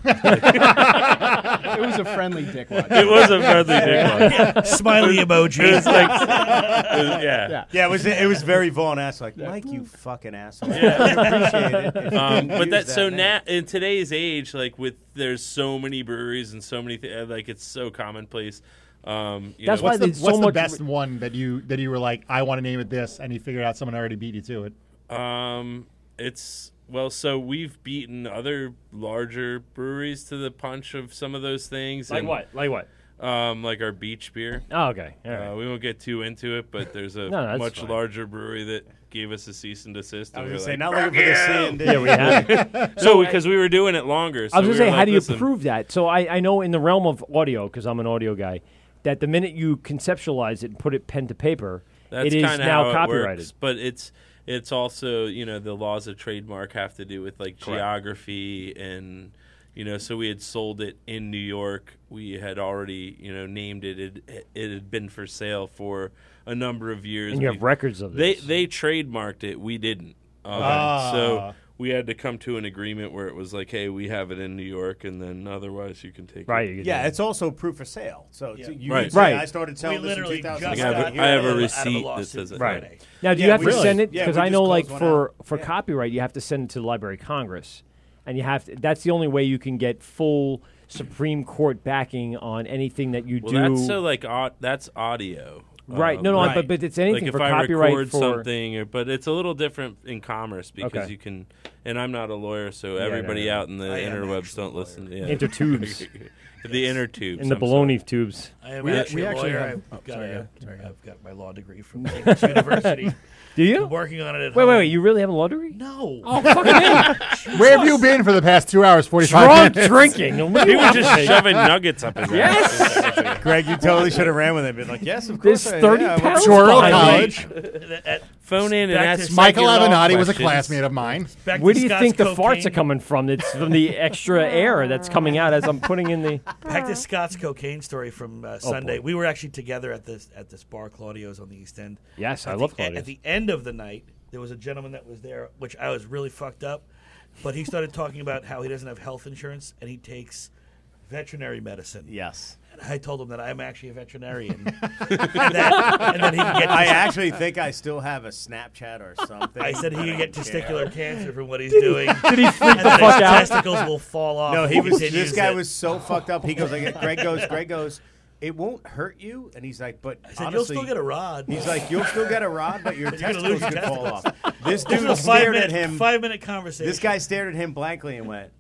Speaker 3: It was a friendly dickwad.
Speaker 19: It was a friendly dickwad.
Speaker 18: Yeah. Smiley emoji.
Speaker 19: It was like, it was- yeah.
Speaker 17: Yeah, it was it was very Vaughn ass like Mike, you fucking asshole. I appreciate it. if you
Speaker 19: um, but
Speaker 17: use
Speaker 19: that, so
Speaker 17: name.
Speaker 19: now in today's age, like with there's so many breweries and so many th- like it's so commonplace. Um, you
Speaker 14: That's
Speaker 19: know,
Speaker 14: what's the,
Speaker 12: there's so
Speaker 14: what's the
Speaker 12: much
Speaker 14: best one that you that you were like, I want to name it this, and you figured out someone already beat you to it.
Speaker 19: Um, it's well, so we've beaten other larger breweries to the punch of some of those things.
Speaker 12: Like
Speaker 19: and,
Speaker 12: what? Like what?
Speaker 19: Um, like our beach beer.
Speaker 12: Oh, okay. All right.
Speaker 19: Uh, we won't get too into it, but there's a
Speaker 12: No, that's
Speaker 19: much
Speaker 12: fine.
Speaker 19: larger brewery that gave us a cease and desist.
Speaker 17: I
Speaker 19: and
Speaker 17: was
Speaker 19: we
Speaker 17: gonna
Speaker 19: were
Speaker 17: say,
Speaker 19: like,
Speaker 17: not looking
Speaker 19: "Fuck
Speaker 17: for the
Speaker 19: you!"
Speaker 17: sand
Speaker 12: Yeah, we have.
Speaker 19: so because we were doing it longer. So
Speaker 12: I was going
Speaker 19: we
Speaker 12: to say,
Speaker 19: were
Speaker 12: how
Speaker 19: like,
Speaker 12: do you
Speaker 19: "Listen,
Speaker 12: prove that? So I, I know in the realm of audio, because I'm an audio guy, that the minute you conceptualize it and put it pen to paper, it is
Speaker 19: kinda
Speaker 12: now
Speaker 19: how it
Speaker 12: copyrighted.
Speaker 19: works, but it's it's also you know the laws of trademark have to do with like geography and you know so we had sold it in New York. We had already you know named it. It it had been for sale for a number of years.
Speaker 12: And you have
Speaker 19: We-
Speaker 12: records of
Speaker 19: they
Speaker 12: this.
Speaker 19: they trademarked it. We didn't. Um,
Speaker 12: Ah.
Speaker 19: So we had to come to an agreement where it was like, hey, we have it in New York, and then otherwise you can take
Speaker 12: Right,
Speaker 19: it.
Speaker 12: you
Speaker 17: Yeah, it's also proof of sale. So it's- you
Speaker 19: Right.
Speaker 17: could say,
Speaker 19: Right.
Speaker 17: I started
Speaker 18: We
Speaker 17: selling this in
Speaker 18: literally
Speaker 17: 2000.
Speaker 18: just
Speaker 19: I have a-
Speaker 18: got
Speaker 19: I
Speaker 18: out of-
Speaker 19: have a
Speaker 18: out of
Speaker 19: receipt that
Speaker 18: lawsuit
Speaker 19: says it.
Speaker 12: Right.
Speaker 19: Friday.
Speaker 12: Now, do you
Speaker 17: Yeah,
Speaker 12: have
Speaker 17: we
Speaker 12: to
Speaker 17: just-
Speaker 12: send it?
Speaker 17: yeah,
Speaker 12: Because
Speaker 17: we
Speaker 12: I
Speaker 17: just
Speaker 12: know, like,
Speaker 17: closed one
Speaker 12: for,
Speaker 17: out.
Speaker 12: for
Speaker 17: Yeah.
Speaker 12: copyright, you have to send it to the Library of Congress. And you have to, that's the only way you can get full Supreme Court backing on anything that you
Speaker 19: Well,
Speaker 12: do.
Speaker 19: that's so like au- that's audio,
Speaker 12: Right, no, no,
Speaker 19: like-
Speaker 12: but- but it's anything
Speaker 19: like if
Speaker 12: for
Speaker 19: I
Speaker 12: copyright
Speaker 19: record
Speaker 12: for-
Speaker 19: something, or, but it's a little different in commerce because
Speaker 12: Okay.
Speaker 19: you can. And I'm not a lawyer, so
Speaker 12: no,
Speaker 19: everybody
Speaker 12: no.
Speaker 19: out in the
Speaker 18: I am
Speaker 19: interwebs don't listen. To, yeah.
Speaker 12: Inter tubes.
Speaker 19: the inner tubes,
Speaker 12: in the
Speaker 19: I'm
Speaker 12: bologna tubes.
Speaker 18: I am
Speaker 3: We-
Speaker 18: actually
Speaker 3: we
Speaker 18: a
Speaker 3: actually
Speaker 18: lawyer.
Speaker 3: have-
Speaker 18: I've,
Speaker 3: oh,
Speaker 18: got
Speaker 3: sorry,
Speaker 18: a-
Speaker 3: yeah, sorry.
Speaker 18: I've got my law degree from Davis University.
Speaker 12: Do you?
Speaker 18: I'm working on it at
Speaker 12: Wait,
Speaker 18: home.
Speaker 12: wait, wait. You really have a lottery?
Speaker 18: No.
Speaker 12: Oh, fuck me.
Speaker 14: Where have you been for the past two hours, forty
Speaker 12: Drunk
Speaker 14: five minutes?
Speaker 12: drinking. What do
Speaker 19: He
Speaker 12: you
Speaker 19: was
Speaker 12: want
Speaker 19: just
Speaker 12: from me?
Speaker 19: shoving nuggets up his ass.
Speaker 17: Greg, you totally should have ran with it. Been like, yes, of course.
Speaker 12: There's
Speaker 17: I-
Speaker 12: 30
Speaker 17: yeah, I went to
Speaker 12: pounds
Speaker 17: Doral
Speaker 12: behind
Speaker 17: College.
Speaker 19: Phone in and
Speaker 18: Back
Speaker 19: ask
Speaker 18: to
Speaker 14: Michael
Speaker 19: Psyche law
Speaker 14: Avenatti was a
Speaker 19: questions.
Speaker 14: classmate of mine.
Speaker 18: Back to
Speaker 12: Where do you
Speaker 18: Scott's
Speaker 12: think the farts are
Speaker 18: cocaine-
Speaker 12: coming from? It's from the extra air that's coming out as I'm putting in the.
Speaker 18: Back to Scott's cocaine story from uh, Sunday.
Speaker 12: boy.
Speaker 18: we were actually together at this at this bar, Claudio's on the East End.
Speaker 12: Yes,
Speaker 18: At
Speaker 12: I
Speaker 18: the
Speaker 12: love
Speaker 18: e-
Speaker 12: Claudio's.
Speaker 18: At the end of the night, there was a gentleman that was there, which I was really fucked up. But he started talking about how he doesn't have health insurance and he takes veterinary medicine.
Speaker 17: Yes.
Speaker 18: And I told him that I'm actually a veterinarian. That- and then he can get
Speaker 17: I actually think I still have a Snapchat or something.
Speaker 18: I said he
Speaker 17: but
Speaker 18: could
Speaker 17: I
Speaker 18: get
Speaker 17: don't
Speaker 18: testicular
Speaker 17: care.
Speaker 18: cancer from what he's doing.
Speaker 12: Did he freak
Speaker 18: and
Speaker 12: the
Speaker 18: then
Speaker 12: fuck
Speaker 18: his
Speaker 12: out?
Speaker 18: testicles will fall off.
Speaker 17: No,
Speaker 18: if
Speaker 17: he was.
Speaker 18: continues
Speaker 17: This guy
Speaker 18: it.
Speaker 17: was so fucked up. He goes like, Greg goes, Greg goes. It won't hurt you, and he's like, but
Speaker 18: I said,
Speaker 17: honestly,
Speaker 18: "You'll still get a rod."
Speaker 17: He's like, you'll still get a rod, but your
Speaker 18: you're gonna lose
Speaker 17: testicles
Speaker 18: your
Speaker 17: could fall off.
Speaker 18: testicles.
Speaker 17: This
Speaker 18: This
Speaker 17: dude
Speaker 18: was a five
Speaker 17: stared
Speaker 18: minute,
Speaker 17: at him.
Speaker 18: five minute conversation.
Speaker 17: This guy stared at him blankly and went,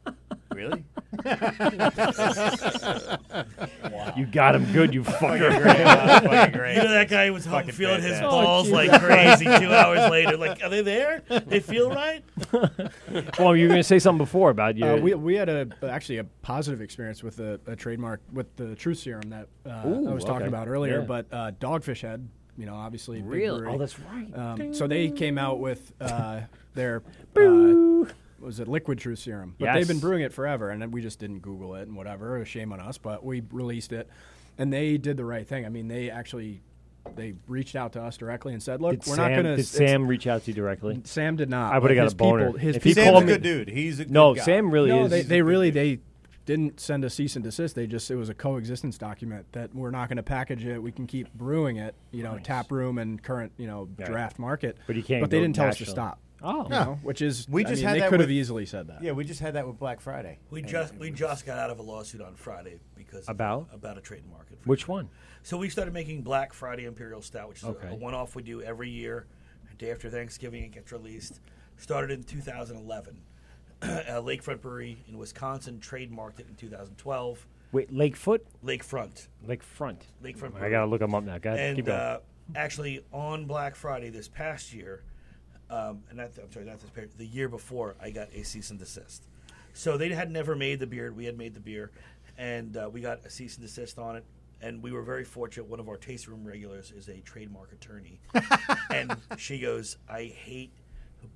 Speaker 17: "Really?"
Speaker 12: Wow. You got him good, you fucker.
Speaker 26: Fucking great, wow, fucking great. You know that guy was hung
Speaker 12: Fucking
Speaker 26: feeling his
Speaker 12: fantastic.
Speaker 26: balls
Speaker 12: Oh,
Speaker 26: like
Speaker 12: Jesus.
Speaker 26: crazy two hours later. Like, are they there? They feel right?
Speaker 12: well, you were going to say something before about you.
Speaker 16: Uh, we, we had a actually a positive experience with a, a trademark with the truth serum that uh,
Speaker 12: Ooh,
Speaker 16: I was
Speaker 12: okay.
Speaker 16: talking about earlier,
Speaker 12: Yeah.
Speaker 16: but uh, Dogfish Head, you know, obviously big
Speaker 12: Really?
Speaker 16: brewery.
Speaker 12: Oh, that's right.
Speaker 16: Um, so they came out with uh, their uh, was it liquid truth serum, but they've been
Speaker 12: Yes.
Speaker 16: brewing it forever, and then we just didn't Google it and whatever. Shame on us, but we released it, and they did the right thing. I mean, they actually. They reached out to us directly and said, "Look,
Speaker 12: Did
Speaker 16: we're
Speaker 12: Sam,
Speaker 16: not going to."
Speaker 12: Did Sam reach out to you directly?
Speaker 16: Sam did not.
Speaker 12: I would have got
Speaker 16: His
Speaker 12: a boner.
Speaker 16: people- his
Speaker 12: if he
Speaker 16: people-
Speaker 12: called
Speaker 16: Sam's a
Speaker 12: me,
Speaker 16: good dude.
Speaker 17: He's a good
Speaker 12: no.
Speaker 17: guy.
Speaker 12: Sam really
Speaker 16: no,
Speaker 12: is.
Speaker 16: They, they really they didn't send a cease and desist. They just it was a coexistence document that we're not going to package it. We can keep brewing it. You know, tap room and current you know
Speaker 12: Right.
Speaker 16: draft market.
Speaker 12: But you can't
Speaker 16: But they
Speaker 12: go
Speaker 16: didn't tell us to
Speaker 12: national.
Speaker 16: stop.
Speaker 12: Oh.
Speaker 16: you
Speaker 17: Yeah.
Speaker 16: know, which is
Speaker 17: We
Speaker 16: I
Speaker 17: just
Speaker 16: mean,
Speaker 17: had
Speaker 16: they
Speaker 17: that
Speaker 16: could
Speaker 17: with-
Speaker 16: have easily said that.
Speaker 17: Yeah, we just had that with Black Friday.
Speaker 18: We
Speaker 17: And-
Speaker 18: just we just got out of a lawsuit on Friday because of-
Speaker 12: About?
Speaker 18: about a trademark. infringement.
Speaker 12: Which one?
Speaker 18: So we started making Black Friday Imperial Stout, which is a-
Speaker 12: Okay.
Speaker 18: a, one-off we do every year, the day after Thanksgiving it gets released. Started in 2011. uh, Lakefront Brewery in Wisconsin trademarked it in 2012.
Speaker 12: Wait, Lakefoot,
Speaker 18: Lakefront.
Speaker 12: Lakefront,
Speaker 18: Lakefront.
Speaker 12: I gotta look them up now. Go ahead,
Speaker 18: And
Speaker 12: keep going.
Speaker 18: Uh, actually, on Black Friday this past year, um, and not, I'm sorry, not this past, the year before, I got a cease and desist. So they had never made the beer. We had made the beer, and uh, we got a cease and desist on it. And we were very fortunate. One of our taste room regulars is a trademark attorney, and she goes, "I hate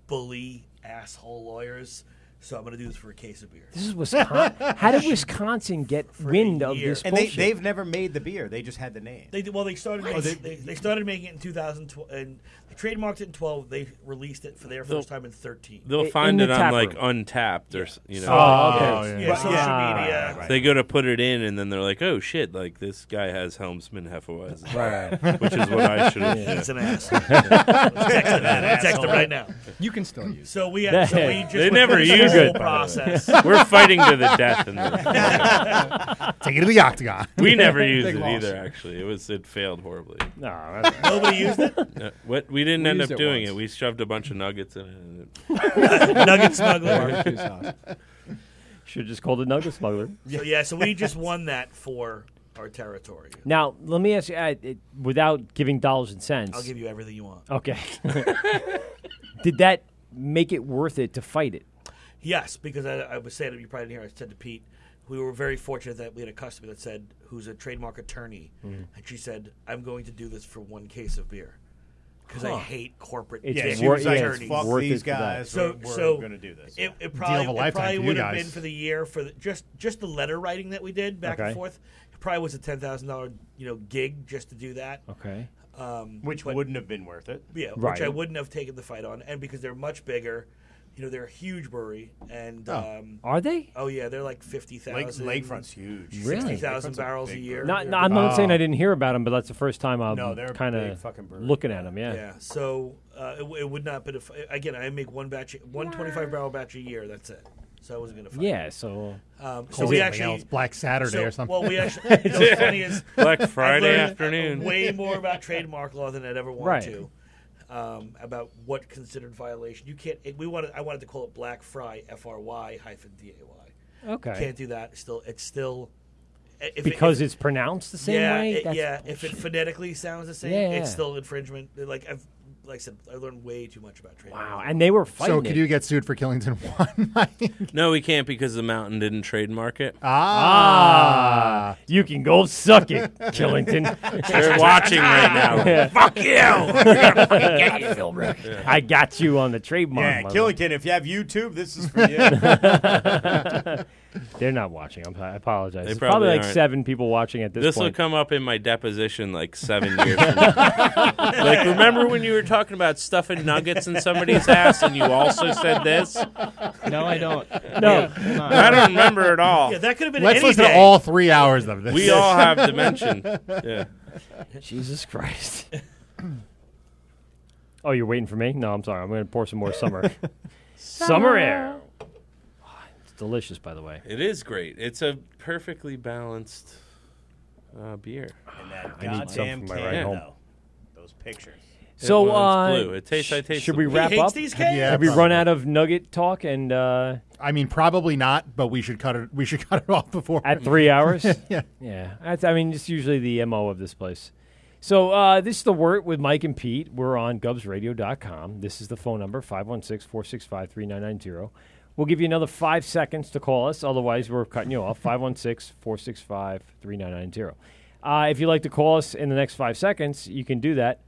Speaker 18: bully asshole lawyers." So I'm going to do this for a case of beer.
Speaker 12: This is Wisconsin. How did Wisconsin get wind of
Speaker 18: year.
Speaker 12: this
Speaker 18: And
Speaker 17: they-
Speaker 12: bullshit?
Speaker 17: they've never made the beer. They just had the name.
Speaker 18: They did, well, they started
Speaker 17: What?
Speaker 18: making,
Speaker 17: Oh,
Speaker 18: they, they started making it in 2012, and they trademarked it in 12. They released it for their first time in 13.
Speaker 19: They'll
Speaker 18: In-
Speaker 19: find
Speaker 18: in
Speaker 19: it
Speaker 18: the
Speaker 19: on
Speaker 18: tap
Speaker 19: like
Speaker 18: room.
Speaker 19: Untapped or s- you know.
Speaker 18: Oh, okay. Yeah, yeah, social media.
Speaker 19: So they go to put it in, and then they're like, "Oh shit! Like this guy has Helmsman Hefeweizen,
Speaker 18: Right.
Speaker 19: Which is what I should have.
Speaker 18: Yeah. He's an asshole. Text him. Text him right now.
Speaker 16: You can still use.
Speaker 18: So we had- so we just
Speaker 19: they
Speaker 18: went
Speaker 19: never
Speaker 18: through this
Speaker 19: use
Speaker 18: whole
Speaker 19: it. by the way.
Speaker 18: process.
Speaker 19: We're fighting to the death. In the
Speaker 14: Take it to the octagon.
Speaker 19: We never used
Speaker 14: Big
Speaker 19: it
Speaker 14: loss.
Speaker 19: either. Actually, it was it failed horribly. Uh,
Speaker 12: No,
Speaker 18: nobody used it.
Speaker 19: what we didn't
Speaker 18: We
Speaker 19: end
Speaker 18: used
Speaker 19: up
Speaker 18: it
Speaker 19: doing it. We shoved a bunch of nuggets in it. and it.
Speaker 18: Nugget smuggler.
Speaker 12: Should have just called it Nugget Smuggler.
Speaker 18: So yeah, so we just won that for our territory.
Speaker 12: Now, let me ask you, uh, it, without giving dollars and cents.
Speaker 18: I'll give you everything you want.
Speaker 12: Okay. Did that make it worth it to fight it?
Speaker 18: Yes, because I, I was saying you probably didn't hear. I said to Pete, we were very fortunate that we had a customer that said, "Who's a trademark attorney,"
Speaker 17: Mm-hmm.
Speaker 12: Mhm.
Speaker 18: and she said, "I'm going to do this for one case of beer." Because
Speaker 17: Huh.
Speaker 18: I hate corporate.
Speaker 17: It's
Speaker 18: business
Speaker 17: wor- yeah, it's
Speaker 18: attorneys.
Speaker 17: fuck Worth these it for that. guys,
Speaker 18: So,
Speaker 17: we're- we're
Speaker 18: so
Speaker 17: gonna do this.
Speaker 18: It,
Speaker 17: Deal
Speaker 18: it probably,
Speaker 17: of a
Speaker 18: it
Speaker 17: lifetime
Speaker 18: probably
Speaker 17: for you
Speaker 18: would have
Speaker 17: guys.
Speaker 18: been for the year for the, just just the letter writing that we did back
Speaker 12: Okay.
Speaker 18: and forth. It probably was a ten thousand dollar you know gig just to do that.
Speaker 12: Okay.
Speaker 18: Um,
Speaker 17: Which wouldn't have been worth it.
Speaker 18: Yeah,
Speaker 12: Right.
Speaker 18: which I wouldn't have taken the fight on, and because they're much bigger, you know, they're a huge brewery, and
Speaker 12: Oh.
Speaker 18: um,
Speaker 12: Are they?
Speaker 18: Oh yeah, they're like fifty thousand.
Speaker 17: Lake- Lakefront's huge.
Speaker 12: Really?
Speaker 18: Sixty thousand
Speaker 17: Lakefront's a
Speaker 18: barrels a
Speaker 17: big
Speaker 18: year.
Speaker 12: Not, no, I'm not saying
Speaker 18: Uh,
Speaker 12: I didn't hear about them, but that's the first time I'm
Speaker 18: No, they're a
Speaker 12: kind
Speaker 18: big
Speaker 12: of
Speaker 18: fucking brewery.
Speaker 12: looking at them. Yeah.
Speaker 18: Yeah, so uh, it, w- it would not been a f- again. I make one batch, one twenty-five barrel batch a year. That's it. So I wasn't gonna fight.
Speaker 12: Yeah, so-
Speaker 18: um, so
Speaker 14: Call
Speaker 18: we
Speaker 14: something
Speaker 18: actually
Speaker 14: else, Black Saturday
Speaker 18: so-
Speaker 14: or something.
Speaker 18: Well, we actually you know, what's funny is
Speaker 19: Black
Speaker 18: I've
Speaker 19: Friday
Speaker 18: learned
Speaker 19: afternoon.
Speaker 18: Way more about trademark law than I'd ever wanted
Speaker 19: Right.
Speaker 18: to. Um, about what considered violation. You can't. It, we wanted. I wanted to call it Black Fry F R Y hyphen D A Y.
Speaker 12: Okay.
Speaker 18: Can't do that. Still, it's still. i- if it-
Speaker 12: Because
Speaker 18: if-
Speaker 12: it's pronounced the same
Speaker 18: yeah,
Speaker 12: way?
Speaker 18: it-
Speaker 12: That's
Speaker 18: yeah, if it
Speaker 12: bullshit.
Speaker 18: phonetically sounds the same,
Speaker 12: Yeah, yeah.
Speaker 18: it's still infringement. Like I've, like I said, I learned way too much about trademark.
Speaker 12: Wow, and they were
Speaker 14: so
Speaker 12: fighting
Speaker 14: could
Speaker 12: it.
Speaker 14: you get sued for Killington one?
Speaker 19: no, we can't because the mountain didn't trademark it.
Speaker 12: Ah. You can go suck it, Killington.
Speaker 19: They're watching right now.
Speaker 12: Yeah.
Speaker 19: Fuck you. We're gonna fucking get you, Phil Brook.
Speaker 12: I got you on the trademark.
Speaker 17: Yeah,
Speaker 12: mother-
Speaker 17: Killington, if you have YouTube, this is for you.
Speaker 12: They're not watching. I'm, I apologize.
Speaker 19: They
Speaker 12: There's
Speaker 19: probably
Speaker 12: probably like
Speaker 19: aren't.
Speaker 12: seven people watching at this,
Speaker 19: This will
Speaker 12: point.
Speaker 19: come up in my deposition like seven years. from now. like, remember when you were talking about stuffing nuggets in somebody's ass, and you also said this?
Speaker 16: No, I don't.
Speaker 19: No. I don't remember at all.
Speaker 18: Yeah, that could have been
Speaker 14: Let's
Speaker 18: any
Speaker 14: listen
Speaker 18: day.
Speaker 14: to all three hours of this.
Speaker 19: We all have dimension. Yeah.
Speaker 12: Jesus Christ. oh, you're waiting for me? No, I'm sorry. I'm going to pour some more summer. summer air. Ah, It's delicious, by the way.
Speaker 19: It is great. It's a perfectly balanced uh, beer.
Speaker 17: And that
Speaker 12: I need some
Speaker 17: goddamn
Speaker 12: for my ride
Speaker 17: tan,
Speaker 12: home.
Speaker 17: though. Those pictures.
Speaker 12: So
Speaker 19: well,
Speaker 12: uh,
Speaker 19: it's blue. It tastes- I taste
Speaker 12: should
Speaker 19: the
Speaker 12: we
Speaker 19: blue.
Speaker 12: wrap
Speaker 19: He hates
Speaker 12: up?
Speaker 19: these cans?
Speaker 12: Have we
Speaker 14: probably.
Speaker 12: run out of nugget talk and uh,
Speaker 14: I mean, probably not, but we should cut it. We should cut it off before
Speaker 12: at three hours?
Speaker 14: yeah,
Speaker 12: yeah. That's, I mean, it's usually the mo of this place. So uh, this is the word with Mike and Pete. We're on gubsradio.com. This is the phone number 516-465-3990. We'll give you another five seconds to call us. Otherwise, we're cutting you off. 516-465-3990. Uh, if you'd like to call us in the next five seconds, you can do that.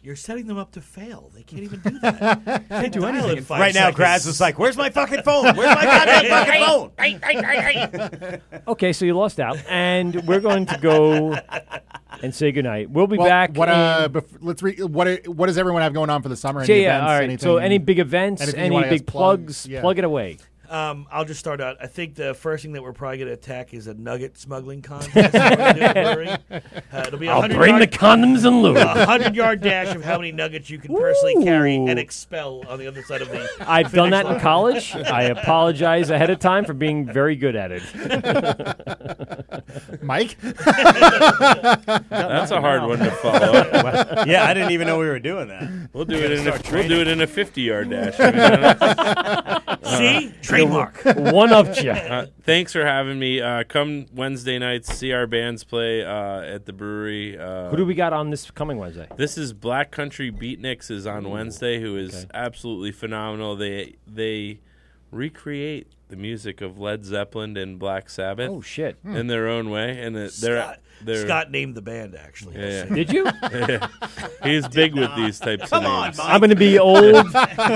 Speaker 18: You're setting them up to fail. They can't even do that.
Speaker 17: Can't
Speaker 18: do anything in five
Speaker 17: Right now,
Speaker 18: seconds.
Speaker 17: Graz is like, "Where's my fucking phone? Where's my goddamn fucking phone?"
Speaker 12: Okay, so you lost out, and we're going to go and say goodnight. We'll be
Speaker 14: Well,
Speaker 12: back.
Speaker 14: What
Speaker 12: in-
Speaker 14: uh, bef- let's re- what are- what does everyone have going on for the summer?
Speaker 12: Yeah,
Speaker 14: any
Speaker 12: yeah,
Speaker 14: events,
Speaker 12: all right.
Speaker 14: Anything,
Speaker 12: So any big events,
Speaker 14: anything you
Speaker 12: any
Speaker 14: wanna
Speaker 12: big
Speaker 14: ask, plug?
Speaker 12: plugs,
Speaker 14: Yeah.
Speaker 12: plug it away.
Speaker 18: Um, I'll just start out. I think the first thing that we're probably going to attack is a nugget smuggling contest. that we're gonna do at Murray. uh, it'll be a
Speaker 12: I'll
Speaker 18: 100
Speaker 12: bring
Speaker 18: yard-
Speaker 12: the condoms and lube.
Speaker 18: A hundred yard dash of how many nuggets you can personally carry
Speaker 12: Ooh.
Speaker 18: and expel on the other side of the.
Speaker 12: I've done
Speaker 18: finish
Speaker 12: that in
Speaker 18: line.
Speaker 12: college. I apologize ahead of time for being very good at it.
Speaker 14: Mike?
Speaker 19: That's a hard one to follow.
Speaker 17: yeah, I didn't even know we were doing that.
Speaker 19: We'll do
Speaker 17: We
Speaker 19: it
Speaker 17: gotta
Speaker 19: in a
Speaker 17: start
Speaker 19: we'll do
Speaker 17: training.
Speaker 19: it in a fifty yard dash. I mean, uh,
Speaker 18: See?
Speaker 19: uh,
Speaker 18: Trademark.
Speaker 12: One upped ya.
Speaker 19: Uh, thanks for having me. Uh, come Wednesday nights, see our bands play uh, at the brewery. Uh,
Speaker 12: Who do we got on this coming Wednesday?
Speaker 19: This is Black Country Beatniks is on Wednesday, who is absolutely phenomenal. They they recreate the music of Led Zeppelin and Black Sabbath.
Speaker 12: Oh, shit.
Speaker 19: In their own way, and it- they're
Speaker 18: Scott,
Speaker 19: they're
Speaker 18: Scott named the band actually.
Speaker 19: Yeah, yeah.
Speaker 12: Did you?
Speaker 19: Yeah. He's big with these types
Speaker 18: Come
Speaker 19: of
Speaker 18: on,
Speaker 19: names.
Speaker 18: Mike.
Speaker 12: I'm gonna be old.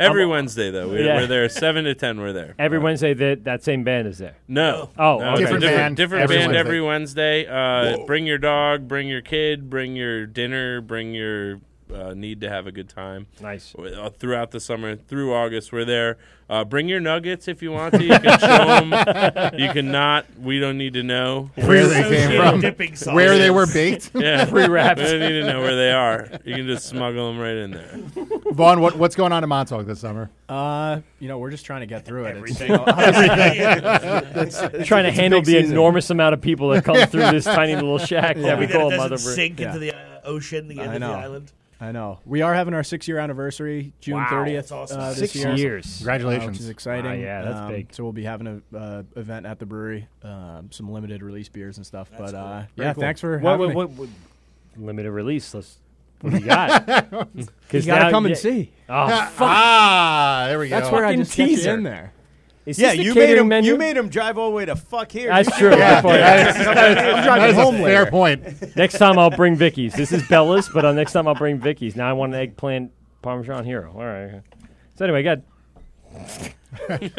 Speaker 19: Every
Speaker 12: I'm-
Speaker 19: Wednesday, though, we're,
Speaker 12: Yeah.
Speaker 19: we're there. Seven to ten, we're there.
Speaker 12: Every Wednesday, that that same band is there.
Speaker 19: Uh, No.
Speaker 12: Oh,
Speaker 19: No,
Speaker 12: okay.
Speaker 19: different, band, different every band every Wednesday. Uh, bring your dog, bring your kid, bring your dinner, bring your uh, need to have a good time. uh,
Speaker 12: Nice.
Speaker 19: throughout the summer, through August, we're there. Uh, bring your nuggets if you want to. You can show them. You cannot. We don't need to know
Speaker 14: Where they came from. Dipping sauces. Where they were baked.
Speaker 19: Yeah,
Speaker 14: Pre-wrapped.
Speaker 19: We don't need to know where they are. You can just smuggle them right in there.
Speaker 14: Vaughn, what, what's going on in Montauk this summer?
Speaker 16: Uh, you know, we're just trying to get through it. It's, you
Speaker 14: Everything.
Speaker 16: know, obviously-
Speaker 14: Everything.
Speaker 16: It's- it's-
Speaker 12: Trying to
Speaker 16: it's a
Speaker 12: handle
Speaker 16: big
Speaker 12: the
Speaker 16: season.
Speaker 12: enormous amount of people that come through this tiny little shack that we
Speaker 18: Hoping that
Speaker 12: call
Speaker 18: it doesn't
Speaker 12: Mother Brew.
Speaker 18: sink into
Speaker 12: Yeah.
Speaker 18: the uh, ocean, the end
Speaker 16: I
Speaker 18: of the
Speaker 16: know.
Speaker 18: island.
Speaker 16: I know. We are having our six-year anniversary, June
Speaker 18: Wow.
Speaker 16: 30th.
Speaker 18: That's awesome.
Speaker 16: uh, this
Speaker 18: Six
Speaker 16: year,
Speaker 12: years.
Speaker 16: uh,
Speaker 14: Congratulations.
Speaker 16: which is exciting.
Speaker 12: Ah, yeah, that's
Speaker 16: Um,
Speaker 12: big.
Speaker 16: So we'll be having a uh, event at the brewery, um, some limited release beers and stuff. but uh,
Speaker 12: Very
Speaker 16: yeah,
Speaker 12: cool.
Speaker 16: thanks for
Speaker 12: What-
Speaker 16: having
Speaker 12: what-
Speaker 16: me.
Speaker 12: what- what- limited release. Let's what do you got? 'Cause
Speaker 16: You gotta
Speaker 12: now-
Speaker 16: come and
Speaker 12: yeah-
Speaker 16: see.
Speaker 12: Oh, fuck.
Speaker 14: Ah, there we go.
Speaker 16: That's where I
Speaker 12: Fucking
Speaker 16: just teaser.
Speaker 12: teaser.
Speaker 16: you in there.
Speaker 12: Is
Speaker 17: yeah,
Speaker 12: this the
Speaker 17: you made
Speaker 12: catering
Speaker 17: him.
Speaker 12: menu?
Speaker 17: You made him drive all the way to fuck here.
Speaker 12: That's true.
Speaker 14: Yeah,
Speaker 12: Good point.
Speaker 14: that is- that is-
Speaker 12: I'm
Speaker 14: that is a
Speaker 12: home
Speaker 14: fair
Speaker 12: later.
Speaker 14: point.
Speaker 12: Next time I'll bring Vicky's. This is Bella's, but uh, next time I'll bring Vicky's. Now I want an eggplant parmesan hero. All right. So anyway, good.
Speaker 14: I think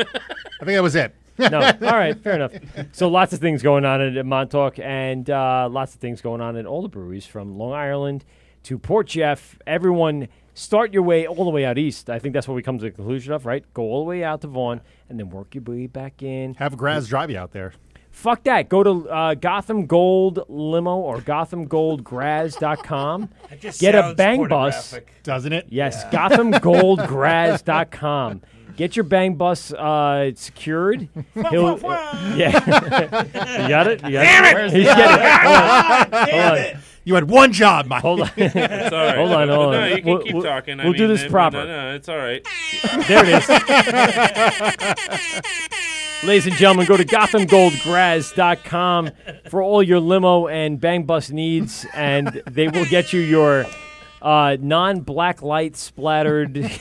Speaker 14: that was it.
Speaker 12: No. All right. Fair enough. So lots of things going on at, at Montauk, and uh, lots of things going on at all the breweries from Long Island to Port Jeff. Everyone, start your way all the way out east. I think that's what we come to the conclusion of, right? Go all the way out to Vaughan, and then work your way back in.
Speaker 14: Have Graz drive you out there.
Speaker 12: Fuck that. Go to uh, Gotham Gold Limo or GothamGoldGraz.com.
Speaker 18: just
Speaker 12: Get a
Speaker 18: sounds
Speaker 12: bang bus.
Speaker 14: Doesn't it?
Speaker 12: Yes, GothamGoldGraz.com. Get your bang bus uh, secured. He'll, yeah, you got it. You got
Speaker 14: Damn
Speaker 12: it.
Speaker 14: it!
Speaker 12: He's getting it. Hold on.
Speaker 14: Damn
Speaker 12: Hold on.
Speaker 14: it! You had one job, Mike.
Speaker 12: Hold on.
Speaker 19: It's all right.
Speaker 12: Hold on. Hold on.
Speaker 19: No, you can
Speaker 12: we'll
Speaker 19: keep
Speaker 12: we'll-
Speaker 19: talking. I
Speaker 12: we'll do
Speaker 19: mean,
Speaker 12: this
Speaker 19: it-
Speaker 12: proper.
Speaker 19: No, no, it's all right.
Speaker 12: There it is. Ladies and gentlemen, go to GothamGoldGraz.com for all your limo and bang bus needs, and they will get you your uh, non black light splattered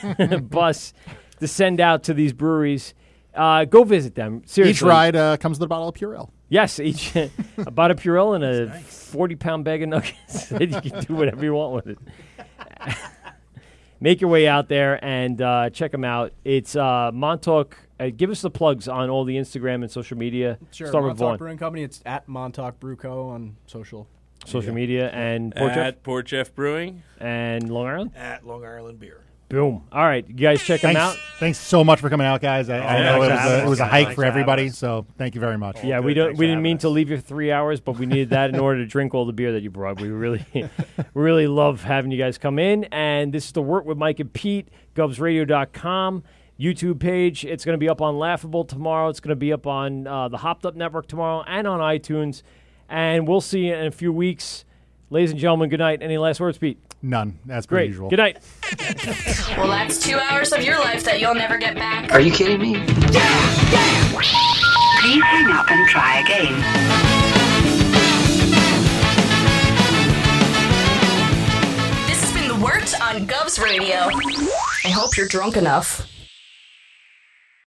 Speaker 12: bus to send out to these breweries. Uh, go visit them. Seriously.
Speaker 14: Each ride uh, comes with a bottle of Purell.
Speaker 12: Yes, each about a Purell and a forty-pound bag of nuggets. Then you can do whatever you want with it. Make your way out there and uh, check them out. It's uh, Montauk. Uh, give us the plugs on all the Instagram and social media.
Speaker 16: Sure.
Speaker 12: Start with
Speaker 16: Montauk
Speaker 12: Vaughn.
Speaker 16: Brewing Company. It's at Montauk Brew Co. on social.
Speaker 12: Social media and Port Jeff
Speaker 19: At Port Jeff Brewing.
Speaker 12: and Long Island.
Speaker 18: At Long Island Beer.
Speaker 12: Boom. All right, you guys check them
Speaker 14: Thanks,
Speaker 12: out.
Speaker 14: thanks so much for coming out, guys. I, I
Speaker 12: yeah,
Speaker 14: know
Speaker 12: thanks
Speaker 14: it was,
Speaker 12: for having
Speaker 14: a, it
Speaker 12: us.
Speaker 14: was a
Speaker 12: Yeah,
Speaker 14: hike
Speaker 12: thanks
Speaker 14: for everybody, so thank you very much.
Speaker 12: yeah, we don't. We didn't mean to leave you for three hours, but we needed that in order to drink all the beer that you brought. We really, we really love having you guys come in. And this is the work with Mike and Pete, GubsRadio.com YouTube page. It's going to be up on Laughable tomorrow. It's going to be up on uh, the Hopped Up Network tomorrow and on iTunes. And we'll see you in a few weeks, ladies and gentlemen. Good night. Any last words, Pete? None. That's
Speaker 1: Great.
Speaker 12: pretty usual.
Speaker 1: Good night.
Speaker 8: Well, that's two hours of your life that you'll never get back.
Speaker 27: Are you kidding me?
Speaker 8: Please hang up and try again. This has been The Works on Govs Radio. I hope you're drunk enough.